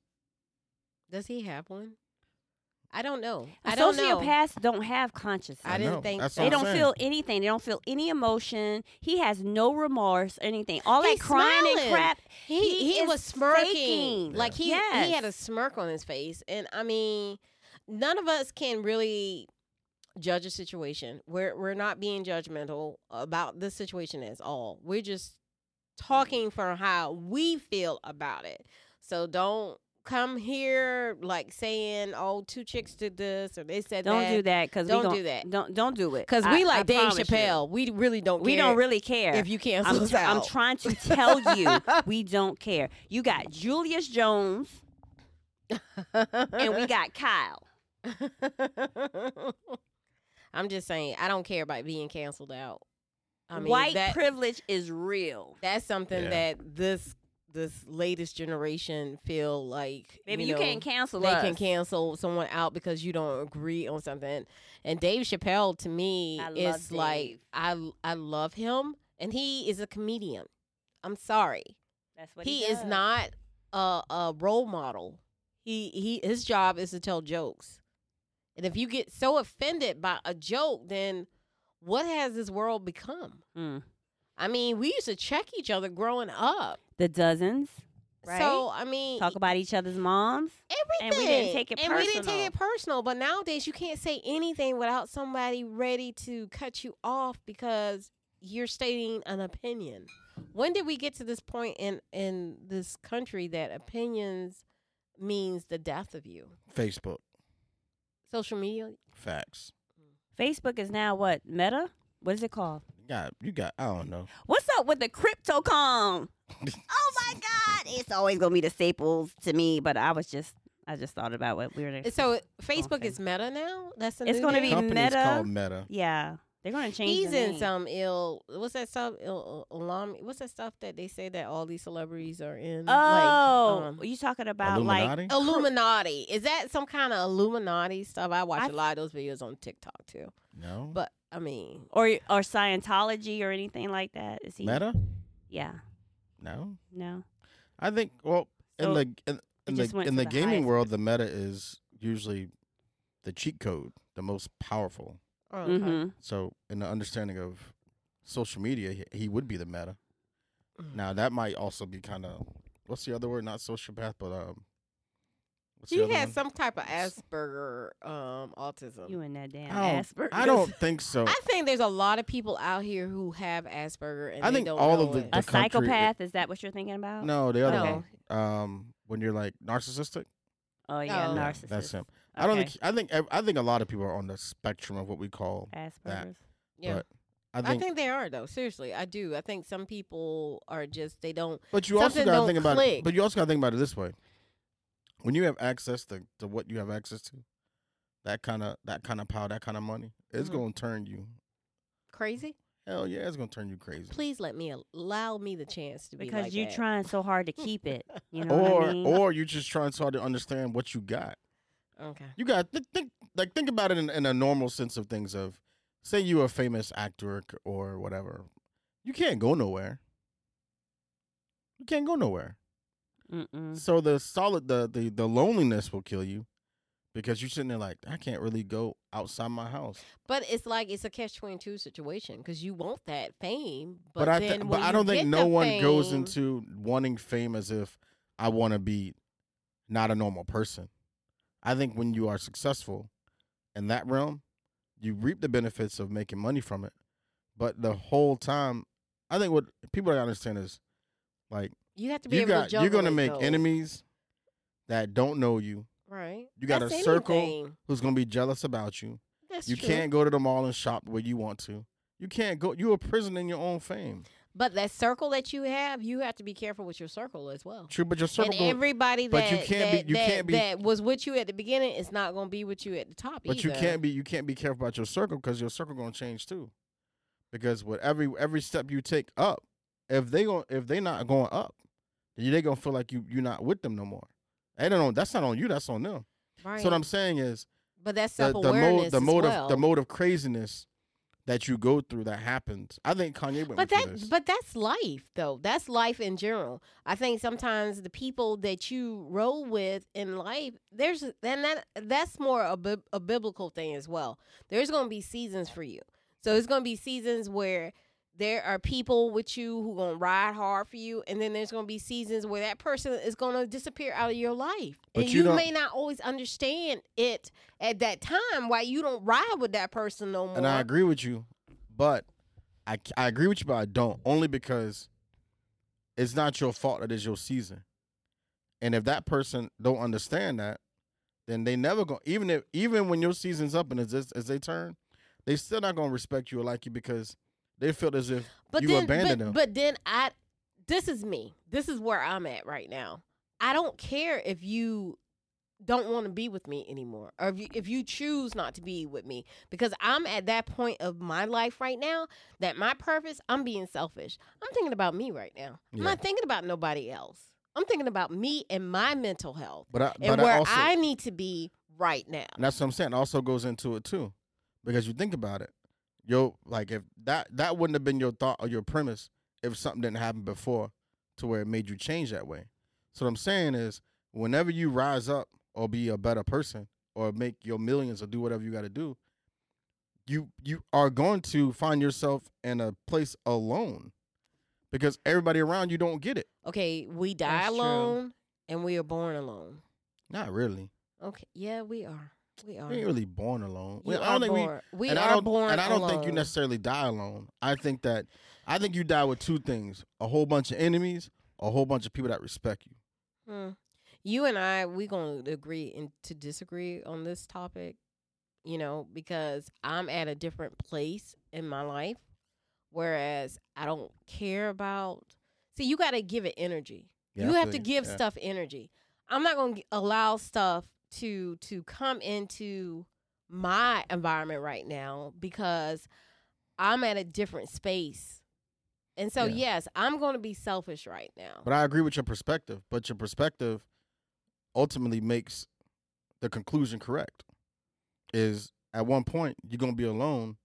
Speaker 2: Does he have one? I don't know. I don't know.
Speaker 3: sociopaths don't have consciousness.
Speaker 2: I didn't think
Speaker 4: that's
Speaker 2: so.
Speaker 4: what
Speaker 3: they
Speaker 4: I'm
Speaker 3: don't
Speaker 4: saying.
Speaker 3: feel anything. They don't feel any emotion. He has no remorse or anything. All
Speaker 2: He's
Speaker 3: that crying
Speaker 2: smiling.
Speaker 3: and crap.
Speaker 2: he
Speaker 3: He
Speaker 2: he,
Speaker 3: is
Speaker 2: was smirking
Speaker 3: faking.
Speaker 2: like he he had a
Speaker 3: Yes.
Speaker 2: smirk on his face and i mean none of us can really judge a situation we're we're not being judgmental about this situation at all we're just talking from how we feel about it so don't come here like saying oh two chicks did this or they said
Speaker 3: Don't
Speaker 2: that.
Speaker 3: do that because we
Speaker 2: Don't
Speaker 3: gon-
Speaker 2: do that.
Speaker 3: Don't don't do it
Speaker 2: because
Speaker 3: I-
Speaker 2: we
Speaker 3: I
Speaker 2: like dave
Speaker 3: promise you.
Speaker 2: chappelle we really don't
Speaker 3: We
Speaker 2: care
Speaker 3: don't really care.
Speaker 2: if you cancel
Speaker 3: I'm,
Speaker 2: us
Speaker 3: tr- I'm
Speaker 2: out.
Speaker 3: trying to tell you, we don't care. You got Julius Jones and we got Kyle.
Speaker 2: I'm just saying, I don't care about being canceled out. I mean,
Speaker 3: White
Speaker 2: that,
Speaker 3: privilege is real.
Speaker 2: that's something
Speaker 4: Yeah.
Speaker 2: that this this latest generation feel like.
Speaker 3: Maybe
Speaker 2: you,
Speaker 3: you,
Speaker 2: know,
Speaker 3: can't cancel
Speaker 2: They
Speaker 3: us.
Speaker 2: can cancel someone out because you don't agree on something. And Dave Chappelle, to me,
Speaker 3: I love
Speaker 2: is like
Speaker 3: Dave.
Speaker 2: I I love him, and he is a comedian. I'm sorry,
Speaker 3: That's what
Speaker 2: he,
Speaker 3: he,
Speaker 2: is
Speaker 3: does.
Speaker 2: not a, a role model. He he his job is to tell jokes. And if you get so offended by a joke, then what has this world become?
Speaker 3: Mm.
Speaker 2: I mean, we used to check each other growing up.
Speaker 3: The dozens. right?
Speaker 2: So I mean,
Speaker 3: Talk about each other's moms.
Speaker 2: everything,
Speaker 3: and we didn't take it
Speaker 2: and we didn't take it personal. But nowadays, you can't say anything without somebody ready to cut you off because you're stating an opinion. When did we get to this point in in this country that opinions means the death of you?
Speaker 4: Facebook
Speaker 2: Social media,
Speaker 4: facts.
Speaker 3: Facebook is now what? Meta? What is it called?
Speaker 4: You got you got. I don't know.
Speaker 3: What's up with the crypto calm? oh my God. It's always gonna be the staples to me, but I was just I just thought about what we were
Speaker 2: And so Facebook
Speaker 3: Okay.
Speaker 2: is Meta now. That's the
Speaker 3: It's
Speaker 2: new
Speaker 3: gonna
Speaker 2: name?
Speaker 3: be
Speaker 4: Company's
Speaker 3: Meta.
Speaker 4: called Meta.
Speaker 3: Yeah. They're gonna change
Speaker 2: He's
Speaker 3: the
Speaker 2: in
Speaker 3: name.
Speaker 2: some ill. What's that stuff? Ill, alarm. What's that stuff that they say that all these celebrities are in?
Speaker 3: Oh,
Speaker 2: like, oh, um,
Speaker 3: you talking about like
Speaker 4: Illuminati.
Speaker 2: Illuminati. Is that some kind of Illuminati stuff? I watch
Speaker 3: I-
Speaker 2: a lot of those videos on TikTok too.
Speaker 4: no.
Speaker 2: But I mean,
Speaker 3: or or Scientology or anything like that? Is he
Speaker 4: Meta.
Speaker 3: Yeah.
Speaker 4: No.
Speaker 3: No.
Speaker 4: I think. Well,
Speaker 3: So,
Speaker 4: in the in, in
Speaker 3: just
Speaker 4: the
Speaker 3: went
Speaker 4: in
Speaker 3: to
Speaker 4: the
Speaker 3: the
Speaker 4: gaming
Speaker 3: highest-
Speaker 4: world, the Meta is usually the cheat code, the most powerful.
Speaker 2: oh, okay.
Speaker 3: Mm-hmm.
Speaker 4: So, in the understanding of social media, he, he would be the Meta.
Speaker 2: Mm.
Speaker 4: Now, that might also be kind of what's the other word? Not sociopath, but um, what's the
Speaker 2: he
Speaker 4: other
Speaker 2: has
Speaker 4: one?
Speaker 2: some type of Asperger um, autism.
Speaker 3: You and that damn
Speaker 4: I
Speaker 3: Asperger's.
Speaker 4: I don't think so.
Speaker 2: I think there's a lot of people out here who have Asperger, and
Speaker 4: I
Speaker 2: they
Speaker 4: think
Speaker 2: don't
Speaker 4: all
Speaker 2: know
Speaker 4: of the-
Speaker 2: it.
Speaker 3: a
Speaker 4: the country-
Speaker 3: psychopath. Is that what you're thinking about?
Speaker 4: No, the other
Speaker 2: No.
Speaker 4: one. Um, when you're like narcissistic.
Speaker 3: Oh yeah,
Speaker 2: Oh.
Speaker 4: Yeah,
Speaker 3: narcissist.
Speaker 4: That's him. I don't
Speaker 3: Okay.
Speaker 4: think. I think. ev- I think a lot of people are on the spectrum of what we call.
Speaker 3: Asperger's.
Speaker 2: yeah.
Speaker 4: But I
Speaker 2: I
Speaker 4: think.
Speaker 2: think, they are though. Seriously, I do. I think some people are just they don't.
Speaker 4: but you also
Speaker 2: something
Speaker 4: got to
Speaker 2: don't
Speaker 4: think about.
Speaker 2: click.
Speaker 4: It, but you also got to think about it this way. When you have access to, to what you have access to, that kind of that kind of power, that kind of money, it's
Speaker 2: Mhm.
Speaker 3: Mm-hmm.
Speaker 4: gonna turn you.
Speaker 2: Crazy.
Speaker 4: Hell yeah, it's gonna turn you crazy.
Speaker 2: Please let me allow me the chance to be
Speaker 3: Because
Speaker 2: like
Speaker 3: you're
Speaker 2: that.
Speaker 3: trying so hard to keep it. You know
Speaker 4: or
Speaker 3: what I mean?
Speaker 4: or you're just trying so hard to understand what you got.
Speaker 2: Okay.
Speaker 4: You got th- think like think about it in, in a normal sense of things. Of say you're a famous actor c- or whatever, you can't go nowhere. You can't go nowhere.
Speaker 2: Mm-hmm.
Speaker 3: Mm-mm.
Speaker 4: So the solid the, the the loneliness will kill you because you're sitting there like I can't really go outside my house.
Speaker 2: But it's like it's a catch twenty two situation because you want that fame, but,
Speaker 4: But, I
Speaker 2: then
Speaker 4: th-
Speaker 2: when
Speaker 4: but I
Speaker 2: you
Speaker 4: don't
Speaker 2: get
Speaker 4: think no
Speaker 2: the
Speaker 4: one goes
Speaker 2: fame-
Speaker 4: into wanting fame as if I want to be not a normal person. I think when you are successful in that realm, you reap the benefits of making money from it. But the whole time, I think what people gotta understand is like
Speaker 2: You have to be
Speaker 4: you
Speaker 2: able
Speaker 4: got
Speaker 2: to juggle.
Speaker 4: you're gonna
Speaker 2: it,
Speaker 4: make
Speaker 2: though.
Speaker 4: enemies that don't know you,
Speaker 2: Right.
Speaker 4: You got
Speaker 2: That's
Speaker 4: a circle.
Speaker 2: anything.
Speaker 4: who's gonna be jealous about you.
Speaker 2: That's
Speaker 4: you
Speaker 2: true.
Speaker 4: can't go to the mall and shop where you want to. You can't go. You're a prison in your own fame.
Speaker 2: But that circle that you have, you have to be careful with your circle as well.
Speaker 4: True, but your circle.
Speaker 2: and
Speaker 4: gon-
Speaker 2: everybody that,
Speaker 4: but you can't be-
Speaker 2: that,
Speaker 4: you
Speaker 2: that,
Speaker 4: can't be-
Speaker 2: that was with you at the beginning is not going to be with you at the top
Speaker 4: But
Speaker 2: either.
Speaker 4: you can't be you can't be careful about your circle because your circle gonna change too, because with every every step you take up, if they going if they not going up, then they gonna feel like you you not with them no more. They don't. know- That's not on you. That's on them.
Speaker 2: Right.
Speaker 4: So what I'm saying is
Speaker 2: but that's
Speaker 4: the
Speaker 2: self
Speaker 4: the mode
Speaker 2: awareness
Speaker 4: the mode
Speaker 2: well.
Speaker 4: of the mode of craziness that you go through that happens. I think Kanye went
Speaker 2: But
Speaker 4: through
Speaker 2: that,
Speaker 4: this.
Speaker 2: but that's life, though. That's life in general. I think sometimes the people that you roll with in life, there's and that that's more a, bib- a biblical thing as well. There's going to be seasons for you. So it's going to be seasons where there are people with you who going to ride hard for you, and then there's going to be seasons where that person is going to disappear out of your life,
Speaker 4: But
Speaker 2: and
Speaker 4: you
Speaker 2: you,
Speaker 4: don't-
Speaker 2: may not always understand it at that time why you don't ride with that person no more.
Speaker 4: and I agree with you, but I, c- I agree with you, but I don't only because it's not your fault that it's your season, and if that person don't understand that, then they never go. Even if even when your season's up and as this, as they turn, they still not gonna respect you or like you because they feel as if
Speaker 2: But
Speaker 4: You
Speaker 2: then,
Speaker 4: abandoned
Speaker 2: but,
Speaker 4: him.
Speaker 2: But then I, this is me. This is where I'm at right now. I don't care if you don't want to be with me anymore, or if you, if you choose not to be with me, because I'm at that point of my life right now that my purpose. I'm being selfish. I'm thinking about me right now. I'm
Speaker 4: Yeah.
Speaker 2: not thinking about nobody else. I'm thinking about me and my mental health
Speaker 4: but I,
Speaker 2: and
Speaker 4: but
Speaker 2: where
Speaker 4: I
Speaker 2: I,
Speaker 4: also
Speaker 2: need to be right now.
Speaker 4: and that's what I'm saying. Also goes into it too, because you think about it, yo, like if that that wouldn't have been your thought or your premise if something didn't happen before, to where it made you change that way. So what I'm saying is, whenever you rise up or be a better person or make your millions or do whatever you got to do, you you are going to find yourself in a place alone, because everybody around you don't get it.
Speaker 2: Okay, we die
Speaker 3: That's true.
Speaker 2: alone and we are born alone.
Speaker 4: Not really.
Speaker 2: Okay, yeah, we are. We are.
Speaker 4: We ain't really born alone. We,
Speaker 2: You
Speaker 4: I don't
Speaker 2: are
Speaker 4: think we-
Speaker 2: born. We
Speaker 4: and
Speaker 2: are
Speaker 4: I don't,
Speaker 2: born
Speaker 4: And I don't think you
Speaker 2: alone.
Speaker 4: necessarily die alone. I think that I think you die with two things: a whole bunch of enemies, a whole bunch of people that respect you.
Speaker 2: Hmm. You and I, we gonna agree and to disagree on this topic, you know, because I'm at a different place in my life, whereas I don't care about. See, you gotta give it energy.
Speaker 4: Yeah,
Speaker 2: you
Speaker 4: I
Speaker 2: have to
Speaker 4: feel
Speaker 2: give
Speaker 4: Yeah.
Speaker 2: stuff energy. I'm not gonna g- allow stuff to to come into my environment right now because I'm at a different space. And so
Speaker 4: Yeah.
Speaker 2: yes, I'm going to be selfish right now.
Speaker 4: But I agree with your perspective. But your perspective ultimately makes the conclusion correct. Is at one point you're gonna be alone,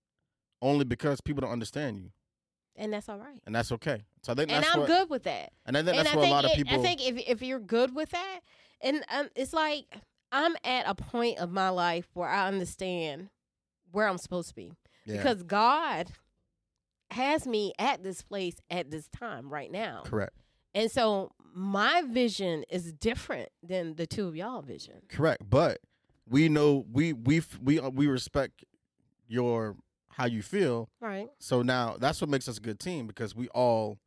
Speaker 4: only because people don't understand you,
Speaker 2: and that's all right.
Speaker 4: and that's okay. So I think
Speaker 2: and
Speaker 4: that's
Speaker 2: I'm
Speaker 4: what,
Speaker 2: good with that.
Speaker 4: and I think
Speaker 2: and
Speaker 4: that's
Speaker 2: I
Speaker 4: what
Speaker 2: think
Speaker 4: a lot of
Speaker 2: it-
Speaker 4: people.
Speaker 2: I think if if you're good with that, and um, it's like I'm at a point of my life where I understand where I'm supposed to be
Speaker 4: yeah,
Speaker 2: because God has me at this place at this time right now,
Speaker 4: correct,
Speaker 2: and so my vision is different than the two of y'all vision.
Speaker 4: correct. But we know we we f- we uh, we respect your how you feel.
Speaker 2: Right.
Speaker 4: So now that's what makes us a good team because we all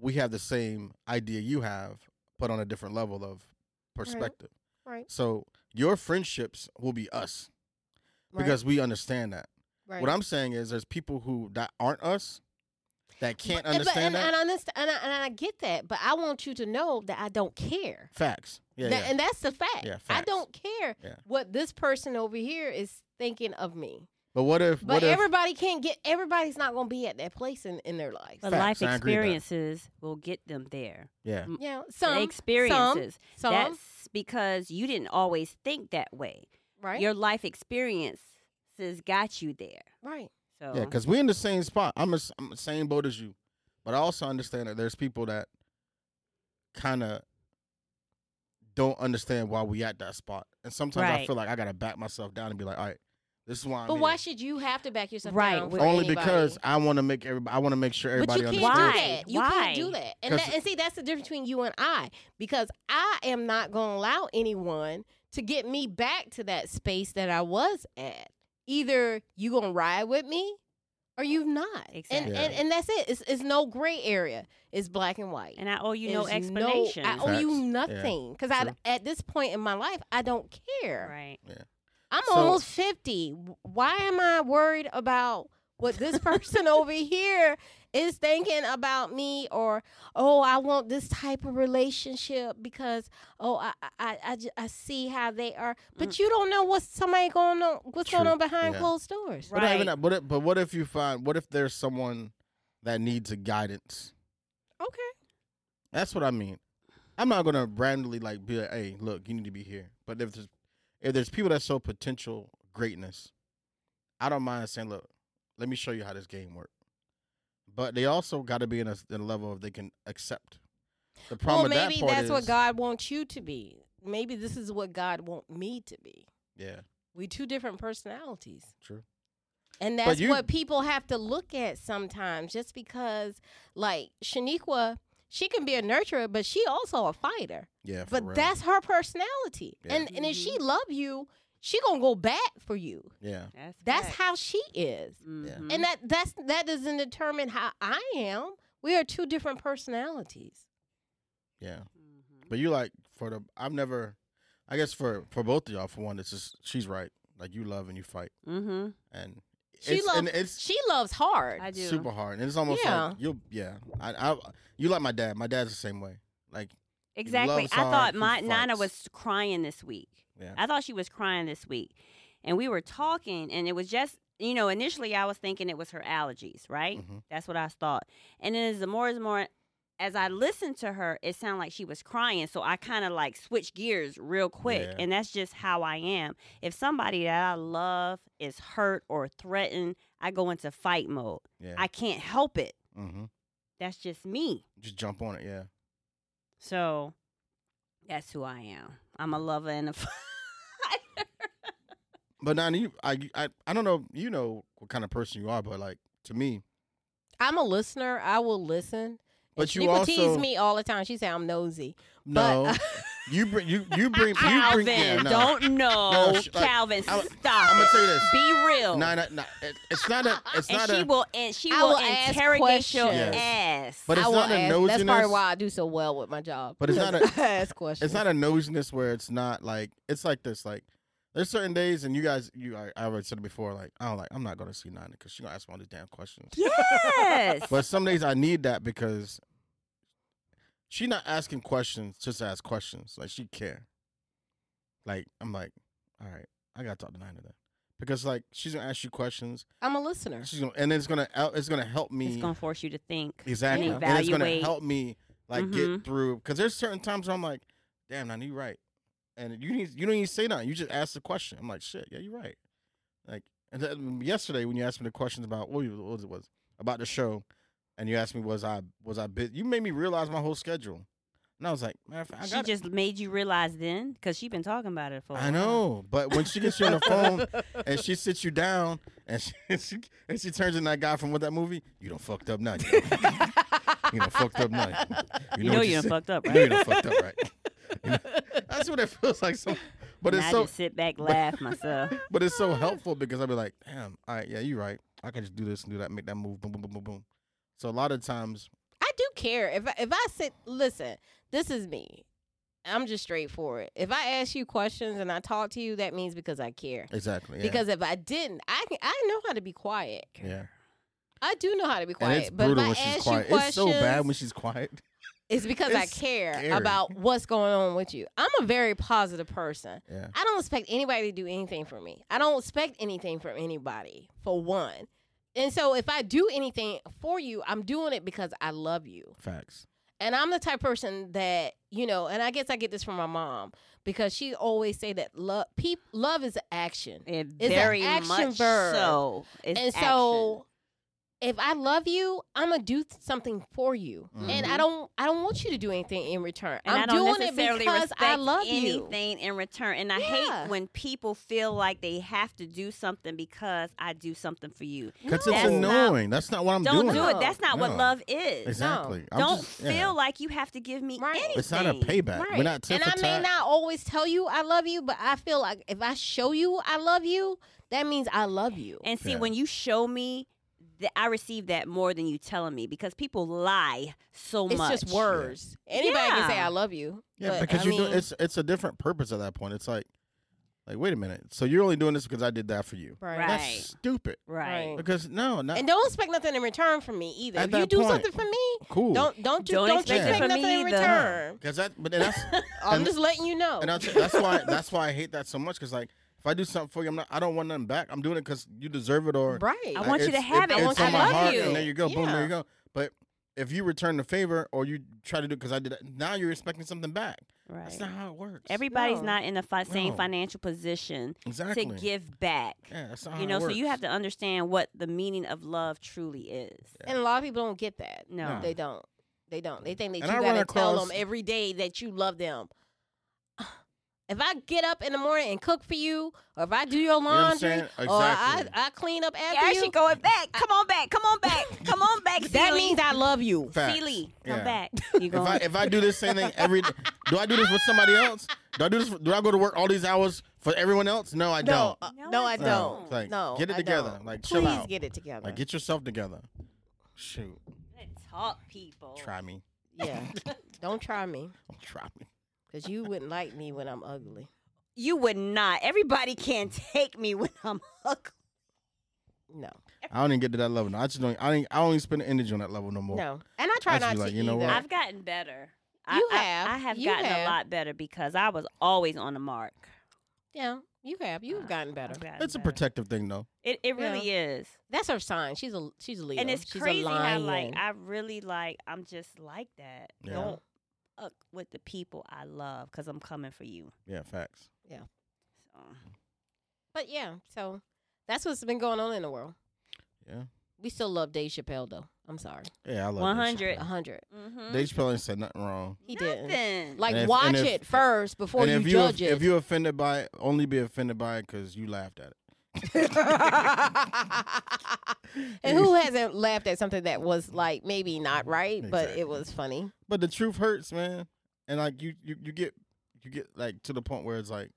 Speaker 4: we have the same idea you have, but on a different level of perspective.
Speaker 2: Right.
Speaker 4: So your friendships will be us because we understand that.
Speaker 2: right.
Speaker 4: What I'm saying is there's people who that aren't us that can't
Speaker 2: But- but-
Speaker 4: understand
Speaker 2: and,
Speaker 4: that.
Speaker 2: and I understand, and I, and I get that, but I want you to know that I don't care.
Speaker 4: Facts. Yeah.
Speaker 2: That-
Speaker 4: yeah.
Speaker 2: And that's the fact.
Speaker 4: Yeah,
Speaker 2: I
Speaker 4: facts.
Speaker 2: don't care
Speaker 4: Yeah.
Speaker 2: what this person over here is thinking of me.
Speaker 4: but what if
Speaker 2: But
Speaker 4: what if
Speaker 2: everybody can't get everybody's not gonna be at that place in, in their life.
Speaker 3: But
Speaker 4: Facts,
Speaker 3: life
Speaker 4: I agree with that.
Speaker 3: experiences will get them there.
Speaker 4: Yeah.
Speaker 2: yeah.
Speaker 3: The
Speaker 2: Some
Speaker 3: experiences.
Speaker 2: Some, some
Speaker 3: That's because you didn't always think that way.
Speaker 2: right.
Speaker 3: Your life experiences got you there.
Speaker 2: right.
Speaker 3: So
Speaker 4: Yeah, because we're in the same spot. I'm, a, I'm the same boat as you, but I also understand that there's people that kind of don't understand why we at that spot, and sometimes I
Speaker 3: Right.
Speaker 4: feel like I gotta back myself down and be like, all right, this is why. I'm
Speaker 2: But why
Speaker 4: here."
Speaker 2: should you have to back yourself
Speaker 3: Right,
Speaker 2: down?
Speaker 3: we-
Speaker 2: for
Speaker 4: Only
Speaker 2: anybody?
Speaker 4: because I want to make everybody. I want to make sure
Speaker 2: But
Speaker 4: everybody
Speaker 2: you can't
Speaker 4: understands.
Speaker 2: do
Speaker 3: Why?
Speaker 2: that. You
Speaker 3: Why?
Speaker 2: can't do that. And
Speaker 4: 'Cause-
Speaker 2: that, and see that's the difference between you and I because I am not going to allow anyone to get me back to that space that I was at. Either you going to ride with me or you not.
Speaker 3: Exactly.
Speaker 4: Yeah.
Speaker 2: And, and and that's it. It's, it's no gray area. It's black and white.
Speaker 3: and I owe you no
Speaker 2: There's
Speaker 3: explanation.
Speaker 2: I owe you
Speaker 4: Facts. Yeah.
Speaker 2: nothing because
Speaker 4: True.
Speaker 2: I at this point in my life I don't care.
Speaker 3: right.
Speaker 2: I'm
Speaker 4: So-
Speaker 2: almost 50. Why am I worried about what this person over here is thinking about me or oh I want this type of relationship because oh I I I, I, ju- I see how they are but you don't know what's somebody going on what's going
Speaker 4: Mm. True.
Speaker 2: on behind
Speaker 4: Yeah.
Speaker 2: closed doors.
Speaker 4: But not even
Speaker 3: Right.
Speaker 4: that. But it, but what if you find? What if there's someone that needs a guidance?
Speaker 2: Okay.
Speaker 4: That's what I mean. I'm not gonna randomly like be like, "Hey, look, you need to be here." But if there's if there's people that show potential greatness, I don't mind saying, "Look, let me show you how this game works." But they also got to be in a, in a level of they can accept. The problem
Speaker 2: well
Speaker 4: with
Speaker 2: maybe
Speaker 4: that part
Speaker 2: that's
Speaker 4: is,
Speaker 2: what God wants you to be. Maybe this is what God want me to be.
Speaker 4: Yeah,
Speaker 2: We two different personalities.
Speaker 4: true.
Speaker 2: And that's
Speaker 4: you-
Speaker 2: what people have to look at sometimes just because like Shaniqua, she can be a nurturer, but she also a fighter.
Speaker 4: Yeah, for
Speaker 2: but
Speaker 4: real.
Speaker 2: that's her personality.
Speaker 4: Yeah.
Speaker 2: And and if
Speaker 3: Mm-hmm.
Speaker 2: she love you, she gonna go bat for you.
Speaker 4: yeah,
Speaker 3: That's
Speaker 2: That's
Speaker 3: facts.
Speaker 2: how she is.
Speaker 3: Mhm.
Speaker 2: And that that's that doesn't determine how I am. We are two different personalities.
Speaker 4: yeah.
Speaker 3: Mhm.
Speaker 4: But you like for the I've never, I guess for for both of y'all for one, it's just she's right. Like you love and you fight,
Speaker 3: Mhm.
Speaker 4: and
Speaker 2: She
Speaker 4: it's,
Speaker 2: loves
Speaker 4: and it's
Speaker 2: she loves hard.
Speaker 3: I do.
Speaker 4: super hard, and it's almost
Speaker 2: Yeah.
Speaker 4: like you. Yeah, I, I, you like my dad. My dad's the same way. Like,
Speaker 3: Exactly.
Speaker 4: loves
Speaker 3: I
Speaker 4: hard,
Speaker 3: thought
Speaker 4: he
Speaker 3: my Nana
Speaker 4: fights.
Speaker 3: was crying this week.
Speaker 4: yeah,
Speaker 3: I thought she was crying this week. And we were talking, and it was just, you know, initially I was thinking it was her allergies, right?
Speaker 4: Mhm.
Speaker 3: That's what I thought. And then as the more as more, as I listened to her, it sounded like she was crying. So I kind of like switched gears real quick.
Speaker 4: Yeah.
Speaker 3: And that's just how I am. If somebody that I love is hurt or threatened, I go into fight mode.
Speaker 4: yeah.
Speaker 3: I can't help it.
Speaker 4: mm-hmm.
Speaker 3: That's just me.
Speaker 4: Just jump on it. Yeah,
Speaker 3: So that's who I am. I'm a lover and a fighter.
Speaker 4: but now you, I, I, I don't know. You know what kind of person you are, but like to me,
Speaker 2: I'm a listener. I will listen.
Speaker 4: But you
Speaker 2: People tease
Speaker 4: also-
Speaker 2: me all the time. She say I'm nosy.
Speaker 4: No,
Speaker 2: But-
Speaker 4: you bring you you bring you
Speaker 3: Calvin,
Speaker 4: bring. Yeah, no.
Speaker 3: don't know.
Speaker 4: No, sh- like,
Speaker 3: Calvin,
Speaker 4: I'm-
Speaker 3: stop.
Speaker 4: I'm gonna
Speaker 3: it.
Speaker 4: tell you this.
Speaker 3: Be real.
Speaker 4: No, no, no. It- It's not a. It's
Speaker 3: and
Speaker 4: not
Speaker 3: she
Speaker 4: a.
Speaker 3: will. And she
Speaker 2: I
Speaker 3: will,
Speaker 2: will ask
Speaker 3: interrogate your
Speaker 2: questions.
Speaker 3: ass.
Speaker 4: But it's
Speaker 2: I will
Speaker 4: not a
Speaker 2: ask. That's probably
Speaker 4: nosiness.
Speaker 2: why I do so well with my job.
Speaker 4: But it's not a-
Speaker 2: because I ask questions.
Speaker 4: It's not a nosiness where it's not like it's like this. Like there's certain days, and you guys, you I, I already said it before. Like I don't like. I'm not gonna see Nina because she gonna ask me all these damn questions.
Speaker 3: yes.
Speaker 4: But some days I need that because she not asking questions just to ask questions. Like she care. Like I'm like, all right, I gotta talk to Nina then. Because like she's gonna ask you questions,
Speaker 2: I'm a listener.
Speaker 4: she's gonna, and then it's gonna el- it's gonna help me
Speaker 3: it's gonna force you to think.
Speaker 4: exactly,
Speaker 2: and
Speaker 4: and it's gonna
Speaker 3: evaluate.
Speaker 4: help me like
Speaker 3: Mhm.
Speaker 4: get through. Because there's certain times where I'm like, damn, Nina, you right, and you need you don't even say nothing. You just ask the question. I'm like, shit, yeah, you're right. Like and then yesterday when you asked me the questions about what, you- what was it was about the show, and you asked me was I was I busy? You made me realize my whole schedule, and I was like, man, I
Speaker 3: She
Speaker 4: got.
Speaker 3: just made you realize then, because she been talking about it for. a
Speaker 4: I
Speaker 3: while.
Speaker 4: know, but when she gets you on the phone and she sits you down and she, and she and she turns in that guy from what that movie, you don't fucked up nothing. you don't fucked up nothing.
Speaker 3: You, know, you done
Speaker 4: said-
Speaker 3: fucked up,
Speaker 4: you
Speaker 3: right?
Speaker 4: know you done fucked up, right? You know? That's what it feels like. So, but
Speaker 3: And
Speaker 4: it's
Speaker 3: I
Speaker 4: so
Speaker 3: just sit back, laugh myself.
Speaker 4: but it's so helpful because I'll be like, damn, all right, yeah, you're right. I can just do this and do that, make that move, boom, boom, boom, boom, boom. So a lot of times,
Speaker 2: I do care if I, if I sit. Listen, this is me. I'm just straightforward. If I ask you questions and I talk to you, that means because I care.
Speaker 4: exactly, yeah,
Speaker 2: Because if I didn't, I can, I know how to be quiet.
Speaker 4: yeah,
Speaker 2: I do know how to be
Speaker 4: and
Speaker 2: quiet.
Speaker 4: it's
Speaker 2: but if I
Speaker 4: brutal when she's
Speaker 2: ask
Speaker 4: quiet.
Speaker 2: you
Speaker 4: It's
Speaker 2: questions,
Speaker 4: so bad when she's quiet.
Speaker 2: it's because I
Speaker 4: it's
Speaker 2: care
Speaker 4: scary.
Speaker 2: about what's going on with you. I'm a very positive person.
Speaker 4: Yeah,
Speaker 2: I don't expect anybody to do anything for me. I don't expect anything from anybody, for one. And so if I do anything for you, I'm doing it because I love you.
Speaker 4: facts.
Speaker 2: And I'm the type of person that, you know, and I guess I get this from my mom because she always say that love peop, love is an action.
Speaker 3: It
Speaker 2: an
Speaker 3: very
Speaker 2: action
Speaker 3: much
Speaker 2: verb.
Speaker 3: so. It's
Speaker 2: and so if I love you, I'm going to do th- something for you. And I
Speaker 3: Mhm.
Speaker 2: don't I don't want you to do anything in return.
Speaker 3: action. And
Speaker 2: I'm
Speaker 3: I do not
Speaker 2: doing it
Speaker 3: necessarily
Speaker 2: because
Speaker 3: respect
Speaker 2: I love you.
Speaker 3: anything in return. And I
Speaker 2: Yeah.
Speaker 3: hate when people feel like they have to do something because I do something for you.
Speaker 4: Because it's
Speaker 3: That's not-
Speaker 4: annoying. That's not what I'm
Speaker 3: Don't
Speaker 4: doing.
Speaker 3: do it. That's not
Speaker 4: No.
Speaker 3: what love is.
Speaker 4: Exactly. I'm
Speaker 3: Don't
Speaker 4: just-
Speaker 3: feel
Speaker 4: yeah.
Speaker 3: like you have to give me
Speaker 2: Right.
Speaker 3: anything.
Speaker 4: it's not a payback. We're not tit
Speaker 2: and
Speaker 4: for
Speaker 2: I may
Speaker 4: tat.
Speaker 2: not always tell you I love you, but I feel like if I show you I love you, that means I love you.
Speaker 3: And see,
Speaker 4: Yeah.
Speaker 3: when you show me, that I receive that more than you telling me because people lie so
Speaker 2: it's
Speaker 3: much.
Speaker 2: just words. Anybody can say
Speaker 3: Yeah.
Speaker 2: I love you.
Speaker 4: Yeah,
Speaker 2: but
Speaker 4: because
Speaker 2: I
Speaker 4: you
Speaker 2: mean,
Speaker 4: do it's it's a different purpose at that point. It's like like wait a minute. So you're only doing this because I did that for you.
Speaker 2: right.
Speaker 3: Right.
Speaker 4: That's stupid.
Speaker 3: Right.
Speaker 2: Right.
Speaker 4: Because no, not
Speaker 2: And don't expect nothing in return from me either.
Speaker 4: At
Speaker 2: If you
Speaker 4: that
Speaker 2: do
Speaker 4: point,
Speaker 2: something for me,
Speaker 4: cool.
Speaker 2: don't don't just
Speaker 3: Don't
Speaker 2: don't,
Speaker 3: expect
Speaker 4: it
Speaker 2: expect
Speaker 3: from
Speaker 2: nothing
Speaker 3: me
Speaker 2: in
Speaker 3: either.
Speaker 2: return.
Speaker 4: Because that but then that's
Speaker 2: I'm
Speaker 4: and-
Speaker 2: just letting you know.
Speaker 4: and I'll tell- that's why that's why I hate that so much. Because like if I do something for you, I'm not I don't want nothing back. I'm doing it because you deserve it or
Speaker 2: right.
Speaker 3: I want you to
Speaker 4: it's-
Speaker 3: have it. I
Speaker 4: It's
Speaker 3: want
Speaker 4: on
Speaker 3: you to
Speaker 4: my
Speaker 3: love
Speaker 4: heart,
Speaker 3: you.
Speaker 4: and there you go. Boom, there
Speaker 2: Yeah.
Speaker 4: you go. But if you return the favor or you try to do because I did that, now you're expecting something back. That's
Speaker 3: Right.
Speaker 4: not how it works.
Speaker 3: Everybody's
Speaker 2: No.
Speaker 3: not in the fi- same
Speaker 4: No.
Speaker 3: financial position
Speaker 4: exactly.
Speaker 3: to give back.
Speaker 4: yeah, that's not
Speaker 3: you
Speaker 4: how
Speaker 3: know,
Speaker 4: it
Speaker 3: so
Speaker 4: works.
Speaker 3: you have to understand what the meaning of love truly is.
Speaker 2: And a lot of people don't get that.
Speaker 3: No.
Speaker 4: No.
Speaker 2: They don't. They don't. They think that
Speaker 4: And
Speaker 2: you
Speaker 4: I
Speaker 2: gotta
Speaker 4: run
Speaker 2: tell
Speaker 4: across-
Speaker 2: them every day that you love them. If I get up in the morning and cook for you, or if I do your
Speaker 4: what I'm
Speaker 2: laundry,
Speaker 4: saying?
Speaker 2: or I,
Speaker 4: Exactly.
Speaker 2: I clean up after
Speaker 3: Yeah,
Speaker 2: you,
Speaker 3: she going back. Come on back. Come on back. Come on back.
Speaker 2: that
Speaker 3: Celie.
Speaker 2: means I love you.
Speaker 4: Facts.
Speaker 3: Celie, come
Speaker 4: Yeah.
Speaker 3: back. You
Speaker 4: If
Speaker 3: going?
Speaker 4: I if I do this same thing every day, do I do this with somebody else? Do I do this? Do I go to work all these hours for everyone else? No, I
Speaker 2: No,
Speaker 4: don't.
Speaker 2: uh,
Speaker 3: No,
Speaker 2: no,
Speaker 3: I
Speaker 2: I
Speaker 3: don't.
Speaker 2: don't.
Speaker 4: It's like,
Speaker 2: no,
Speaker 4: get it
Speaker 2: I
Speaker 4: together.
Speaker 2: don't.
Speaker 4: Like,
Speaker 2: please
Speaker 4: chill out.
Speaker 2: get it together.
Speaker 4: Like get yourself together. Shoot,
Speaker 3: talk people.
Speaker 4: try me.
Speaker 2: yeah, don't try me
Speaker 4: Don't try me.
Speaker 2: because you wouldn't like me when I'm ugly.
Speaker 3: You would not. Everybody can take me when I'm ugly.
Speaker 2: No,
Speaker 4: I don't even get to that level. No, I just don't. I don't. I don't even spend energy on that level no more.
Speaker 2: no, and I try
Speaker 4: I just
Speaker 2: not
Speaker 4: be like,
Speaker 2: to
Speaker 4: you know
Speaker 2: either.
Speaker 4: what?
Speaker 3: I've gotten better. I-
Speaker 2: You
Speaker 3: I,
Speaker 2: have.
Speaker 3: I, have
Speaker 2: You
Speaker 3: gotten a
Speaker 2: have.
Speaker 3: lot better because I was always on the mark.
Speaker 2: yeah, you have. You've gotten better.
Speaker 3: I've gotten
Speaker 4: It's a
Speaker 3: better.
Speaker 4: protective thing though.
Speaker 3: It, it really is.
Speaker 2: That's her sign. She's a she's a Leo.
Speaker 3: And it's
Speaker 2: she's
Speaker 3: crazy
Speaker 2: a
Speaker 3: how
Speaker 2: lion.
Speaker 3: like I really like I'm just like that.
Speaker 4: Yeah.
Speaker 3: Don't fuck with the people I love because I'm coming for you.
Speaker 4: Yeah, facts.
Speaker 3: So.
Speaker 2: But yeah, so that's what's been going on in the world.
Speaker 4: Yeah.
Speaker 2: We still love Dave Chappelle though. I'm sorry,
Speaker 4: Yeah, I love.
Speaker 3: 100.
Speaker 2: a hundred.
Speaker 3: Mm-hmm.
Speaker 4: Dave Chappelle ain't said nothing wrong.
Speaker 2: He
Speaker 3: Nothing.
Speaker 2: didn't. Like
Speaker 4: And if-
Speaker 2: watch
Speaker 4: and if-
Speaker 2: it first before
Speaker 4: and
Speaker 2: you
Speaker 4: if you
Speaker 2: judge
Speaker 4: if
Speaker 2: it.
Speaker 4: you're offended by it, only be offended by it because you laughed at it.
Speaker 2: and who hasn't laughed at something that was like maybe not right, but
Speaker 4: Mm-hmm. Exactly.
Speaker 2: it was funny?
Speaker 4: But the truth hurts, man. And like you, you, you get, you get like to the point where it's like,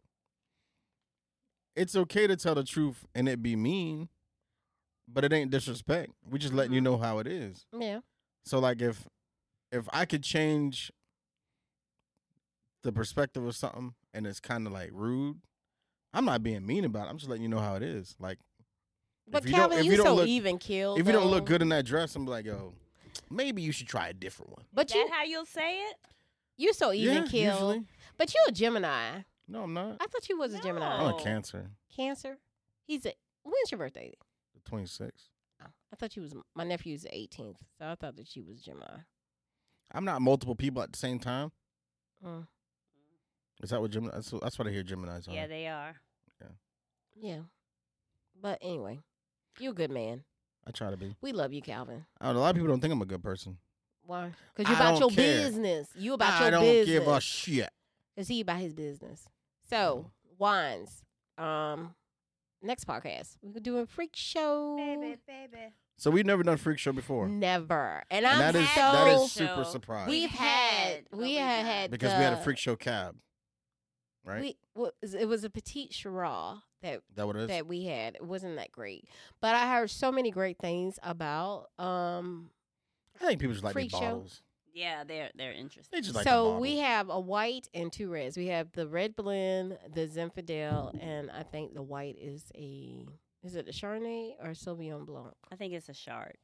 Speaker 4: it's okay to tell the truth and it be mean, but it ain't disrespect. We just letting you know how it is.
Speaker 2: Yeah.
Speaker 4: So like if, if I could change the perspective of something and it's kind of like rude, I'm not being mean about it. I'm just letting you know how it is. Like,
Speaker 2: But
Speaker 4: you don't-
Speaker 2: Calvin,
Speaker 4: if
Speaker 2: you,
Speaker 4: you don't
Speaker 2: so
Speaker 4: look-
Speaker 2: even killed.
Speaker 4: if you don't look good in that dress, I'm like, yo, maybe you should try a different one.
Speaker 2: but
Speaker 3: Is
Speaker 2: you
Speaker 3: that how you'll say it?
Speaker 2: you so even
Speaker 4: yeah,
Speaker 2: killed.
Speaker 4: usually.
Speaker 2: But you're a Gemini.
Speaker 4: No, I'm not.
Speaker 2: I thought you was a Gemini.
Speaker 4: I'm
Speaker 3: No.
Speaker 4: a Cancer.
Speaker 2: Cancer. He's a. When's your birthday?
Speaker 4: The 26.
Speaker 2: Oh, I thought you was my nephew's the 18th, so I thought that she was Gemini.
Speaker 4: I'm not multiple people at the same time.
Speaker 2: Mm.
Speaker 4: Is that what Gemini? That's, that's what I hear Gemini's on.
Speaker 3: Yeah, they are.
Speaker 2: Yeah. But anyway, you're a good man.
Speaker 4: I try to be.
Speaker 2: We love you, Calvin.
Speaker 4: I don't, a lot of people don't think I'm a good person.
Speaker 2: Why? Because you're
Speaker 4: I
Speaker 2: about your
Speaker 4: don't care.
Speaker 2: business. You about
Speaker 4: I
Speaker 2: your
Speaker 4: don't
Speaker 2: business.
Speaker 4: give a shit.
Speaker 2: Cause he about his business. So
Speaker 4: Mm.
Speaker 2: wines. Um, next podcast we could do a freak show.
Speaker 3: baby.
Speaker 4: So we've never done freak show before.
Speaker 2: Never. And, I'm
Speaker 4: and that is
Speaker 2: so
Speaker 4: that is
Speaker 3: so-
Speaker 4: super surprised
Speaker 2: we've
Speaker 3: We've
Speaker 2: had
Speaker 3: had, but
Speaker 2: we
Speaker 3: we've
Speaker 2: had
Speaker 3: not.
Speaker 2: had
Speaker 4: because we had a
Speaker 2: the-
Speaker 4: freak show cab, right?
Speaker 2: We well, it was a petite Shiraz that
Speaker 4: that what it is?
Speaker 2: that we had. It wasn't that great, but I heard so many great things about. Um,
Speaker 4: I think people just like the
Speaker 2: freak show.
Speaker 4: bottles.
Speaker 3: Yeah, they're they're
Speaker 4: They
Speaker 3: interesting.
Speaker 4: just like the
Speaker 2: so
Speaker 4: bottles.
Speaker 2: we have a white and two reds. We have the red blend, the Zinfandel, and I think the white is a is it a Chardonnay or Sauvignon Blanc?
Speaker 3: I think it's a shard.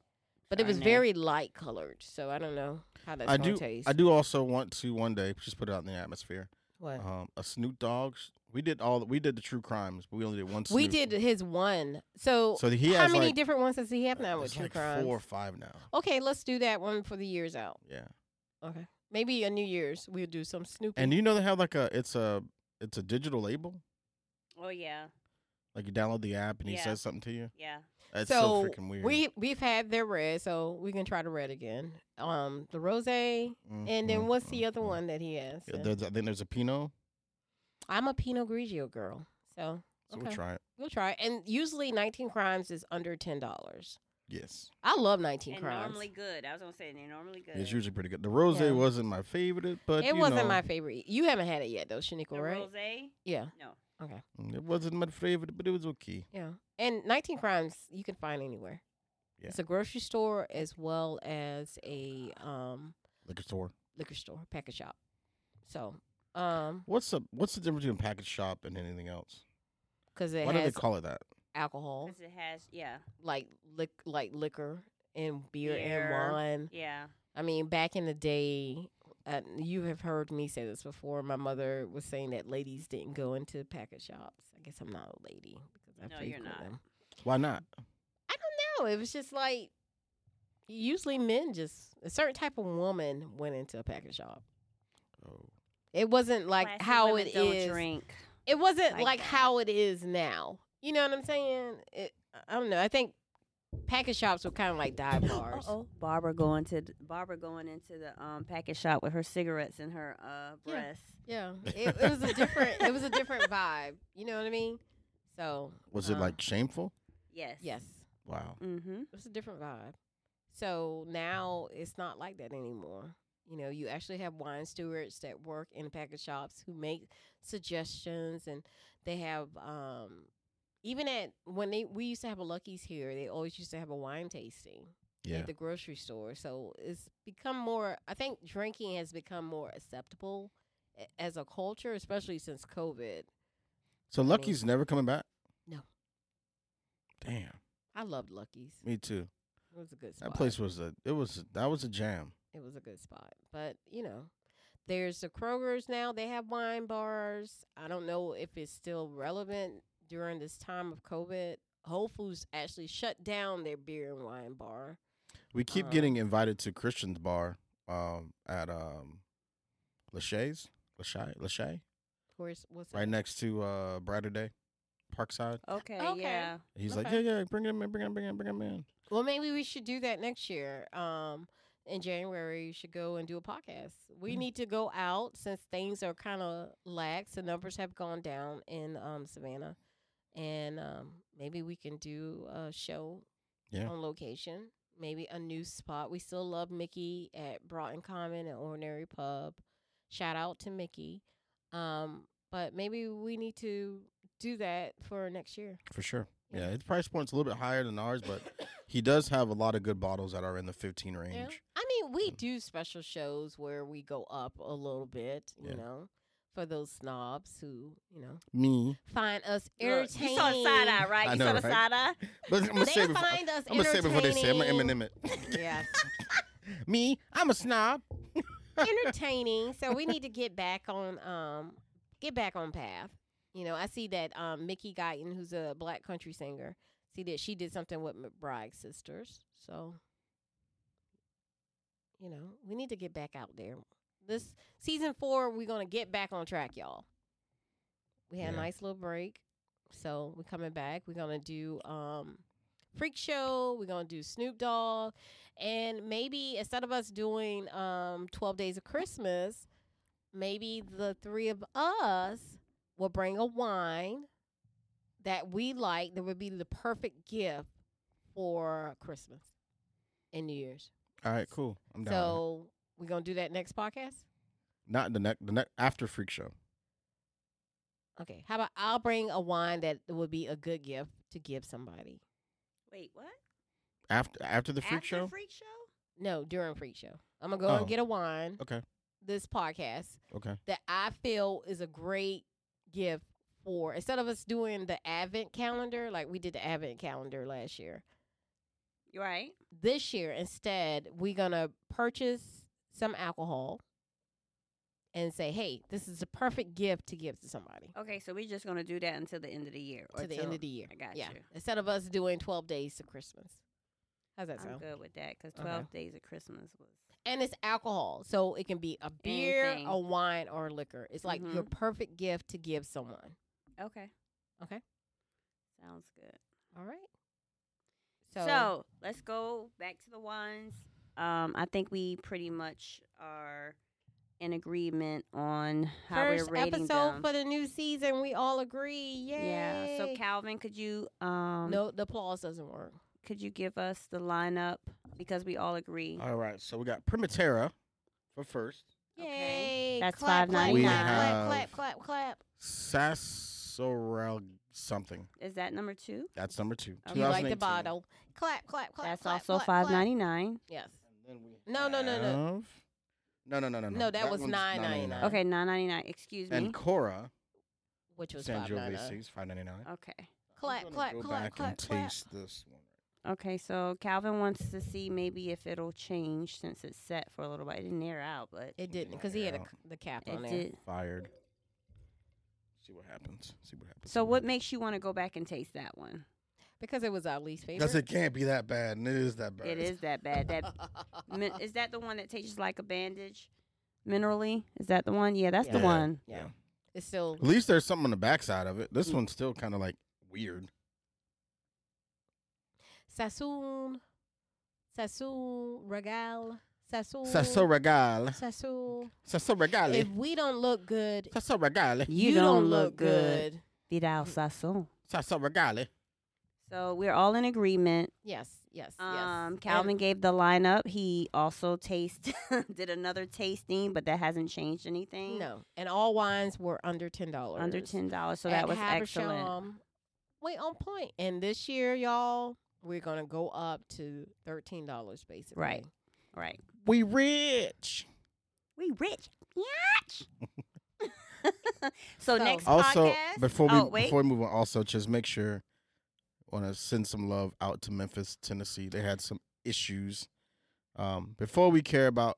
Speaker 2: But it was
Speaker 3: Chardonnay.
Speaker 2: very light colored, so I don't know how that's
Speaker 4: I
Speaker 2: gonna
Speaker 4: do.
Speaker 2: taste.
Speaker 4: I do also want to one day just put it out in the atmosphere.
Speaker 2: What?
Speaker 4: Um, a Snoop Dogg. We did all. We did the true crimes, but we only did one. Snoop.
Speaker 2: we did his one. So,
Speaker 4: So he
Speaker 2: how
Speaker 4: has
Speaker 2: many
Speaker 4: like,
Speaker 2: different ones does he have now with
Speaker 4: It's
Speaker 2: True
Speaker 4: like
Speaker 2: Crimes?
Speaker 4: four or five now.
Speaker 2: Okay, let's do that one for the year's out.
Speaker 4: Yeah.
Speaker 2: Okay. Maybe a New Year's we'll do some Snoopy.
Speaker 4: And you know they have like a it's a it's a digital label.
Speaker 3: Oh yeah,
Speaker 4: Like you download the app and he
Speaker 3: Yeah.
Speaker 4: says something to you.
Speaker 3: yeah.
Speaker 4: That's so,
Speaker 2: so
Speaker 4: freaking weird.
Speaker 2: we we've had their red, so we can try the red again. Um, the rose,
Speaker 4: Mm,
Speaker 2: and then
Speaker 4: mm,
Speaker 2: what's the
Speaker 4: mm,
Speaker 2: other
Speaker 4: mm.
Speaker 2: one that he has?
Speaker 4: Yeah,
Speaker 2: Uh,
Speaker 4: there's, I think there's a Pinot.
Speaker 2: I'm a Pinot Grigio girl, so
Speaker 4: So
Speaker 2: okay,
Speaker 4: we'll try it.
Speaker 2: we'll try. it. And usually, 19 crimes is under ten dollars.
Speaker 4: Yes.
Speaker 2: I love 19
Speaker 3: And
Speaker 2: crimes.
Speaker 3: normally good. I was gonna say they're normally good.
Speaker 4: It's usually pretty good. The rose
Speaker 2: Yeah.
Speaker 4: wasn't my favorite, but
Speaker 2: it
Speaker 4: you
Speaker 2: wasn't
Speaker 4: know,
Speaker 2: my favorite. You haven't had it yet, though, Shaniqua,
Speaker 3: the
Speaker 2: right?
Speaker 3: rosé.
Speaker 2: Yeah,
Speaker 3: No,
Speaker 4: mm, it wasn't my favorite, but it was okay.
Speaker 2: yeah. And 19 crimes you can find anywhere.
Speaker 4: Yeah.
Speaker 2: It's a grocery store as well as a um,
Speaker 4: Liquor store.
Speaker 2: liquor store, package shop. So, um,
Speaker 4: What's the what's the difference between package shop and anything else?
Speaker 2: because it
Speaker 4: Why do they
Speaker 2: has
Speaker 4: call it that? Oh.
Speaker 2: alcohol,
Speaker 3: 'cause it has. Yeah,
Speaker 2: like lick, like liquor and beer,
Speaker 3: Beer.
Speaker 2: and wine.
Speaker 3: yeah.
Speaker 2: I mean, back in the day, uh, you have heard me say this before. My mother was saying that ladies didn't go into package shops. I guess I'm not a lady because I
Speaker 3: No, you're
Speaker 2: frequent
Speaker 3: not.
Speaker 2: them.
Speaker 4: Why not?
Speaker 2: I don't know. It was just like usually men just a certain type of woman went into a package shop.
Speaker 4: Oh.
Speaker 2: It wasn't like
Speaker 3: Classy
Speaker 2: how
Speaker 3: women
Speaker 2: it
Speaker 3: don't
Speaker 2: is.
Speaker 3: Drink.
Speaker 2: It wasn't like,
Speaker 3: like that.
Speaker 2: how it is now. You know what I'm saying? It, I don't know. I think package shops were kind of like dive bars.
Speaker 3: oh, Barbara going to th- Barbara going into the um package shop with her cigarettes in her uh
Speaker 2: Yeah.
Speaker 3: breast.
Speaker 2: Yeah, it, it was a different. it was a different vibe. You know what I mean? So
Speaker 4: Was it
Speaker 2: uh,
Speaker 4: like shameful?
Speaker 3: Yes.
Speaker 2: yes? Mm,
Speaker 4: Wow.
Speaker 3: Mm-hmm.
Speaker 2: It was a different vibe. So now it's not like that anymore. You know, you actually have wine stewards that work in package shops who make suggestions, and they have um, even at when they we used to have a Lucky's here, they always used to have a wine tasting
Speaker 4: Yeah.
Speaker 2: at the grocery store. So it's become more. I think drinking has become more acceptable a- as a culture, especially since COVID.
Speaker 4: So Lucky's never coming back?
Speaker 2: No.
Speaker 4: Damn.
Speaker 2: I loved Lucky's.
Speaker 4: Me too.
Speaker 2: It was a good spot.
Speaker 4: That place was a it was that was a jam.
Speaker 2: It was a good spot. But, you know, there's the Kroger's now. They have wine bars. I don't know if it's still relevant during this time of COVID. Whole Foods actually shut down their beer and wine bar.
Speaker 4: We keep
Speaker 2: Uh,
Speaker 4: getting invited to Christian's bar um, at um, Lachey's, Lachey, Lachey,
Speaker 2: Where's what's that?
Speaker 4: right next to uh, Brighter Day, Parkside.
Speaker 3: Okay,
Speaker 2: Okay.
Speaker 3: Yeah.
Speaker 4: He's like, yeah,
Speaker 2: Okay.
Speaker 4: yeah, bring him in, bring him, bring him, bring him in.
Speaker 2: Well, maybe we should do that next year. Um, in January, you should go and do a podcast. We
Speaker 4: Mm.
Speaker 2: need to go out since things are kind of lax. The numbers have gone down in um, Savannah, and um, maybe we can do a show
Speaker 4: Yeah.
Speaker 2: on location. Maybe a new spot. We still love Mickey at Broughton Common and Ordinary Pub. Shout out to Mickey. Um, but maybe we need to do that for next year.
Speaker 4: for sure.
Speaker 2: Yeah.
Speaker 4: Yeah, his price point's a little bit higher than ours, but he does have a lot of good bottles that are in the 15 range.
Speaker 2: Yeah. I mean, we
Speaker 4: Mm.
Speaker 2: do special shows where we go up a little bit, you
Speaker 4: Yeah.
Speaker 2: know, for those snobs who, you know,
Speaker 4: Me,
Speaker 2: find us
Speaker 3: Look,
Speaker 2: irritating.
Speaker 3: You saw the side eye, right?
Speaker 4: I
Speaker 3: you
Speaker 4: know,
Speaker 3: saw the
Speaker 4: right?
Speaker 3: side eye.
Speaker 4: but I'm
Speaker 2: They
Speaker 4: gonna say it before,
Speaker 2: find us
Speaker 4: I'm gonna say it before they say it. I'm gonna
Speaker 2: entertaining.
Speaker 4: Eminem it.
Speaker 2: Yeah,
Speaker 4: Me, I'm a snob.
Speaker 2: entertaining. So we need to get back on um get back on path. You know, I see that um Mickey Guyton, who's a black country singer, see that she did something with McBride sisters. So you know, we need to get back out there. This season four, we're gonna get back on track, y'all. We had a
Speaker 4: Yeah.
Speaker 2: nice little break. So we're coming back. We're gonna do um Freak Show. We're gonna do Snoop Dogg. And maybe instead of us doing um, 12 Days of Christmas, maybe the three of us will bring a wine that we like that would be the perfect gift for Christmas and New Year's.
Speaker 4: All right, cool. I'm down. with it.
Speaker 2: So we're going to do that next podcast?
Speaker 4: Not the next, the next after Freak Show.
Speaker 2: Okay. How about I'll bring a wine that would be a good gift to give somebody?
Speaker 3: Wait, what?
Speaker 4: After after the Freak
Speaker 3: After
Speaker 4: Show.
Speaker 3: Freak show?
Speaker 2: No, during Freak Show. I'm going to go
Speaker 4: Oh.
Speaker 2: and get a wine
Speaker 4: Okay,
Speaker 2: this podcast
Speaker 4: okay.
Speaker 2: that I feel is a great gift for instead of us doing the advent calendar like we did the advent calendar last year.
Speaker 3: You right?
Speaker 2: This year instead, we're going to purchase some alcohol and say, "Hey, this is the perfect gift to give to somebody
Speaker 3: Okay, so we're just gonna do that until the end of the year. Oh, Or
Speaker 2: to the
Speaker 3: till-
Speaker 2: end of the year."
Speaker 3: I got
Speaker 2: yeah.
Speaker 3: you.
Speaker 2: Instead of us doing 12 days to Christmas. How's that
Speaker 3: I'm
Speaker 2: sound?
Speaker 3: good with that because
Speaker 2: Okay.
Speaker 3: 12 days of Christmas was.
Speaker 2: And it's alcohol, so it can be a beer,
Speaker 3: Anything.
Speaker 2: a wine, or liquor. It's like your
Speaker 3: Mhm.
Speaker 2: perfect gift to give someone.
Speaker 3: Okay.
Speaker 2: Okay.
Speaker 3: Sounds good.
Speaker 2: All right.
Speaker 3: So, let's go back to the ones. Um, I think we pretty much are in agreement on how
Speaker 2: First
Speaker 3: we're rating
Speaker 2: episode
Speaker 3: them.
Speaker 2: for the new season. We all agree. Yay.
Speaker 3: yeah. So Calvin, could you um
Speaker 2: no, the applause doesn't work.
Speaker 3: could you give us the lineup because we all agree.
Speaker 4: All right, so we got Primatera for first.
Speaker 3: Okay.
Speaker 2: Yay.
Speaker 3: That's
Speaker 2: clap, clap,
Speaker 4: We
Speaker 2: clap,
Speaker 4: have-
Speaker 2: clap, clap, clap.
Speaker 4: Sassorel something.
Speaker 3: Is that number 2?
Speaker 4: That's number two.
Speaker 3: Okay.
Speaker 2: You Um, like the
Speaker 4: 2018.
Speaker 2: bottle. Clap, clap, clap.
Speaker 3: That's
Speaker 2: clap,
Speaker 3: also
Speaker 2: clap, clap.
Speaker 3: 5.99.
Speaker 2: Yes.
Speaker 4: And then we
Speaker 2: No, no, no, no.
Speaker 4: have- No, no, no, no, no.
Speaker 2: No, that was
Speaker 4: one's
Speaker 2: $9.99.
Speaker 4: $9.99.
Speaker 3: Okay, 9.99. Excuse me.
Speaker 4: And Cora
Speaker 2: Which Mm-hmm. was five nine nine.
Speaker 4: Sangiovese, five ninety nine.
Speaker 3: Okay.
Speaker 2: Clap, clap,
Speaker 4: go
Speaker 2: clap,
Speaker 4: back
Speaker 2: clap,
Speaker 4: and
Speaker 2: clap.
Speaker 4: taste this one.
Speaker 3: Okay, so Calvin wants to see maybe if it'll change since it's set for a little bit. It didn't air out, but it,
Speaker 2: It didn't because he had a, c- the cap on there.
Speaker 3: did.
Speaker 4: Fired. See what happens. See what happens.
Speaker 3: So what makes you want to go back and taste that one?
Speaker 2: Because it was our least favorite.
Speaker 4: Because it can't be that bad, and it is that bad.
Speaker 3: It is that bad. That min- is that the one that tastes like a bandage, minerally. Is that the one? Yeah, that's the
Speaker 4: Yeah.
Speaker 3: one.
Speaker 2: yeah. It's still.
Speaker 4: At least there's something on the backside of it. This one's still kind of like weird.
Speaker 2: Sassoon. Sassoon. Regal. Sassoon.
Speaker 4: Sasso regale.
Speaker 2: Sassoon.
Speaker 4: Sasso regale.
Speaker 2: If we don't look good,
Speaker 4: Sasso regale.
Speaker 3: You, don't, look good.
Speaker 2: Mm.
Speaker 3: Vidal Sassoon.
Speaker 4: Sasso regale.
Speaker 3: So we're all in agreement.
Speaker 2: Yes, yes,
Speaker 3: Um,
Speaker 2: yes.
Speaker 3: Calvin
Speaker 2: And
Speaker 3: gave the lineup. He also taste did another tasting, but that hasn't changed anything.
Speaker 2: no, and all wines were under ten dollars.
Speaker 3: under ten dollars. So
Speaker 2: At
Speaker 3: that was excellent.
Speaker 2: Habersham, Wait on point. And this year, y'all, we're gonna go up to thirteen dollars basically.
Speaker 3: Right. Right.
Speaker 4: We rich.
Speaker 3: We rich. Yatch. so,
Speaker 2: So-
Speaker 3: next
Speaker 4: Also,
Speaker 3: podcast.
Speaker 4: before we
Speaker 3: oh, wait.
Speaker 4: before we move on, also just make sure want to send some love out to Memphis, Tennessee. They had some issues. Um, before we care about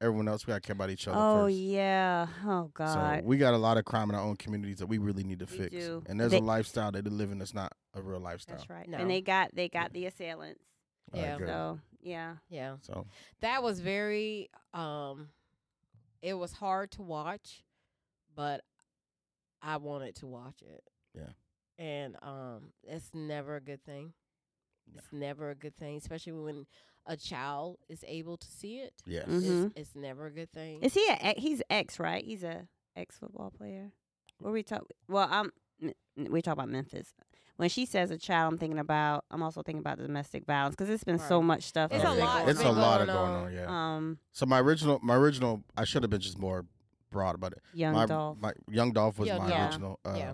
Speaker 4: everyone else, we gotta care about each other
Speaker 3: oh
Speaker 4: first.
Speaker 3: yeah. Oh
Speaker 4: So
Speaker 3: God.
Speaker 4: we got a lot of crime in our own communities that we really need to
Speaker 3: We
Speaker 4: fix.
Speaker 3: do.
Speaker 4: And there's
Speaker 3: They-
Speaker 4: a lifestyle that they're living that's not a real lifestyle.
Speaker 3: That's right.
Speaker 2: No.
Speaker 3: And they got they got the assailants.
Speaker 4: All
Speaker 2: Yeah.
Speaker 4: good.
Speaker 3: So yeah.
Speaker 2: Yeah.
Speaker 4: So
Speaker 2: That was very um it was hard to watch, but I wanted to watch it.
Speaker 4: Yeah.
Speaker 2: And um it's never a good thing.
Speaker 4: No.
Speaker 2: It's never a good thing, especially when a child is able to see it.
Speaker 4: yes,
Speaker 3: Mhm.
Speaker 2: It's, it's never a good thing.
Speaker 3: e, Is he a ex- he's ex right? He's a ex football player. What we talk? Well, I'm we talk about Memphis. When she says a child, I'm thinking about. I'm also thinking about domestic violence because it's been so
Speaker 2: Right.
Speaker 3: much stuff.
Speaker 2: It's
Speaker 3: that's
Speaker 2: a
Speaker 3: been
Speaker 2: lot
Speaker 3: going
Speaker 4: It's a
Speaker 2: been
Speaker 3: on.
Speaker 4: lot of
Speaker 2: going
Speaker 4: going
Speaker 2: on.
Speaker 4: on. Yeah.
Speaker 3: Um,
Speaker 4: So my original, my original, I should have been just more broad about it.
Speaker 3: young
Speaker 4: my,
Speaker 3: Dolph.
Speaker 4: my young Dolph was
Speaker 2: Young
Speaker 4: my
Speaker 3: Dolph.
Speaker 4: original. Uh,
Speaker 2: Yeah.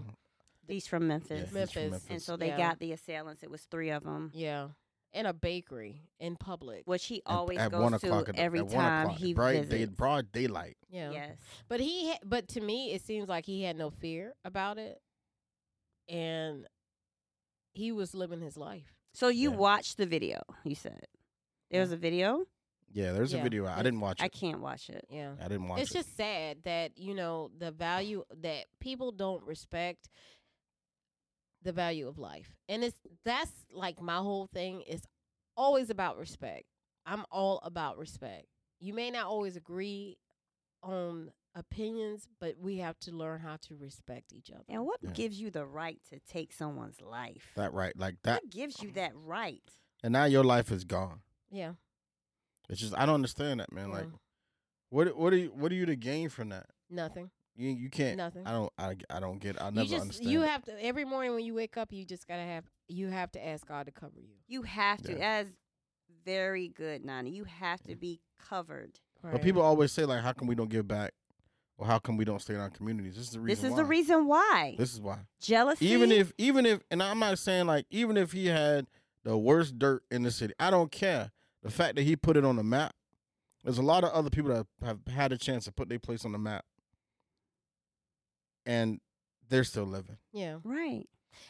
Speaker 3: He's from
Speaker 4: yeah,
Speaker 3: Memphis,
Speaker 4: he's from
Speaker 2: Memphis.
Speaker 3: and so they
Speaker 2: Yeah.
Speaker 3: got the assailants. It was three of them,
Speaker 2: Yeah. In a bakery in public.
Speaker 3: which he
Speaker 4: At-
Speaker 3: always
Speaker 4: at
Speaker 3: goes
Speaker 4: one
Speaker 3: to
Speaker 4: o'clock at-
Speaker 3: every
Speaker 4: at one
Speaker 3: time
Speaker 4: o'clock,
Speaker 3: he
Speaker 4: bright day,
Speaker 3: visits.
Speaker 4: broad daylight.
Speaker 2: yeah.
Speaker 3: Yes,
Speaker 2: But he ha- but to me it seems like he had no fear about it. And he was living his life.
Speaker 3: So you
Speaker 4: Yeah.
Speaker 3: watched the video, you said. There was a video?
Speaker 4: Yeah, there's a
Speaker 2: Yeah.
Speaker 4: video. I
Speaker 2: It's-
Speaker 4: didn't watch
Speaker 3: I
Speaker 4: it.
Speaker 3: can't watch it.
Speaker 2: Yeah.
Speaker 4: I didn't watch
Speaker 2: it's
Speaker 4: it.
Speaker 2: just sad that you know the value that people don't respect the value of life and it's that's like my whole thing is always about respect i'm all about respect you may not always agree on opinions but we have to learn how to respect each other
Speaker 3: And what
Speaker 4: Yeah.
Speaker 3: gives you the right to take someone's life?
Speaker 4: that right, like that.
Speaker 3: What gives you that right?
Speaker 4: And now your life is gone.
Speaker 2: yeah Mm-hmm.
Speaker 4: It's just I don't understand that, man.
Speaker 2: Yeah.
Speaker 4: Like, what what are you what are you to gain from that?
Speaker 2: nothing
Speaker 4: You you can't.
Speaker 2: Nothing.
Speaker 4: I don't I, I don't get. I never
Speaker 2: you just
Speaker 4: understand.
Speaker 2: you
Speaker 4: it.
Speaker 2: have to every morning when you wake up you just gotta have you have to ask god to cover you
Speaker 3: You have to,
Speaker 4: Yeah.
Speaker 3: as very good, Nani, you have to
Speaker 4: Yeah.
Speaker 3: be covered.
Speaker 2: Right.
Speaker 4: But people always say like, how come we don't give back, or how come we don't stay in our communities? This is the reason.
Speaker 3: This is
Speaker 4: why.
Speaker 3: the reason why.
Speaker 4: This is why.
Speaker 3: Jealousy.
Speaker 4: Even if even if, and I'm not saying like even if he had the worst dirt in the city, I don't care. The fact that he put it on the map. There's a lot of other people that have had a chance to put their place on the map, and they're still living.
Speaker 2: yeah
Speaker 3: Right.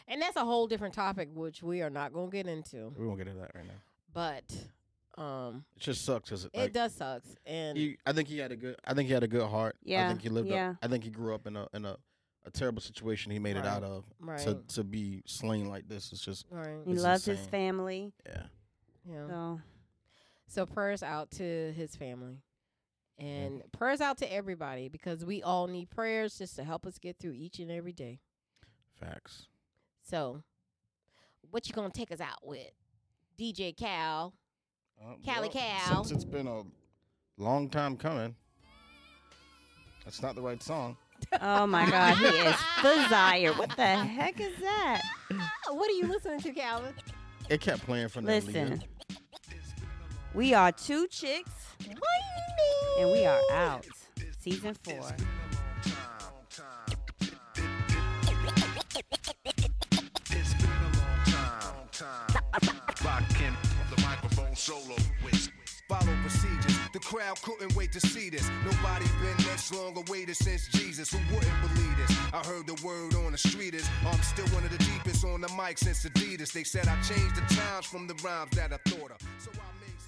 Speaker 2: and that's a whole different topic which we are not gonna get into
Speaker 4: We won't get into that right now.
Speaker 2: but um
Speaker 4: It just sucks, cause it,
Speaker 2: it
Speaker 4: like,
Speaker 2: does sucks and
Speaker 4: He, I think he had a good. I think he had a good heart. I
Speaker 3: Yeah,
Speaker 4: think he lived.
Speaker 3: yeah.
Speaker 4: Up, I think he grew up in a in a, a terrible situation. He made
Speaker 2: Right,
Speaker 4: it out of.
Speaker 2: right
Speaker 4: To to be slain like this is just
Speaker 2: right
Speaker 3: He
Speaker 4: It's
Speaker 3: loves his
Speaker 4: insane.
Speaker 3: family.
Speaker 4: yeah.
Speaker 2: yeah
Speaker 3: So
Speaker 2: so prayers out to his family and prayers out to everybody because we all need prayers just to help us get through each and every day
Speaker 4: Facts.
Speaker 2: so what you gonna take us out with dj cal Cali Cal.
Speaker 4: Uh, Since it's been a long time coming. That's not the right song.
Speaker 3: Oh my God, he is desired. What the heck is that?
Speaker 2: Ah, what are you listening to calvin
Speaker 4: It kept playing from that.
Speaker 3: Listen, we are two chicks, and we are out. Season four.
Speaker 1: It's been a long time, time. Rockin' the microphone solo with.
Speaker 5: Follow procedures. The crowd couldn't wait to see this. Nobody been this long awaited since Jesus. Who wouldn't believe this? I heard the word on the street is I'm still one of the deepest on the mic since Adidas. They said I changed the times from the rhymes that I thought of. So I made